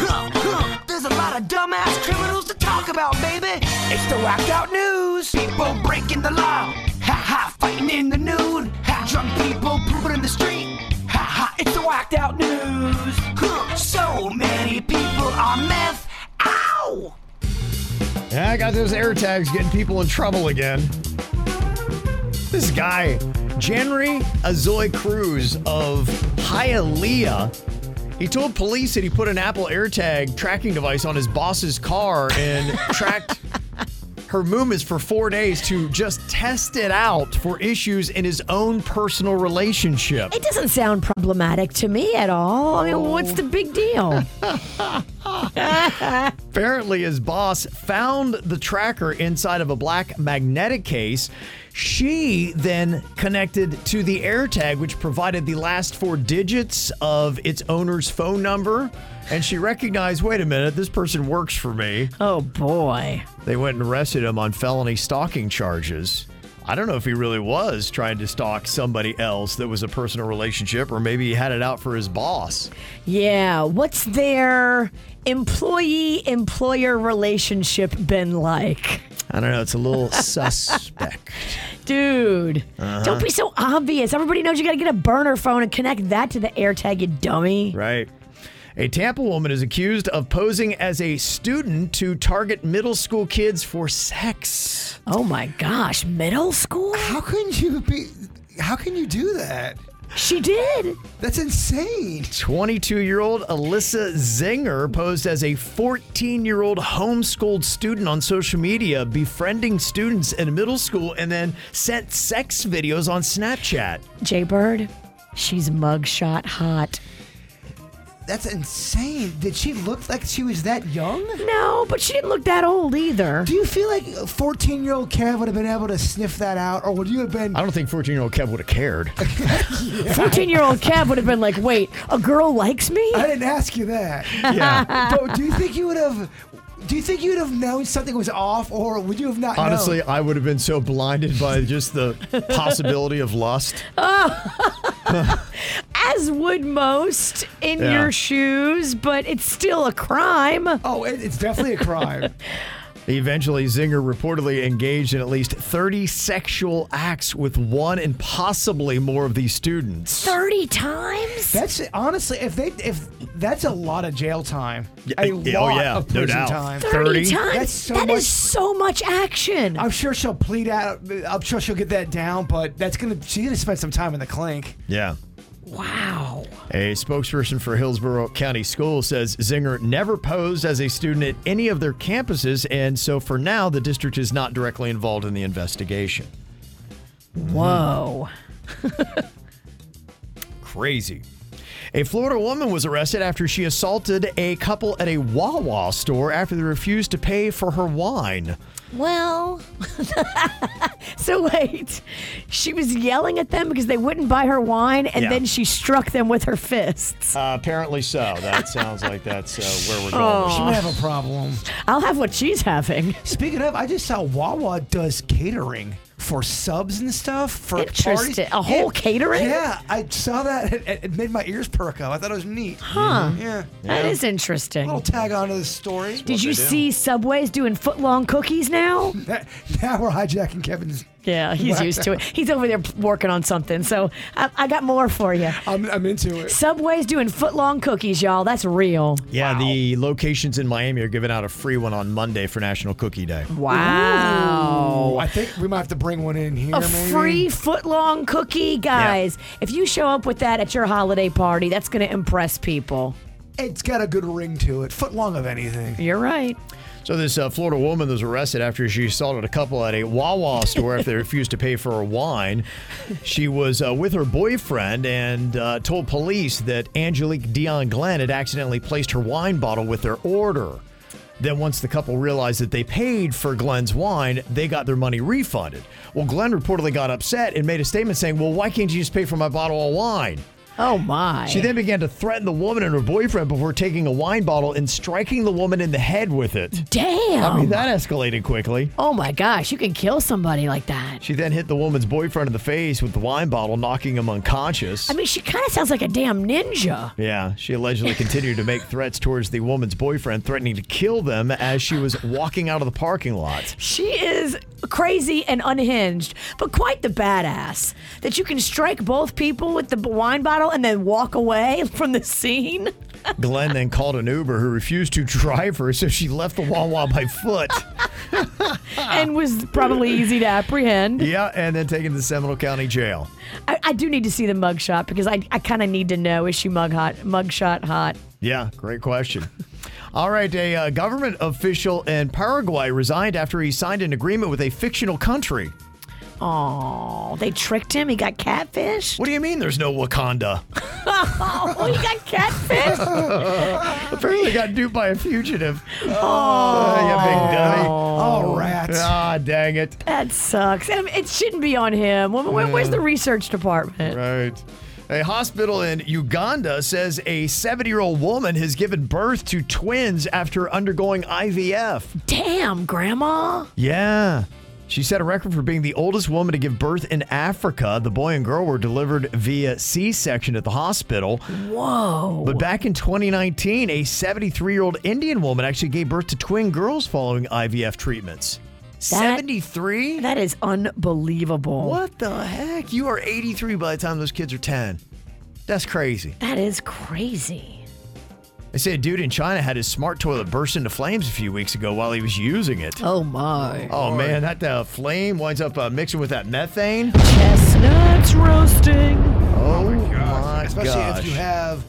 S2: Huh, huh. There's a lot of dumbass criminals to talk about, baby. It's the whacked out news. People breaking the law. Ha ha, fighting in the nude. Ha, drunk people pooping in the street. Ha ha, it's the whacked out news. Huh, so many people are meth. Ow!
S3: Yeah, I got those air tags getting people in trouble again. This guy, Jenry Azoy Cruz of Hialeah, he told police that he put an Apple AirTag tracking device on his boss's car and tracked her movements for four days to just test it out for issues in his own personal relationship.
S1: It doesn't sound problematic to me at all. I mean, what's the big deal?
S3: Apparently, his boss found the tracker inside of a black magnetic case. She then connected to the AirTag, which provided the last four digits of its owner's phone number. And she recognized wait a minute, this person works for me.
S1: Oh, boy.
S3: They went and arrested him on felony stalking charges. I don't know if he really was trying to stalk somebody else that was a personal relationship, or maybe he had it out for his boss.
S1: yeah. What's their employee employer relationship been like?
S3: I don't know. It's a little suspect.
S1: Dude,
S3: Uh-huh.
S1: don't be so obvious. Everybody knows you got to get a burner phone and connect that to the AirTag, you dummy.
S3: Right. A Tampa woman is accused of posing as a student to target middle school kids for sex.
S1: Oh my gosh, middle school?
S4: How can you be? How can you do that?
S1: She did.
S4: That's insane.
S3: 22 year old Alyssa Zinger posed as a 14 year old homeschooled student on social media, befriending students in middle school, and then sent sex videos on Snapchat.
S1: Jaybird, she's mugshot hot.
S4: That's insane. Did she look like she was that young?
S1: No, but she didn't look that old either.
S4: Do you feel like 14 year old Kev would have been able to sniff that out, or would you have been?
S3: I don't think 14 year old Kev would have cared.
S1: 14 year old Kev would have been like, wait, a girl likes me?
S4: I didn't ask you that.
S3: Yeah.
S4: but do you think you would have Do you think you'd have known something was off, or would you have not?
S3: Honestly,
S4: known?
S3: I would have been so blinded by just the possibility of lust.
S1: Oh. As would most in
S3: Yeah.
S1: your shoes, but it's still a crime.
S4: Oh, it's definitely a crime.
S3: Eventually, Zinger reportedly engaged in at least 30 sexual acts with one and possibly more of these students.
S1: 30 times?
S4: That's honestly, if they, if that's a lot of jail time, a
S3: yeah, oh,
S4: lot
S3: yeah,
S4: of
S3: no
S4: prison
S3: doubt.
S4: time.
S3: 30 30? times?
S4: That's so
S1: That
S4: much.
S1: is so much action.
S4: I'm sure she'll plead out. I'm sure she'll get that down, but that's gonna. She's gonna spend some time in the clink.
S3: Yeah.
S1: Wow.
S3: A spokesperson for Hillsborough County Schools says Zinger never posed as a student at any of their campuses, and so for now, the district is not directly involved in the investigation.
S1: Whoa.
S3: Crazy. A Florida woman was arrested after she assaulted a couple at a Wawa store after they refused to pay for her wine.
S1: Well, so wait. She was yelling at them because they wouldn't buy her wine, and
S3: Yeah.
S1: then she struck them with her fists.
S3: Uh, apparently so. That sounds like that's uh, where we're going.
S1: Oh.
S4: She might have a problem.
S1: I'll have what she's having.
S4: Speaking of, I just saw Wawa does catering for subs and stuff for parties.
S1: Interesting. A whole catering?
S4: Yeah, I saw that. It, it- it made my ears perk up. I thought it was neat.
S1: Huh.
S4: Mm-hmm. Yeah.
S1: That is interesting.
S4: Little tag on to the story.
S1: Did you see Subway's doing footlong cookies now?
S4: now we're hijacking Kevin's.
S1: Yeah, he's used to it. He's over there p- working on something. So I, I got more for you.
S4: I'm, I'm into it.
S1: Subway's doing footlong cookies, y'all. That's real.
S3: Yeah, the locations in Miami are giving out a free one on Monday for National Cookie Day.
S1: Wow.
S4: Ooh, I think we might have to bring one in here.
S1: A
S4: maybe.
S1: free footlong cookie, guys. If you show up with that at your holiday party, that's going to impress people.
S4: It's got a good ring to it. Foot long of anything.
S1: You're right.
S3: So this uh, Florida woman was arrested after she assaulted a couple at a Wawa store after they refused to pay for her wine. She was uh, with her boyfriend and uh, told police that Angelique Dion Glenn had accidentally placed her wine bottle with their order. Then once the couple realized that they paid for Glenn's wine, they got their money refunded. Well, Glenn reportedly got upset and made a statement saying, "Well, why can't you just pay for my bottle of wine?"
S1: Oh my.
S3: She then began to threaten the woman and her boyfriend before taking a wine bottle and striking the woman in the head with it.
S1: Damn.
S3: I mean, that escalated quickly.
S1: Oh my gosh, you can kill somebody like that.
S3: She then hit the woman's boyfriend in the face with the wine bottle, knocking him unconscious.
S1: I mean, she kind of sounds like a damn ninja.
S3: yeah, she allegedly continued to make threats towards the woman's boyfriend, threatening to kill them as she was walking out of the parking lot.
S1: She is crazy and unhinged, but quite the badass that you can strike both people with the b- wine bottle and then walk away from the scene.
S3: Glenn then called an Uber who refused to drive her, so she left the Wawa by foot.
S1: and was probably easy to apprehend.
S3: yeah, and then taken to Seminole County Jail.
S1: I, I do need to see the mugshot because I, I kind of need to know is she mug hot, mugshot hot?
S3: Yeah, great question. All right, a uh, government official in Paraguay resigned after he signed an agreement with a fictional country.
S1: Oh, they tricked him. He got catfish.
S3: What do you mean there's no Wakanda?
S1: oh, he got catfish.
S3: Apparently got duped by a fugitive. Oh, you big dummy.
S4: Oh, rats.
S3: Ah, dang it.
S1: that sucks. I mean, it shouldn't be on him. Where- where- where's the research department?
S3: Right. A hospital in Uganda says a 70 year old woman has given birth to twins after undergoing IVF.
S1: Damn, Grandma.
S3: Yeah. She set a record for being the oldest woman to give birth in Africa. The boy and girl were delivered via C section at the hospital.
S1: Whoa.
S3: But back in 2019, a 73 year old Indian woman actually gave birth to twin girls following IVF treatments. 73?
S1: That is unbelievable.
S3: What the heck? You are 83 by the time those kids are 10. That's crazy.
S1: That is crazy.
S3: They say a dude in China had his smart toilet burst into flames a few weeks ago while he was using it.
S1: Oh my.
S3: Oh man, that uh, flame winds up uh, mixing with that methane.
S1: Chestnuts roasting.
S3: Oh, my gosh.
S4: Especially if you have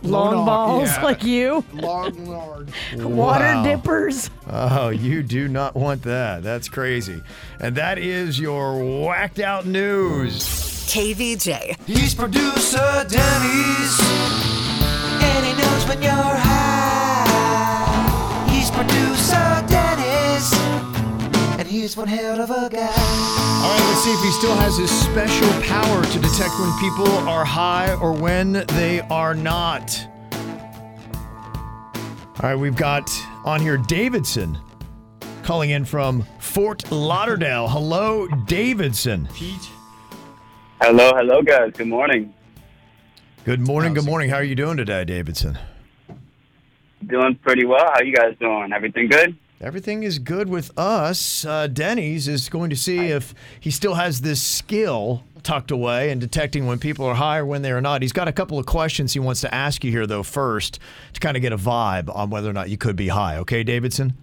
S1: Long
S4: Long-
S1: balls
S4: yeah.
S1: like you.
S4: long, lard.
S1: Water
S3: Wow.
S1: dippers.
S3: Oh, you do not want that. That's crazy. And that is your whacked out news.
S5: KVJ.
S2: He's producer Denny's, and he knows when you're high. He's producer Denny's, and he's one hell of a guy.
S3: All right, let's see if he still has his special power to detect when people are high or when they are not. All right, we've got on here. Davidson calling in from Fort Lauderdale. Hello, Davidson. Pete.
S2: Hello, hello, guys. Good morning.
S3: Good morning. Good morning. How are you doing today, Davidson?
S2: Doing pretty well. How you guys doing? Everything good?
S3: Everything is good with us. Uh, Denny's is going to see if he still has this skill tucked away in detecting when people are high or when they are not. He's got a couple of questions he wants to ask you here, though, first to kind of get a vibe on whether or not you could be high. Okay, Davidson?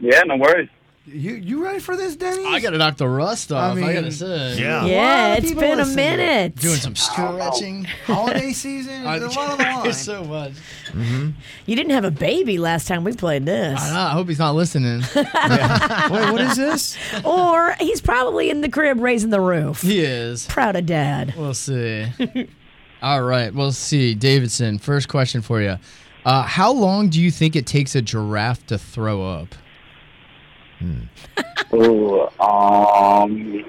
S2: Yeah, no worries.
S4: You you ready for this, Denny?
S13: I gotta knock the rust off. I, gotta say,
S3: Yeah.
S1: Yeah,
S13: Lot of
S1: it's
S13: people
S1: been a
S13: listening.
S1: minute.
S13: Doing some stretching.
S4: Holiday season.
S13: I-
S4: There's a lot on the line.
S13: There's so much.
S1: You didn't have a baby last time we played this.
S13: I, know, I hope he's not listening.
S3: Wait, what is this?
S1: or he's probably in the crib raising the roof.
S13: He is.
S1: Proud of dad.
S13: We'll see. All right, we'll see. Davidson, first question for you. Uh, how long do you think it takes a giraffe to throw up?
S2: Ooh, um,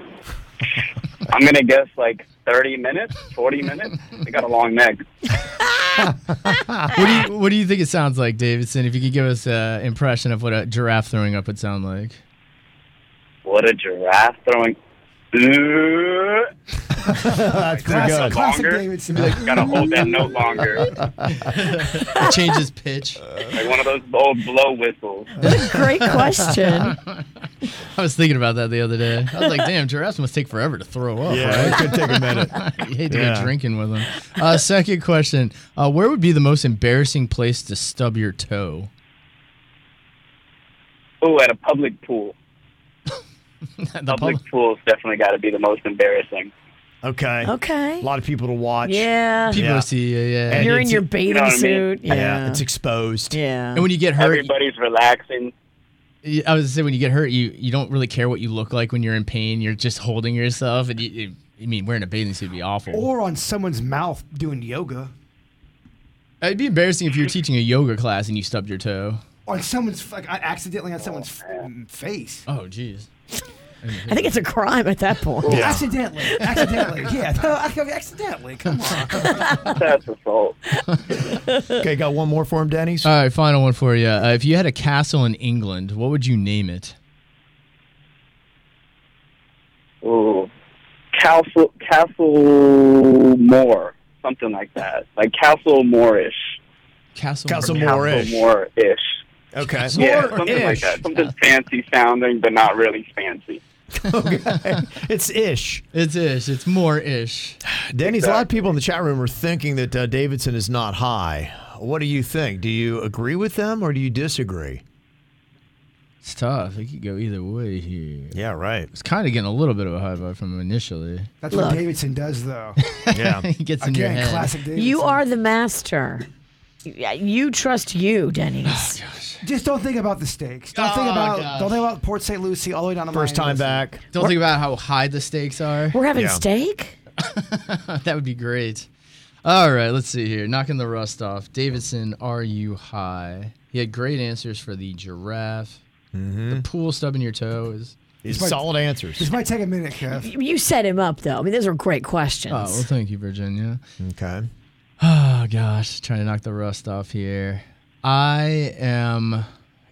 S2: I'm gonna guess like 30 minutes, 40 minutes. They got a long neck.
S13: what do you What do you think it sounds like, Davidson? If you could give us an impression of what a giraffe throwing up would sound like.
S2: What a giraffe throwing.
S3: That's
S13: pretty good.
S4: Classic
S2: Longer.
S4: Davidson.
S2: Gotta hold that note longer.
S13: It changes pitch.
S2: Like one of those old blow whistles.
S1: Great question.
S13: I was thinking about that the other day. I was like, damn, giraffes must take forever to throw up.
S3: Yeah,
S13: right?
S3: it could take a minute.
S13: you hate to
S3: Yeah.
S13: go drinking with them. Uh, second question uh, Where would be the most embarrassing place to stub your toe?
S2: Ooh, at a public pool. public pools definitely got to be the most embarrassing.
S3: Okay.
S1: Okay.
S3: A lot of people to watch.
S1: Yeah.
S13: People
S3: Yeah.
S13: to see you, yeah.
S3: And
S1: You're in
S3: it's-
S1: your bathing
S2: know what I mean?
S1: suit.
S3: Yeah.
S1: Yeah.
S3: It's exposed.
S1: Yeah.
S13: And when you get hurt,
S2: Everybody's relaxing.
S13: you- I was gonna say when you get hurt, you, you don't really care what you look like when you're in pain. You're just holding yourself, and you, you I mean wearing a bathing suit would be awful.
S4: Or on someone's mouth doing yoga.
S13: It'd be embarrassing if you were teaching a yoga class and you stubbed your toe.
S4: On someone's like I- accidentally on someone's f- face.
S13: Oh, jeez.
S1: I think it's a crime at that point.
S4: Well, Accidentally, accidentally, yeah, no, I- okay, accidentally. Come on.
S2: That's assault.
S3: Okay, got one more for him, Denny's?
S13: All right, final one for you. Uh, if you had a castle in England, what would you name it?
S2: Ooh, Castle Castle Moore, something like that, like Castle Moorish,
S13: Castle.
S3: Castle
S2: Castle
S3: Moorish.
S2: Moore-ish.
S3: Okay.
S2: Yeah, something like that. Something fancy sounding, but not really fancy.
S3: It's ish.
S13: It's ish. It's more ish.
S3: Danny's a lot of people in the chat room are thinking that uh, Davidson is not high. What do you think? Do you agree with them or do you disagree?
S13: It's tough. It could go either way here.
S3: Yeah, right.
S13: It's kind of getting a little bit of a high vibe from him initially.
S4: That's what Davidson does, though.
S3: Yeah.
S13: he gets in your
S4: Again,
S13: head.
S4: classic Davidson.
S1: You are the master. Yeah, You trust you, Denny's.
S4: Just don't think about the stakes. Don't think
S13: Oh,
S4: about.
S13: gosh.
S4: Don't think about Port St. Lucie all the way down to
S3: First
S4: Miami.
S3: time back.
S13: Don't think about how high the stakes are.
S1: We're having
S3: Yeah.
S1: steak?
S13: that would be great. All right, let's see here. Knocking the rust off. Davidson, are you high? He had great answers for the giraffe. The pool stubbing your toe is.
S3: Mm-hmm. These solid answers.
S4: This might take a minute, Kev.
S1: You set him up, though. I mean, those are great questions.
S13: Oh, well, thank you, Virginia.
S3: Okay.
S13: Oh, gosh. Trying to knock the rust off here. I am. I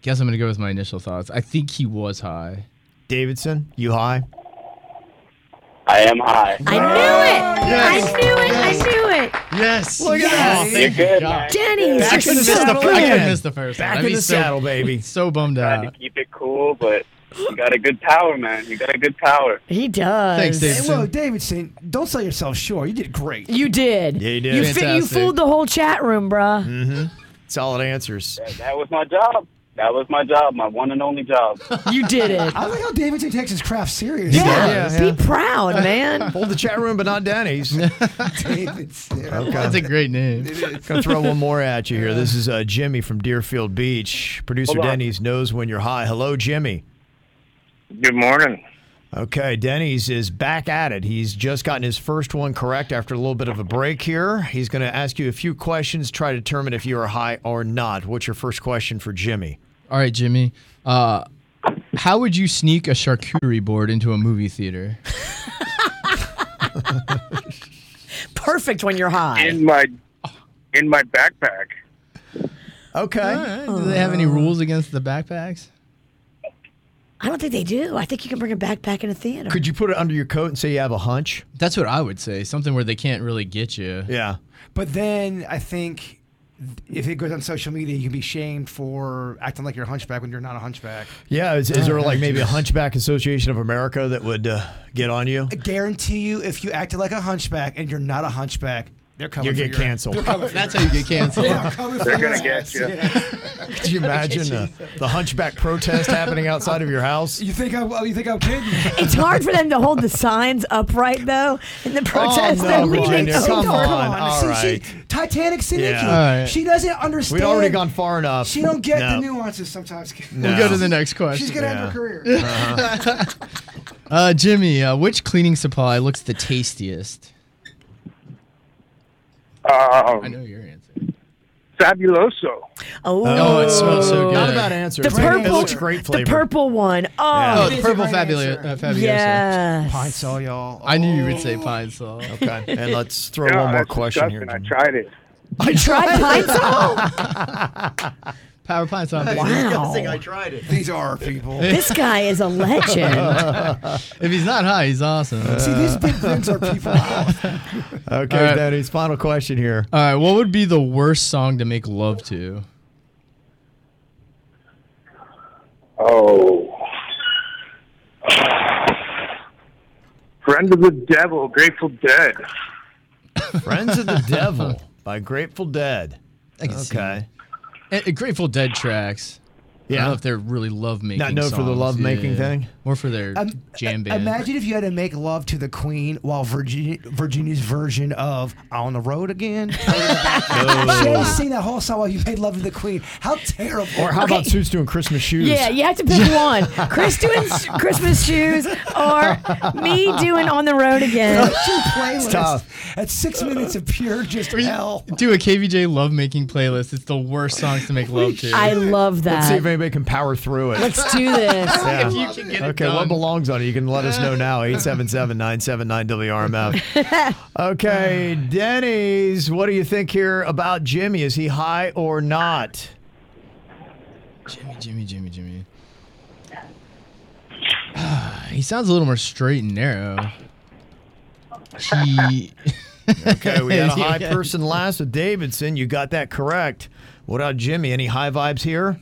S13: guess I'm going to go with my initial thoughts. I think he was high.
S3: Davidson, you high?
S2: I am high. Uh,
S1: I knew it. I knew it. I knew it.
S13: Yes.
S3: Look at that.
S2: You're good, man.
S1: Denny's,
S3: Back
S1: you're
S3: in the
S1: so
S3: saddle.
S1: good.
S13: I could
S3: Man.
S13: miss the first
S3: Back
S13: one. I'd
S3: in
S13: be
S3: the
S13: so-
S3: saddle, baby.
S13: So bummed
S2: Tried to
S13: out.
S2: keep it cool, but you got a good power, man. You got a good power.
S1: He does.
S13: Thanks, Dave.
S4: Hey, whoa, Davidson, don't sell yourself short. You did great.
S1: You did.
S3: Yeah, you did.
S1: You, fi- you
S13: Fantastic.
S1: fooled the whole chat room, bruh.
S13: Mm-hmm.
S3: Solid answers.
S2: That, that was my job. That was my job. My one and only job.
S1: You did it.
S4: I like how Davidson takes his craft seriously.
S3: Yeah, yeah.
S1: Be proud, man.
S3: Hold the chat room, but not Denny's.
S4: Davidson.
S13: That's a
S3: Okay.
S13: great name.
S3: Gonna throw one more at you here. This is uh, Jimmy from Deerfield Beach. Producer
S2: Hold on.
S3: Denny's knows when you're high. Hello, Jimmy.
S2: Good morning.
S3: Okay, Denny's is back at it. He's just gotten his first one correct after a little bit of a break here. He's going to ask you a few questions, try to determine if you are high or not. What's your first question for Jimmy?
S13: All right, Jimmy. Uh, how would you sneak a charcuterie board into a movie theater?
S1: Perfect when you're high.
S2: In my in my backpack.
S3: Okay.
S13: Do they have any
S3: Uh.
S13: rules against the backpacks?
S1: I don't think they do. I think you can bring a backpack in a theater.
S3: Could you put it under your coat and say you have a hunch?
S13: That's what I would say. Something where they can't really get you.
S3: Yeah.
S4: But then I think if it goes on social media, you can be shamed for acting like you're a hunchback when you're not a hunchback.
S3: Yeah. Is, is there
S4: Oh,
S3: like maybe a
S4: geez.
S3: Hunchback Association of America that would uh, get on you?
S4: I guarantee you, if you acted like a hunchback and you're not a hunchback, they're coming.
S3: You
S4: for
S3: get
S4: your-
S3: canceled.
S4: they're coming for
S3: That's
S4: your
S3: how you
S4: ass.
S3: get canceled.
S4: They're coming for
S3: They're
S4: your
S3: gonna get
S4: ass,
S3: you.
S4: yeah.
S3: Could you imagine the, the Hunchback protest happening outside of your house?
S4: You think I'm? You think I'm kidding?
S1: It's hard for them to hold the signs upright though in
S13: Oh,
S1: the protest.
S3: Oh, no,
S1: they're leaning
S3: Virginia,
S1: over.
S3: come on. All
S4: See,
S3: right.
S4: she, Titanic synergy.
S3: Yeah. All right.
S4: She doesn't understand.
S3: We'd already gone far enough.
S4: She don't get
S3: No.
S4: the nuances sometimes.
S13: We'll go to the next question.
S4: She's gonna end her career.
S13: Uh-huh. Uh, Jimmy, uh, which cleaning supply looks the tastiest?
S9: Um,
S13: I know your answer.
S9: Fabuloso.
S1: Oh,
S13: Oh, it smells so good.
S3: Not a bad answer.
S1: The
S3: It's great.
S1: purple,
S3: It looks great flavor.
S1: The purple one. Oh,
S13: Yeah. Oh, the purple fabulous. Uh, fabulous.
S1: Yes. Oh.
S4: Pine saw, y'all.
S13: I knew you would say pine saw.
S3: Okay, and let's throw
S9: Yeah,
S3: one more
S9: that's
S3: question here.
S9: disgusting. I tried it.
S1: I tried pine saw.
S13: Power pine saw. baby.
S3: tried it.
S4: These are people.
S1: This guy is a legend.
S13: if he's not high, he's awesome.
S4: See, these big wins are people.
S3: Okay,
S13: All right.
S3: Danny's final question here.
S13: All right, what would be the worst song to make love to?
S9: Oh. Friend of the Devil, Grateful Dead.
S3: Friends of the Devil by Grateful Dead.
S13: I can see
S3: okay.
S13: Eh, eh, Grateful Dead tracks. I
S3: Yeah.
S13: don't know if they're really love making.
S3: Not known for the love-making thing?
S13: More for their jam band.
S4: Imagine if you had to make love to the Queen while Virginia, Virginia's version of "On the Road Again."
S3: No.
S4: She has seen that whole song while you made love to the Queen. How terrible!
S3: Or how about Sue's doing Christmas shoes?
S1: yeah, you have to pick one. Chris doing s- Christmas shoes or me doing on the road again.
S4: Two
S3: It's
S4: playlists
S3: tough.
S4: at six minutes of pure just hell.
S13: Do a KVJ love making playlist. It's the worst songs to make love to.
S1: I love that.
S3: Let's see if anybody can power through it.
S1: Let's do this.
S3: Yeah.
S13: If you can get it
S3: okay, what
S13: done.
S3: belongs on it? You can let us know now. 877-979-WRMF. Okay, Denny's, what do you think here about Jimmy? Is he high or not?
S13: Jimmy, Jimmy, Jimmy, Jimmy. he sounds a little more straight and narrow. He.
S3: Okay, we had a high
S13: Yeah.
S3: person last with Davidson. You got that correct. What about Jimmy? Any high vibes here?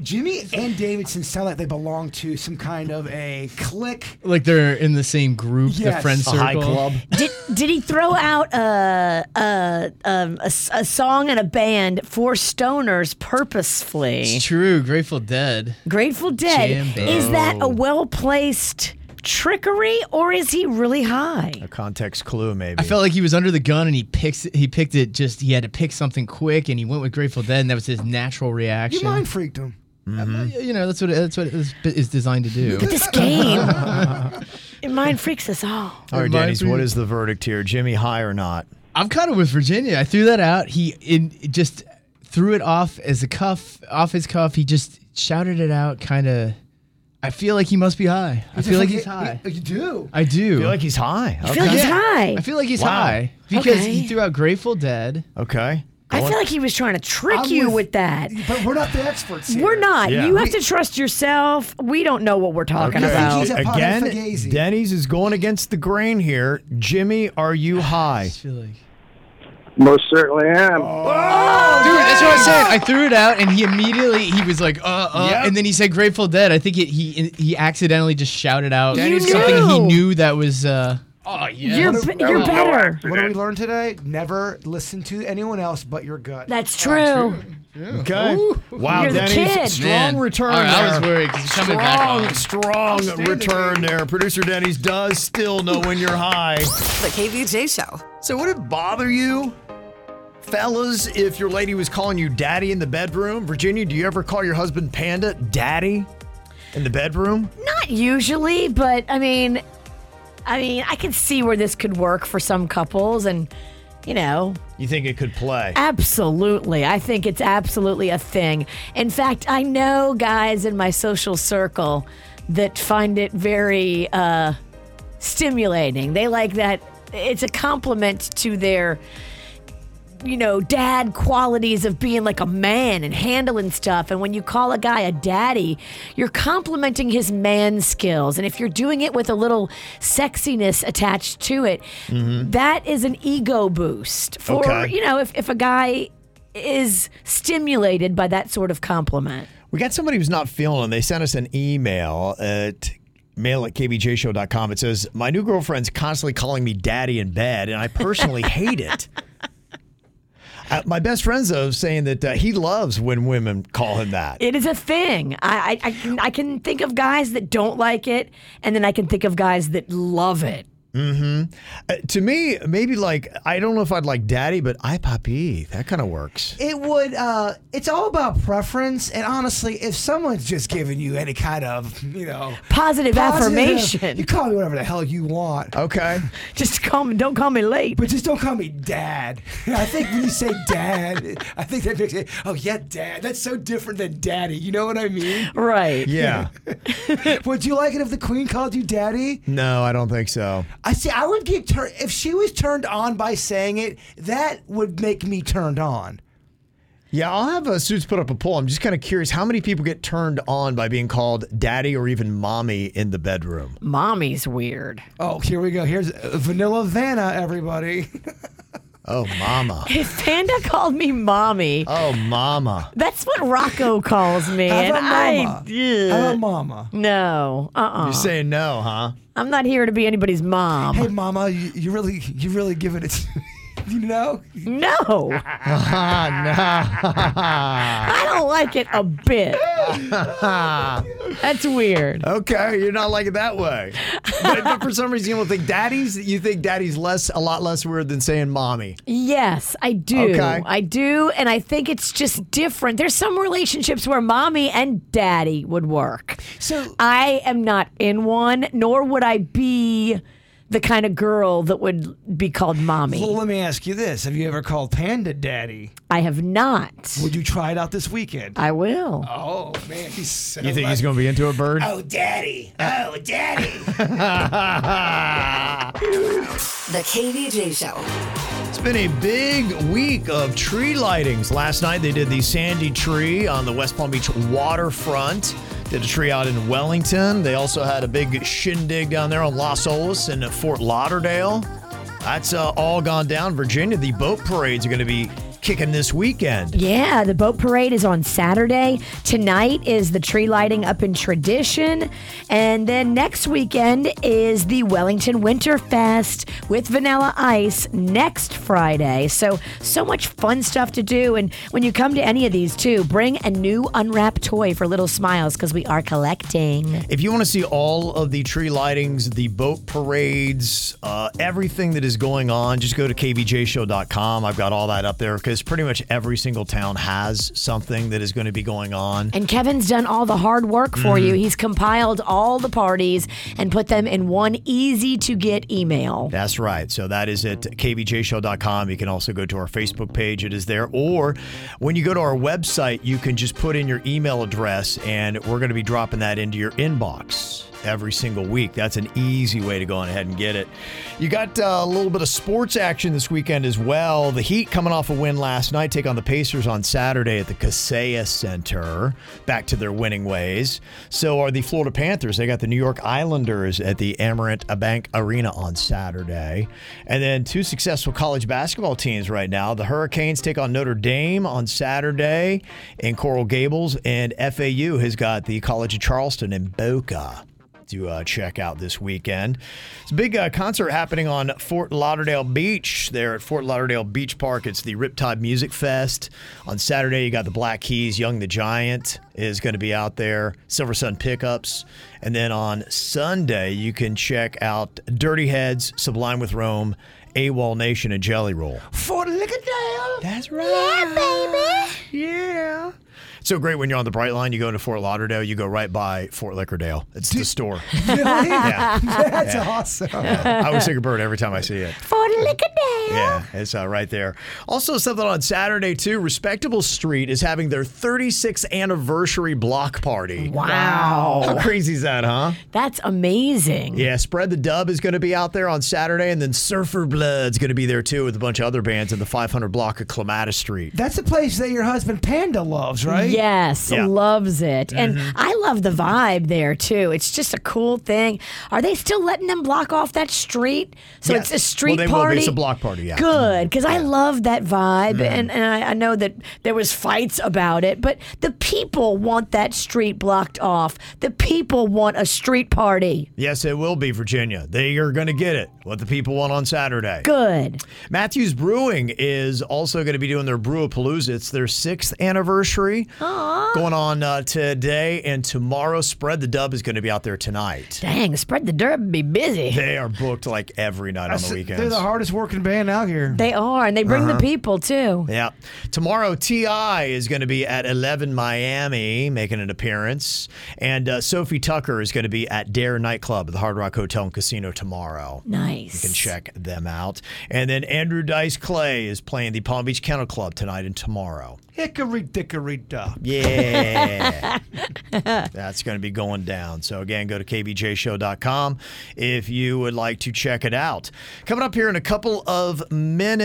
S4: Jimmy and Davidson sound like they belong to some kind of a clique.
S13: Like they're in the same group, the
S4: Yes.
S13: friend
S4: A
S13: circle.
S4: high
S3: club.
S1: Did, did he throw out a, a, um, a s- a song and a band for stoners purposefully?
S13: It's true. Grateful Dead.
S1: Grateful Dead.
S13: Jam
S1: Is
S13: band.
S1: that a
S13: Oh.
S1: well placed trickery or is he really high?
S3: A context clue, maybe.
S13: I felt like he was under the gun and he picks he picked it just he had to pick something quick and he went with Grateful Dead and that was his natural reaction. Uh,
S4: You mind freaked him.
S3: Mm.
S13: You know that's what that's what this bit is designed to do.
S1: But Mm-hmm. this game, it mind freaks us all.
S3: All right,
S13: Remind
S3: Denny's,
S13: me-
S3: what is the verdict here? Jimmy high or not?
S13: I'm kind of with Virginia. I threw that out. He in it just threw it off as a cuff off his cuff. He just shouted it out. Kind of. I feel like he must be high. I feel like he's high.
S4: You do.
S13: I do.
S3: feel like he's high.
S1: I feel like he's high.
S13: I feel like he's
S3: Wow.
S13: high because
S1: Okay.
S13: he threw out Grateful Dead.
S3: Okay.
S1: I feel like he was trying to trick
S4: I'm
S1: you with,
S4: with-
S1: that.
S4: But we're not the experts here.
S1: We're not.
S3: Yeah.
S1: You have to trust yourself. We don't know what we're talking
S3: Okay.
S1: about.
S4: He's a
S3: Again,
S4: Podfagazi.
S3: Denny's is going against the grain here. Jimmy, are you high?
S13: I feel like.
S9: Most certainly am.
S3: Oh,
S13: Dude, that's what I said. I threw it out, and he immediately he was like, "Uh, uh,"
S9: Yep.
S13: and then he said "Grateful Dead." I think it, he he accidentally just shouted out
S3: You
S13: something he
S1: knew.
S13: knew that was. uh Oh yeah,
S1: You're,
S4: What
S1: be-
S4: do-
S1: you're
S4: what do-
S1: better.
S4: What do we learn today? Never listen to anyone else but your gut.
S1: That's true.
S3: Okay. Wow,
S1: You're the
S3: Denny's
S1: kid.
S3: strong
S13: Man.
S3: return
S13: All right,
S3: there.
S13: I was worried 'cause he's coming back on.
S3: strong, strong return there. Producer Denny's does still know when you're high.
S5: The KVJ Show.
S3: So would it bother you, fellas, if your lady was calling you daddy in the bedroom? Virginia, do you ever call your husband Panda daddy in the bedroom?
S1: Not usually, but I mean, I mean, I can see where this could work for some couples, and you know,
S3: You think it could play?
S1: Absolutely. I think it's absolutely a thing. In fact, I know guys in my social circle that find it very uh, stimulating. They like that. It's a compliment to their you know, dad qualities of being like a man and handling stuff. And when you call a guy a daddy, you're complimenting his man skills. And if you're doing it with a little sexiness attached to it,
S3: Mm-hmm.
S10: Mhm.
S1: that is an ego boost for,
S10: Okay.
S1: you know, if, if a guy is stimulated by that sort of compliment.
S3: We got somebody who's not feeling. it. They sent us an email at mail at kbjshow.com. It says, My new girlfriend's constantly calling me daddy in bed, and I personally hate it. Uh, my best friend's, though, saying that uh, he loves when women call him that.
S1: It is a thing. I, I, I, can, I can think of guys that don't like it, and then I can think of guys that love it.
S3: hmm Uh, to me, maybe like, I don't know if I'd like daddy, but I papi. That kind of works.
S4: It would. Uh, it's all about preference, and honestly, if someone's just giving you any kind of, you know,
S1: Positive affirmation.
S4: you call me whatever the hell you want.
S3: Okay.
S1: Just call me. Don't call me late.
S4: But just don't call me dad. I think when you say dad, I think that makes it. Oh yeah, dad. That's so different than daddy. You know what I mean?
S1: Right.
S3: Yeah.
S4: would you like it if the queen called you daddy?
S3: No, I don't think so.
S4: I see. I would get turned if she was turned on by saying it. That would make me turned on.
S3: Yeah, I'll have uh, Suits put up a poll. I'm just kind of curious how many people get turned on by being called daddy or even mommy in the bedroom?
S1: Mommy's weird.
S4: Oh, here we go. Here's uh, Vanilla Vanna, everybody.
S3: Oh, mama.
S1: If Panda called me mommy,
S3: oh, mama.
S1: That's what Rocco calls me.
S3: How
S1: and
S3: about mama?
S1: I,
S3: How about
S4: mama?
S1: No. Uh uh-uh.
S3: You're saying no, huh?
S1: I'm not here to be anybody's mom.
S4: Hey, mama, you, you really, you really giving it. You know?
S1: No. I don't like it a bit. That's weird.
S3: Okay, you're not like it that way. But, but for some reason, you don't think daddy's. You think daddy's less, a lot less weird than saying mommy.
S1: Yes, I do.
S3: Okay.
S1: I do, and I think it's just different. There's some relationships where mommy and daddy would work.
S4: So
S1: I am not in one, nor would I be the kind of girl that would be called mommy.
S4: Well, let me ask you this: Have you ever called Panda Daddy?
S1: I have not.
S4: Would you try it out this weekend?
S1: I will.
S4: Oh man, he's so
S3: You think he's going to be into a bird?
S4: Oh, daddy. Oh, daddy.
S3: Oh,
S5: The KVJ Show.
S3: It's been a big week of tree lightings. Last night they did the Sandy Tree on the West Palm Beach waterfront. Did a tree out in Wellington. They also had a big shindig down there on Los Olas and Fort Lauderdale. That's uh, all gone down. Virginia, the boat parades are going to be kicking this weekend.
S1: Yeah, the boat parade is on Saturday. Tonight is the tree lighting up in tradition. And then next weekend is the Wellington Winter Fest with Vanilla Ice next Friday. So, so much fun stuff to do. And when you come to any of these, too, bring a new unwrapped toy for Little Smiles because we are collecting.
S3: If you want to see all of the tree lightings, the boat parades, uh, everything that is going on, just go to kvjshow.com. I've got all that up there because pretty much every single town has something that is going to be going on.
S1: And Kevin's done all the hard work for
S3: Mhm.
S1: you. He's compiled all the parties and put them in one easy to get email.
S3: That's right. So that is at kvjshow.com. You can also go to our Facebook page, it is there. Or when you go to our website, you can just put in your email address, and we're going to be dropping that into your inbox every single week. That's an easy way to go on ahead and get it. You got uh, a little bit of sports action this weekend as well. The Heat coming off a win last night, take on the Pacers on Saturday at the Kaseya Center. Back to their winning ways. So are the Florida Panthers. They got the New York Islanders at the Amarant Bank Arena on Saturday. And then two successful college basketball teams right now. The Hurricanes take on Notre Dame on Saturday in Coral Gables, and FAU has got the College of Charleston in Boca to uh, check out this weekend. It's a big uh, concert happening on Fort Lauderdale Beach. There at Fort Lauderdale Beach Park, it's the Riptide Music Fest. On Saturday, you got the Black Keys, Young the Giant is going to be out there, Silver Sun Pickups. And then on Sunday, you can check out Dirty Heads, Sublime with Rome, AWOL Nation, and Jelly Roll.
S4: For Lickadale.
S3: That's right.
S4: Yeah, baby.
S3: Yeah. So great when you're on the Bright Line, you go to Fort Lauderdale, you go right by Fort Lickerdale. It's the store.
S4: Really?
S3: Yeah.
S4: That's
S3: Yeah.
S4: awesome.
S3: Yeah. I would sing a bird every time I see it.
S1: Fort Lickerdale.
S3: Yeah, it's uh, right there. Also, something on Saturday, too. Respectable Street is having their 36th anniversary block party.
S1: Wow.
S3: How crazy is that, huh?
S1: That's amazing.
S3: Yeah, Spread the Dub is going to be out there on Saturday, and then Surfer Blood's going to be there, too, with a bunch of other bands in the 500 block of Clematis Street.
S4: That's the place that your husband Panda loves, right?
S1: Yes,
S3: Yeah.
S1: loves it.
S3: Mhm.
S1: And I love the vibe there too. It's just a cool thing. Are they still letting them block off that street? So
S3: Yes.
S1: it's a street
S3: Well, they will be.
S1: party.
S3: It's a block party, yeah. Mm-hmm.
S1: Good, because I love that vibe, and, and I, I know that there was fights about it, but the people want that street blocked off. The people want a street party.
S3: Yes, it will be Virginia. They are going to get it, what the people want on Saturday.
S1: Good.
S3: Matthews Brewing is also going to be doing their Brewapalooza. It's their sixth anniversary going on uh, today and tomorrow. Spread the Dub is going to be out there tonight.
S1: Dang, spread the derb, be busy.
S3: They are booked like every night on the weekends.
S4: They're the hardest working band out here.
S1: They are, and they bring
S3: Uh-huh.
S1: the people too.
S3: Yeah. Tomorrow, T.I. is going to be at 11 Miami, making an appearance. And uh, Sophie Tucker is going to be at Dare Nightclub at the Hard Rock Hotel and Casino tomorrow.
S1: Nice.
S3: You can check them out. And then Andrew Dice Clay is playing the Palm Beach Kennel Club tonight and tomorrow.
S4: Hickory dickory dock.
S3: Yeah. That's going to be going down. So, again, go to kbjshow.com if you would like to check it out. Coming up here in a couple of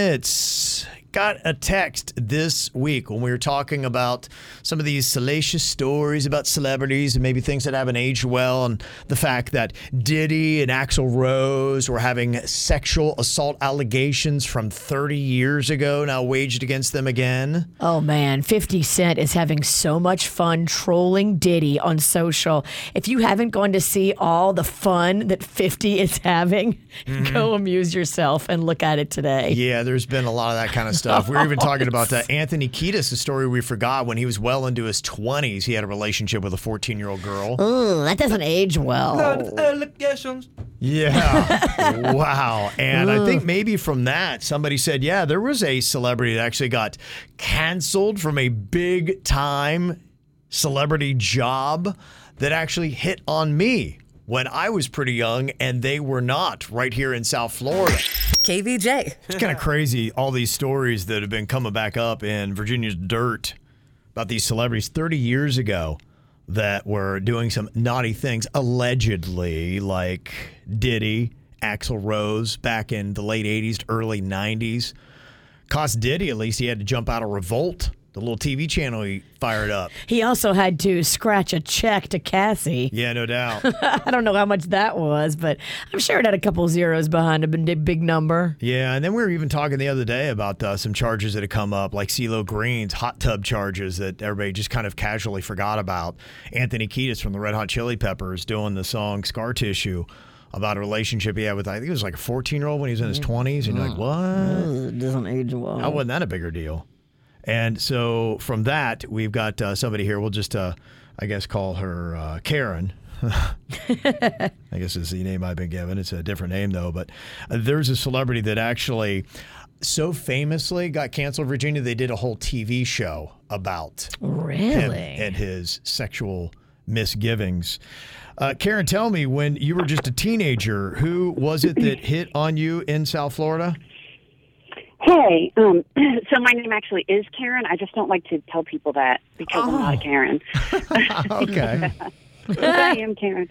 S3: minutes, got a text this week when we were talking about some of these salacious stories about celebrities and maybe things that haven't aged well, and the fact that Diddy and Axl Rose were having sexual assault allegations from 30 years ago now waged against them again.
S1: Oh man, 50 Cent is having so much fun trolling Diddy on social. If you haven't gone to see all the fun that 50 is having, go amuse yourself and look at it today.
S3: Yeah, there's been a lot of that kind of stuff. We were even talking about that. Anthony Kiedis, a story we forgot when he was well into his 20s, he had a relationship with a 14 year old girl.
S1: Ooh, Mm, that doesn't age well.
S4: Allegations.
S3: Yeah. wow. And I
S1: Ugh.
S3: think maybe from that, somebody said, yeah, there was a celebrity that actually got canceled from a big time celebrity job that actually hit on me when I was pretty young and they were not right here in South Florida.
S22: KVJ.
S3: It's kind of crazy all these stories that have been coming back up in Virginia's dirt about these celebrities 30 years ago that were doing some naughty things allegedly like Diddy, Axl Rose back in the late 80s to early 90s. Cost Diddy at least he had to jump out of revolt, the little TV channel he fired up.
S1: He also had to scratch a check to Cassie.
S3: Yeah, no doubt.
S1: I don't know how much that was, but I'm sure it had a couple zeros behind it, a big number.
S3: Yeah, and then we were even talking the other day about uh, some charges that had come up, like CeeLo Green's hot tub charges that everybody just kind of casually forgot about. Anthony Kiedis from the Red Hot Chili Peppers doing the song Scar Tissue about a relationship he had with, I think it was like a 14 year old when he was in his 20s. And you're like, what?
S1: Mm. It doesn't age well.
S3: How wasn't that a bigger deal? And so from that, we've got uh, somebody here. We'll just, uh, I guess, call her uh, Karen. I guess is the name I've been given. It's a different name though. But uh, there's a celebrity that actually so famously got canceled. Virginia, they did a whole TV show about him
S1: Really?
S3: and his sexual misgivings. Uh, Karen, tell me when you were just a teenager, who was it that hit on you in South Florida?
S10: Hey, um, so my name actually is Karen. I just don't like to tell people that because I'm
S1: Oh.
S10: not a Karen.
S3: okay.
S10: But I am Karen.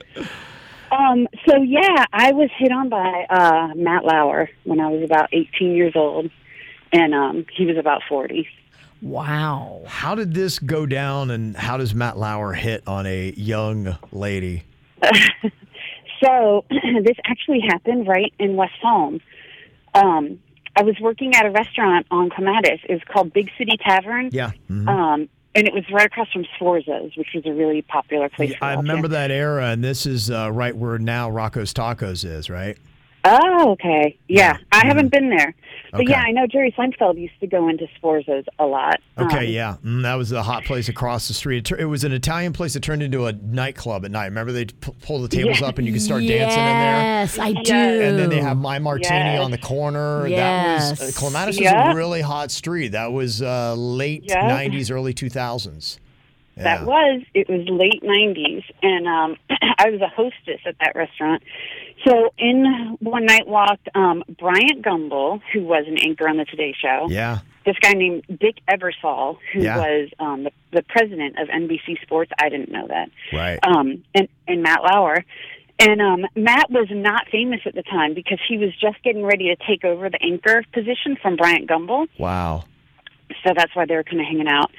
S10: Um, so yeah, I was hit on by uh, Matt Lauer when I was about 18 years old, and um, he was about 40.
S1: Wow.
S3: How did this go down and how does Matt Lauer hit on a young lady?
S10: So this actually happened right in West Palm. Um, I was working at a restaurant on Clematis. It was called Big City Tavern.
S3: Yeah. Mhm.
S10: Um, and it was right across from Sforza's, which was a really popular place. for
S3: I
S10: Latin.
S3: remember that era, and this is uh, right where now Rocco's Tacos is, right?
S10: Oh, okay. Yeah, I haven't been there. But
S3: Mm-hmm. Okay.
S10: yeah, I know Jerry Seinfeld used to go into Sforza's a lot. Um,
S3: Okay, yeah. Mm, that was the hot place across the street. It tur- It was an Italian place that turned into a nightclub at night. Remember, they'd p- pull the tables
S10: Yeah.
S3: up and you could start dancing in there?
S1: Yes, I do.
S3: And then they have My Martini
S10: Yes.
S3: on the corner. That was,
S1: Yes.
S3: uh, Clematis was
S10: Yeah.
S3: a really hot street. That was uh, late
S10: Yeah.
S3: 90s, early 2000s.
S10: that was. It was late 90s, and um, I was a hostess at that restaurant. So in one night walked um, Bryant Gumbel, who was an anchor on the Today Show.
S3: Yeah.
S10: This guy named Dick Eversole, who
S3: Yeah.
S10: was um, the, the president of NBC Sports. I didn't know that.
S3: Right.
S10: Um, and, and Matt Lauer. And um, Matt was not famous at the time because he was just getting ready to take over the anchor position from Bryant Gumbel
S3: Wow.
S10: so that's why they were kind of hanging out.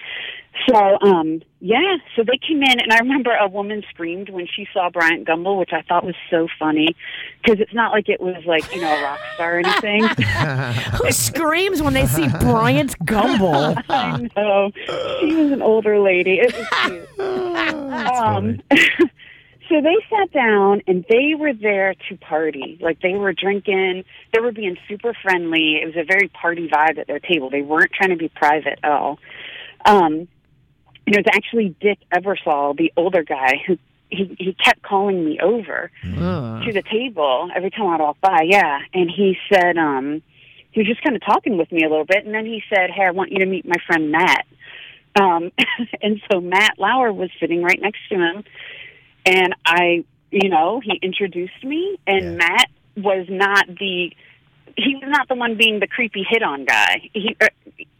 S10: So um, yeah, so they came in, and I remember a woman screamed when she saw Bryant Gumbel, which I thought was so funny because it's not like it was like you know a rock star or anything.
S8: Who screams when they see Bryant Gumbel?
S10: I know she was an older lady. It was cute. um, so they sat down, and they were there to party. Like they were drinking, they were being super friendly. It was a very party vibe at their table. They weren't trying to be private at all. Um, and it was actually Dick Eversole, the older guy, who he, he kept calling me over
S8: Hmm.
S10: to the table every time I'd walk by. Yeah, and he said, um, he was just kind of talking with me a little bit, and then he said, "Hey, I want you to meet my friend Matt." Um, and so Matt Lauer was sitting right next to him, and I, you know, he introduced me, and Matt was not the he was not the one being the creepy hit on guy. He er,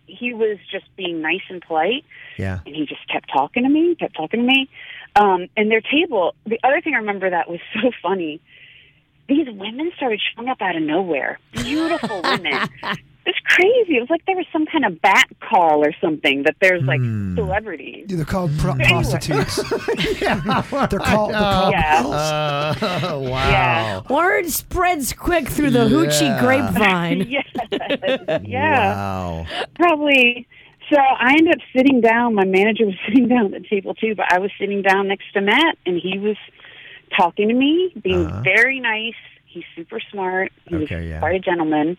S10: he was just being nice and polite.
S3: Yeah.
S10: And he just kept talking to me, kept talking to me. Um, and their table. The other thing I remember that was so funny. These women started showing up out of nowhere. Beautiful women. It's crazy. It was like there was some kind of bat call or something that there's like celebrities.
S4: Hmm. They're called pro- prostitutes.
S3: They're
S4: called. They're called
S10: Yeah.
S3: Uh, wow.
S8: Word spreads quick through the hoochie
S3: Yeah.
S8: grapevine.
S10: yes. Yeah.
S3: Wow.
S10: Probably. So I ended up sitting down. My manager was sitting down at the table too, but I was sitting down next to Matt, and he was talking to me, being
S3: Uh-huh.
S10: very nice. He's super smart. He
S3: Okay,
S10: was
S3: yeah. Mm-hmm.
S10: quite a gentleman.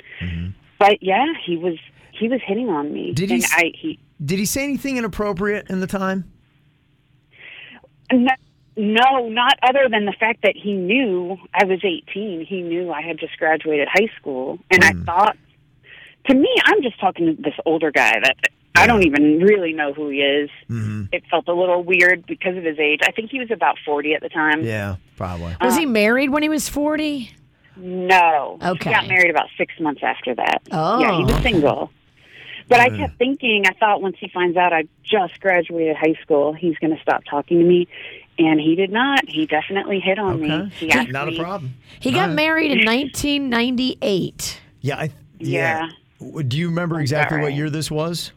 S10: But yeah, he was he was hitting on me.
S3: Did he
S10: and
S3: s-
S10: I he
S3: Did he say anything inappropriate in the time?
S10: no, no, not other than the fact that he knew I was 18. He knew I had just graduated high school, and
S3: Mm.
S10: I thought, to me, I'm just talking to this older guy that I don't even really know who he is.
S3: Mm-hmm.
S10: It felt a little weird because of his age. I think he was about 40 at the time.
S3: Yeah, probably.
S8: Was he married when he was 40?
S10: Uh, No.
S8: Okay.
S10: He got married about six months after that.
S8: Oh.
S10: Yeah, he was single. But I
S3: Mm.
S10: kept thinking, I thought once he finds out I just graduated high school, he's going to stop talking to me. And he did not. He definitely hit on me. He asked
S3: Not
S10: me-
S3: a problem.
S8: He got
S3: Alright.
S8: married in 1998.
S3: Yeah. I, yeah. W- Do you remember exactly what year this was,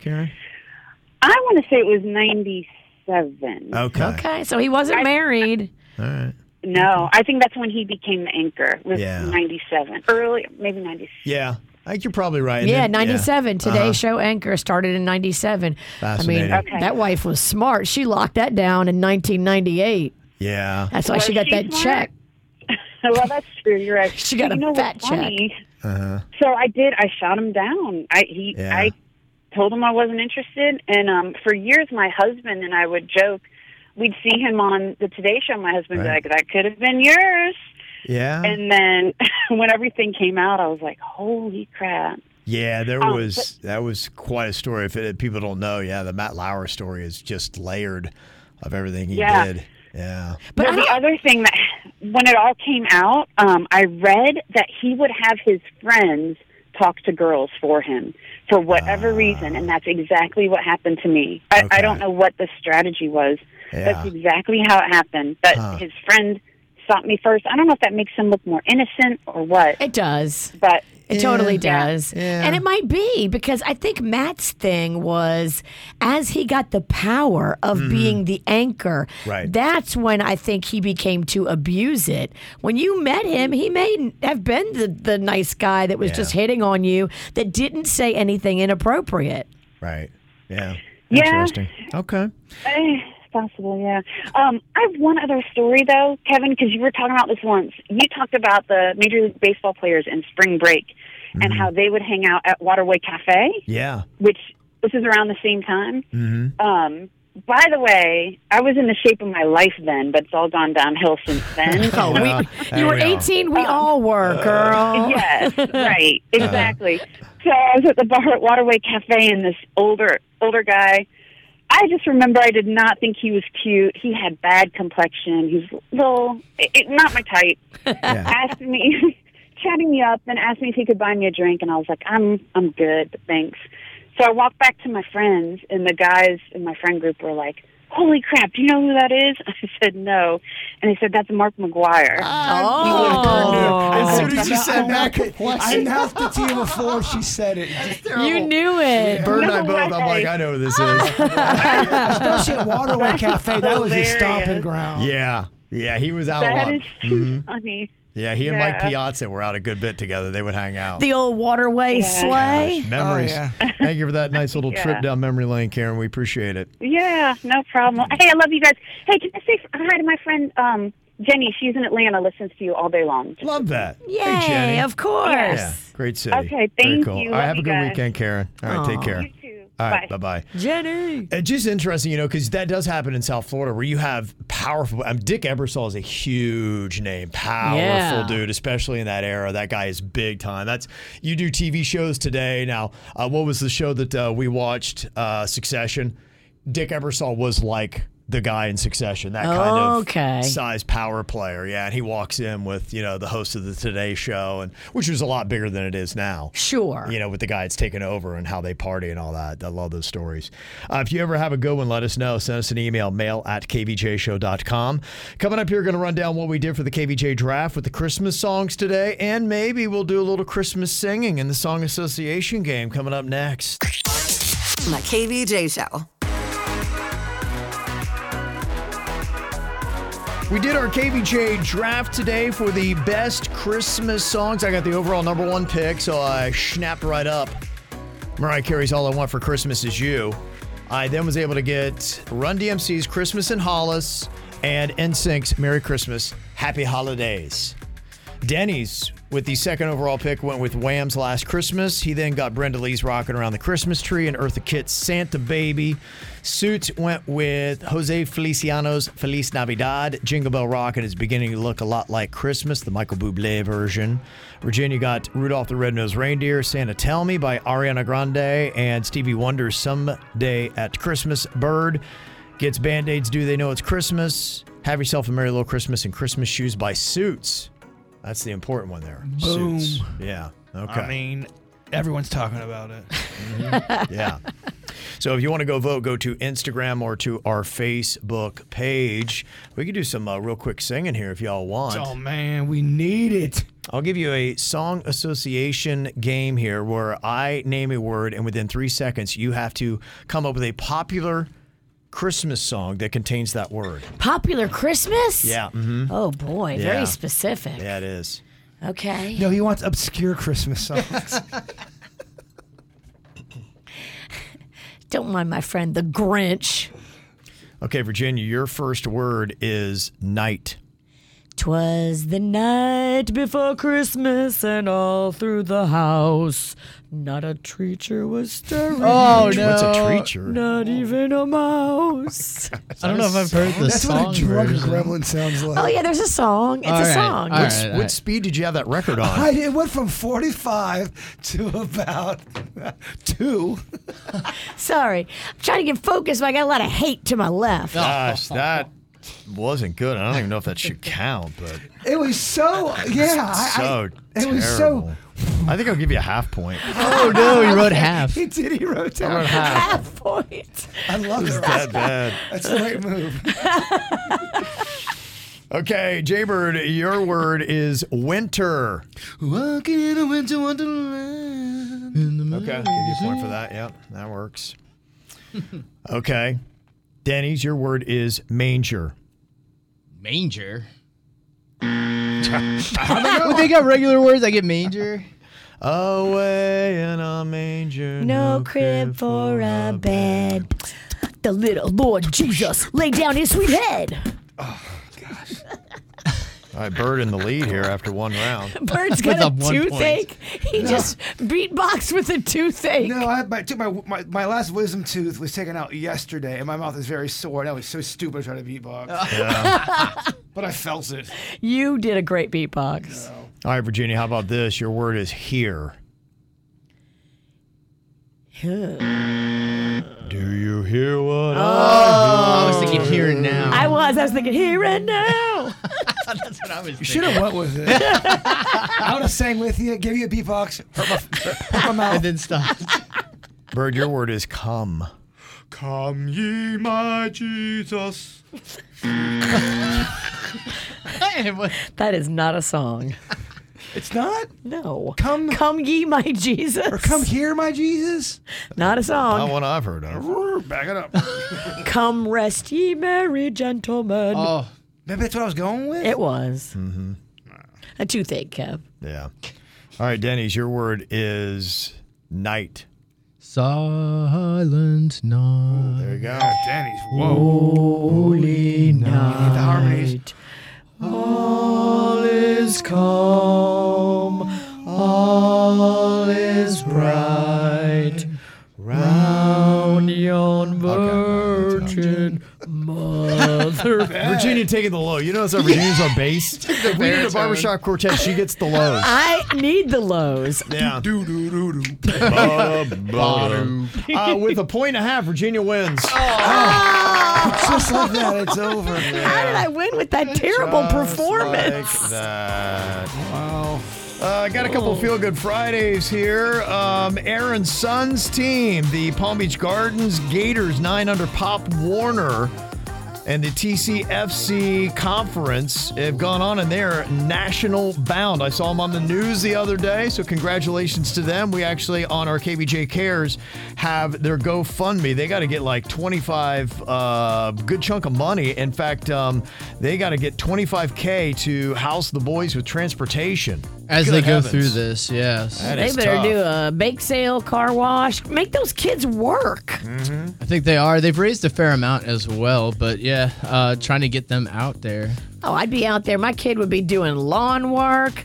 S3: Karen?
S10: I want to say it was 97.
S3: Okay.
S8: Okay, so he wasn't married.
S3: All right.
S10: No, I think that's when he became the anchor, was
S3: Yeah.
S10: 97. Early, maybe 96.
S3: Yeah. I think you're probably right. And
S8: yeah,
S3: then-
S8: 97. Today's
S3: Uh-huh.
S8: show anchor started in 97. I mean,
S3: Fascinating. Okay.
S8: that wife was smart. She locked that down in 1998.
S3: Yeah.
S8: That's why
S10: Was
S8: she got
S10: she
S8: that
S10: smart?
S8: check.
S10: well, that's true. You're right.
S8: She got
S10: But
S8: a
S10: you know
S8: fat
S10: what's
S8: check.
S10: funny?
S3: Uh-huh.
S10: So I did. I shot him down. I he
S3: Yeah.
S10: I told him I wasn't interested, and um, for years my husband and I would joke. We'd see him on the Today Show. My husband would be
S3: Right. Uh.
S10: like, "That could have been yours."
S3: Yeah.
S10: And then when everything came out, I was like, "Holy crap!"
S3: Yeah, there
S10: Um,
S3: was that was quite a story. If it, people don't know, yeah, the Matt Lauer story is just layered of everything he
S10: Yeah.
S3: did. Yeah,
S10: But the other thing that when it all came out, um, I read that he would have his friends talk to girls for him for whatever reason, and that's exactly what happened to me. I, I don't know what the strategy was. That's
S3: Yeah.
S10: exactly how it happened. That
S3: Huh.
S10: his friend sought me first. I don't know if that makes him look more innocent or what,
S8: It does.
S10: but
S8: It totally
S10: Yeah.
S8: does. And it might be because I think Matt's thing was as he got the power of being the anchor,
S3: Mm-hmm. Right.
S8: that's when I think he became to abuse it. When you met him, he may have been the, the nice guy that was
S3: Yeah.
S8: just hitting on you that didn't say anything inappropriate.
S3: right. Yeah.
S10: Yeah.
S3: Interesting. Okay.
S10: Eh, Possible, yeah. Um, I have one other story though, Kevin, because you were talking about this once. You talked about the Major League Baseball players in spring break and how they would hang out at Waterway Cafe,
S3: Yeah.
S10: which this is around the same time.
S3: hmm
S10: Um, by the way, I was in the shape of my life then, but it's all gone downhill since then. Um,
S8: Oh, we-
S3: Well,
S8: you
S3: there
S8: were
S3: we are. Uh,
S8: 18. We all were, girl.
S10: yes, right,
S3: Uh-huh.
S10: exactly. So I was at the bar at Waterway Cafe, and this older older guy. I just remember I did not think he was cute. He had bad complexion. He was little, it, it- not my type. Asked me, chatting me up, and asked me if he could buy me a drink, and I was like, "I'm, I'm good, but thanks." So I walked back to my friends, and the guys in my friend group were like, "Holy crap! Do you know who that is?" I said, "No," and they said, "That's Mark McGuire."
S3: Ah.
S10: Oh.
S4: As soon as you said
S10: that.
S4: that, I mouthed it to you before she said it. Just-
S8: You knew it.
S3: Bird and I both. I'm like, I know who this is.
S4: Especially at Waterway Cafe, that was his stomping ground.
S3: yeah, yeah. He was out a
S10: That
S3: lot.
S10: is
S3: Mhm.
S10: funny.
S3: Yeah, he and Mike
S10: Yeah.
S3: Piazza were out a good bit together. They would hang out.
S8: The old waterway
S10: Yeah.
S8: sleigh.
S3: Memories. Thank you for that nice little
S10: Yeah.
S3: trip down memory lane, Karen. We appreciate it.
S10: Yeah, no problem. Hey, I love you guys. Hey, can I say hi to my friend um, Jenny? She's in Atlanta, listens to you all day long.
S3: Love that. Yay,
S10: Yay,
S3: hey, Jenny.
S10: of course.
S3: Yeah, great city.
S10: Okay,
S3: Very
S10: thank
S3: cool.
S10: you.
S3: All right,
S10: Love
S3: have a
S10: you
S3: good
S10: guys.
S3: weekend, Karen. All right, take
S10: Aw.
S3: care.
S10: You too.
S3: All right, bye bye.
S8: Jenny.
S3: It's just interesting, you know, because that does happen in South Florida where you have powerful. Um, Dick Ebersol is a huge name, powerful
S23: Yeah.
S3: dude, especially in that era. That guy is big time. That's you do TV shows today. Now, uh, what was the show that uh, we watched? Uh, Succession. Dick Ebersol was like the guy in Succession. That kind of
S8: Okay.
S3: size power player. Yeah, and he walks in with you know the host of the Today Show, and which was a lot bigger than it is now.
S8: Sure.
S3: You know, with the guy that's taken over and how they party and all that. I love those stories. Uh, if you ever have a good one, let us know. Send us an email, mail at kvjshow.com. Coming up here, going to run down what we did for the KVJ draft with the Christmas songs today, and maybe we'll do a little Christmas singing in the Song Association game coming up next.
S5: The KVJ Show.
S3: We did our KVJ draft today for the best Christmas songs. I got the overall number one pick, so I snapped right up. Mariah Carey's All I Want for Christmas Is You. I then was able to get Run DMC's Christmas in Hollis and NSYNC's Merry Christmas, Happy Holidays. Denny's, with the second overall pick, went with Wham's Last Christmas. He then got Brenda Lee's Rockin' Around the Christmas Tree and Eartha Kitt's Santa Baby. Suits went with Jose Feliciano's Feliz Navidad. Jingle Bell Rockin' is beginning to look a lot like Christmas, the Michael Bublé version. Virginia got Rudolph the Red-Nosed Reindeer, Santa Tell Me by Ariana Grande, and Stevie Wonder's Someday at Christmas Bird gets Band-Aids Do They Know It's Christmas? Have Yourself a Merry Little Christmas and Christmas Shoes by Suits. That's the important one there.
S4: Boom.
S3: Suits. Yeah. Okay.
S4: I mean, everyone's talking about it. Mm-hmm.
S3: yeah. So if you want to go vote, go to Instagram or to our Facebook page. We could do some uh, real quick singing here if y'all want.
S4: Oh man, we need it.
S3: I'll give you a song association game here where I name a word, and within three seconds, you have to come up with a popular Christmas song that contains that word.
S8: Popular Christmas?
S3: Yeah. mhm.
S8: Oh boy,
S3: Yeah.
S8: very specific.
S3: Yeah, it is.
S8: Okay.
S4: No, he wants obscure Christmas songs.
S8: Don't mind my friend the Grinch.
S3: Okay, Virginia, your first word is night.
S8: Twas the night before Christmas, and all through the house, not a treacher was stirring.
S13: Oh, Treach? What's a no. treacher?
S8: Not even a mouse.
S13: I don't know if I've heard this
S4: That's
S13: song.
S4: what a drug
S13: version.
S4: gremlin sounds like.
S8: oh yeah, there's a song. It's
S13: All
S8: a
S13: right,
S8: song.
S13: all
S3: What,
S13: right, all
S3: what
S13: right.
S3: speed did you have that record on?
S4: I, it went from 45 to about two.
S8: Sorry, I'm trying to get focused. But I got a lot of hate to my left.
S3: Gosh, that wasn't good. I don't even know if that should count, but
S4: It was so, yeah. I- I-
S3: so
S4: it was so.
S3: terrible. I think I'll give you a half point.
S13: Oh no, he wrote half.
S4: He did, he wrote
S3: I
S4: down.
S3: wrote half.
S8: Half point.
S4: I love it.
S3: That bad.
S4: That's the right move.
S3: Okay, Jaybird, your word is winter.
S13: Walking in a winter wonderland.
S3: Okay, give you a point for that. Yep, that works. Okay, Denny's, your word is manger.
S13: Manger. Would they got regular words? I get manger.
S3: Away in a manger.
S8: No crib for a bed. The little Lord Jesus laid down his sweet head.
S3: All right, Bird in the lead here after one round.
S8: Bird's
S13: With a
S8: got a
S13: one point.
S8: toothache. He just beatboxed with a toothache.
S4: No, I my, took my, my my last wisdom tooth was taken out yesterday, and my mouth is very sore. And I was so stupid trying to beatbox, but I felt it.
S8: You did a great beatbox.
S3: All right, Virginia, how about this? Your word is here. Do you hear? Hear
S4: Oh,
S3: what
S13: I was thinking here and now.
S1: I was. I was thinking here and now.
S13: That's what I was
S4: You should have went with it. I would have sang with you, give you a beatbox, hurt my, hurt my mouth.
S13: And then stop.
S3: Bird, your word is come.
S24: Come ye, my Jesus.
S1: that is not a song.
S4: It's not?
S1: No.
S4: Come-
S1: come ye my Jesus.
S4: Or come here, my Jesus.
S1: Not a
S3: Not
S1: song.
S3: one I've heard of.
S4: Back it up.
S1: Come rest ye merry gentlemen.
S13: Oh,
S4: Maybe that's what I was going with.
S1: It was. Mm-hmm. A toothache, Kev.
S3: Yeah. All right, Denny's, your word is night.
S13: silent night.
S3: There you go.
S4: Danny's. Whoa.
S13: Holy night.
S4: The harmonies.
S13: All is calm, all is bright, round yon virgin mother.
S3: Virginia taking the low. You notice how Virginia's on bass? we need a barbershop quartet. She gets the lows.
S1: I need the lows.
S3: Yeah.
S4: Do, do, do, do.
S3: Uh, with a point and a half, Virginia wins.
S4: Just like that, it's over.
S1: Ah. How did I win with that terrible performance?
S3: Like that. Wow. Uh, got a couple feel good Fridays here. Um, Aaron Sun's team, the Palm Beach Gardens Gators, nine under Pop Warner, and the TCFC Conference have gone on in their national bound. I saw them on the news the other day, so congratulations to them. We actually, on our KBJ Cares, have their GoFundMe. They got to get like 25, uh, good chunk of money. In fact, um, they got to get 25K to house the boys with transportation.
S13: As
S3: Good
S13: they go
S3: heavens.
S13: through this, yes.
S3: That
S1: They
S3: is
S1: better
S3: tough.
S1: do a bake sale, car wash. Make those kids work.
S13: I think they are. They've raised a fair amount as well, but yeah, uh, trying to get them out there.
S1: Oh, I'd be out there. My kid would be doing lawn work,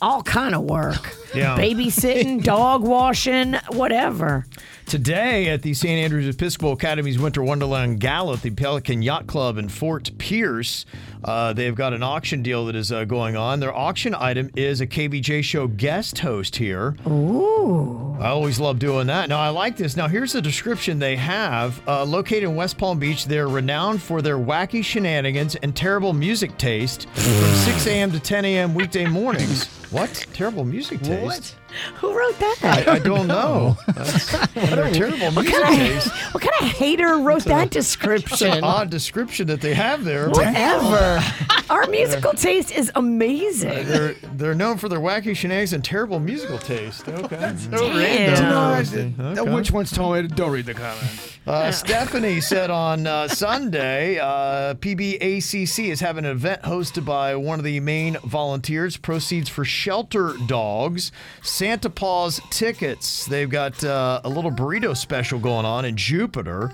S1: all kind of work.
S3: Yeah.
S1: Babysitting, dog washing, whatever.
S3: Today at the St. Andrews Episcopal Academy's Winter Wonderland Gala at the Pelican Yacht Club in Fort Pierce, uh, they've got an auction deal that is uh, going on. Their auction item is a KBJ show guest host here.
S1: Ooh.
S3: I always love doing that. Now, I like this. Now, here's the description they have. Uh, located in West Palm Beach, they're renowned for their wacky shenanigans and terrible music taste from 6 a.m. to 10 a.m. weekday mornings. what? Terrible music taste?
S1: Who wrote that?
S3: I, I don't know. That's, they're terrible music taste.
S1: What kind of hater wrote that description?
S3: It's an odd description that they have there.
S1: Whatever. Our musical taste is amazing.
S3: Uh, They're they're known for their wacky shenanigans and terrible musical taste. Okay.
S4: No,
S1: Damn.
S4: I did- that Which one's told me? Don't read the comments.
S3: Uh, Stephanie said on uh, Sunday, uh, PBACC is having an event hosted by one of the main volunteers. Proceeds for shelter dogs, Santa Paws tickets. They've got uh, a little burrito special going on in Jupiter.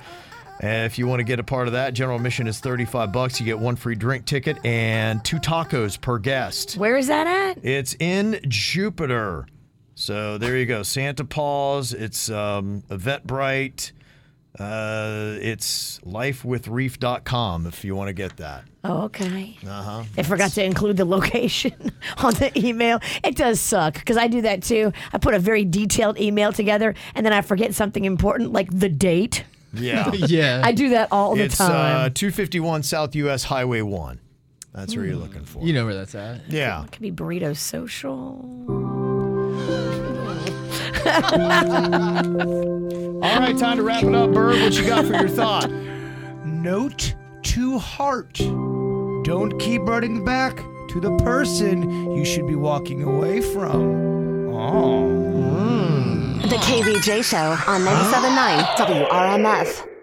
S3: And if you want to get a part of that, general admission is 35 bucks. You get one free drink ticket and two tacos per guest.
S1: Where is that at?
S3: It's in Jupiter. So there you go. Santa Paws. It's um, Eventbrite. Uh, it's lifewithreef.com if you want to get that.
S1: Oh, okay. Uh-huh. I forgot to include the location on the email. It does suck because I do that too. I put a very detailed email together and then I forget something important like the date.
S3: Yeah.
S13: Yeah.
S1: I do that all the
S3: it's
S1: time.
S3: Uh, 251 South US Highway 1. That's where you're looking for.
S13: you know where that's at.
S3: Yeah.
S1: it could be burrito social.
S3: All right, time to wrap it up, Bird. What you got for your thought?
S4: Note to heart. Don't keep running back to the person you should be walking away from. Oh.
S23: The KVJ Show on 97.9 WRMF.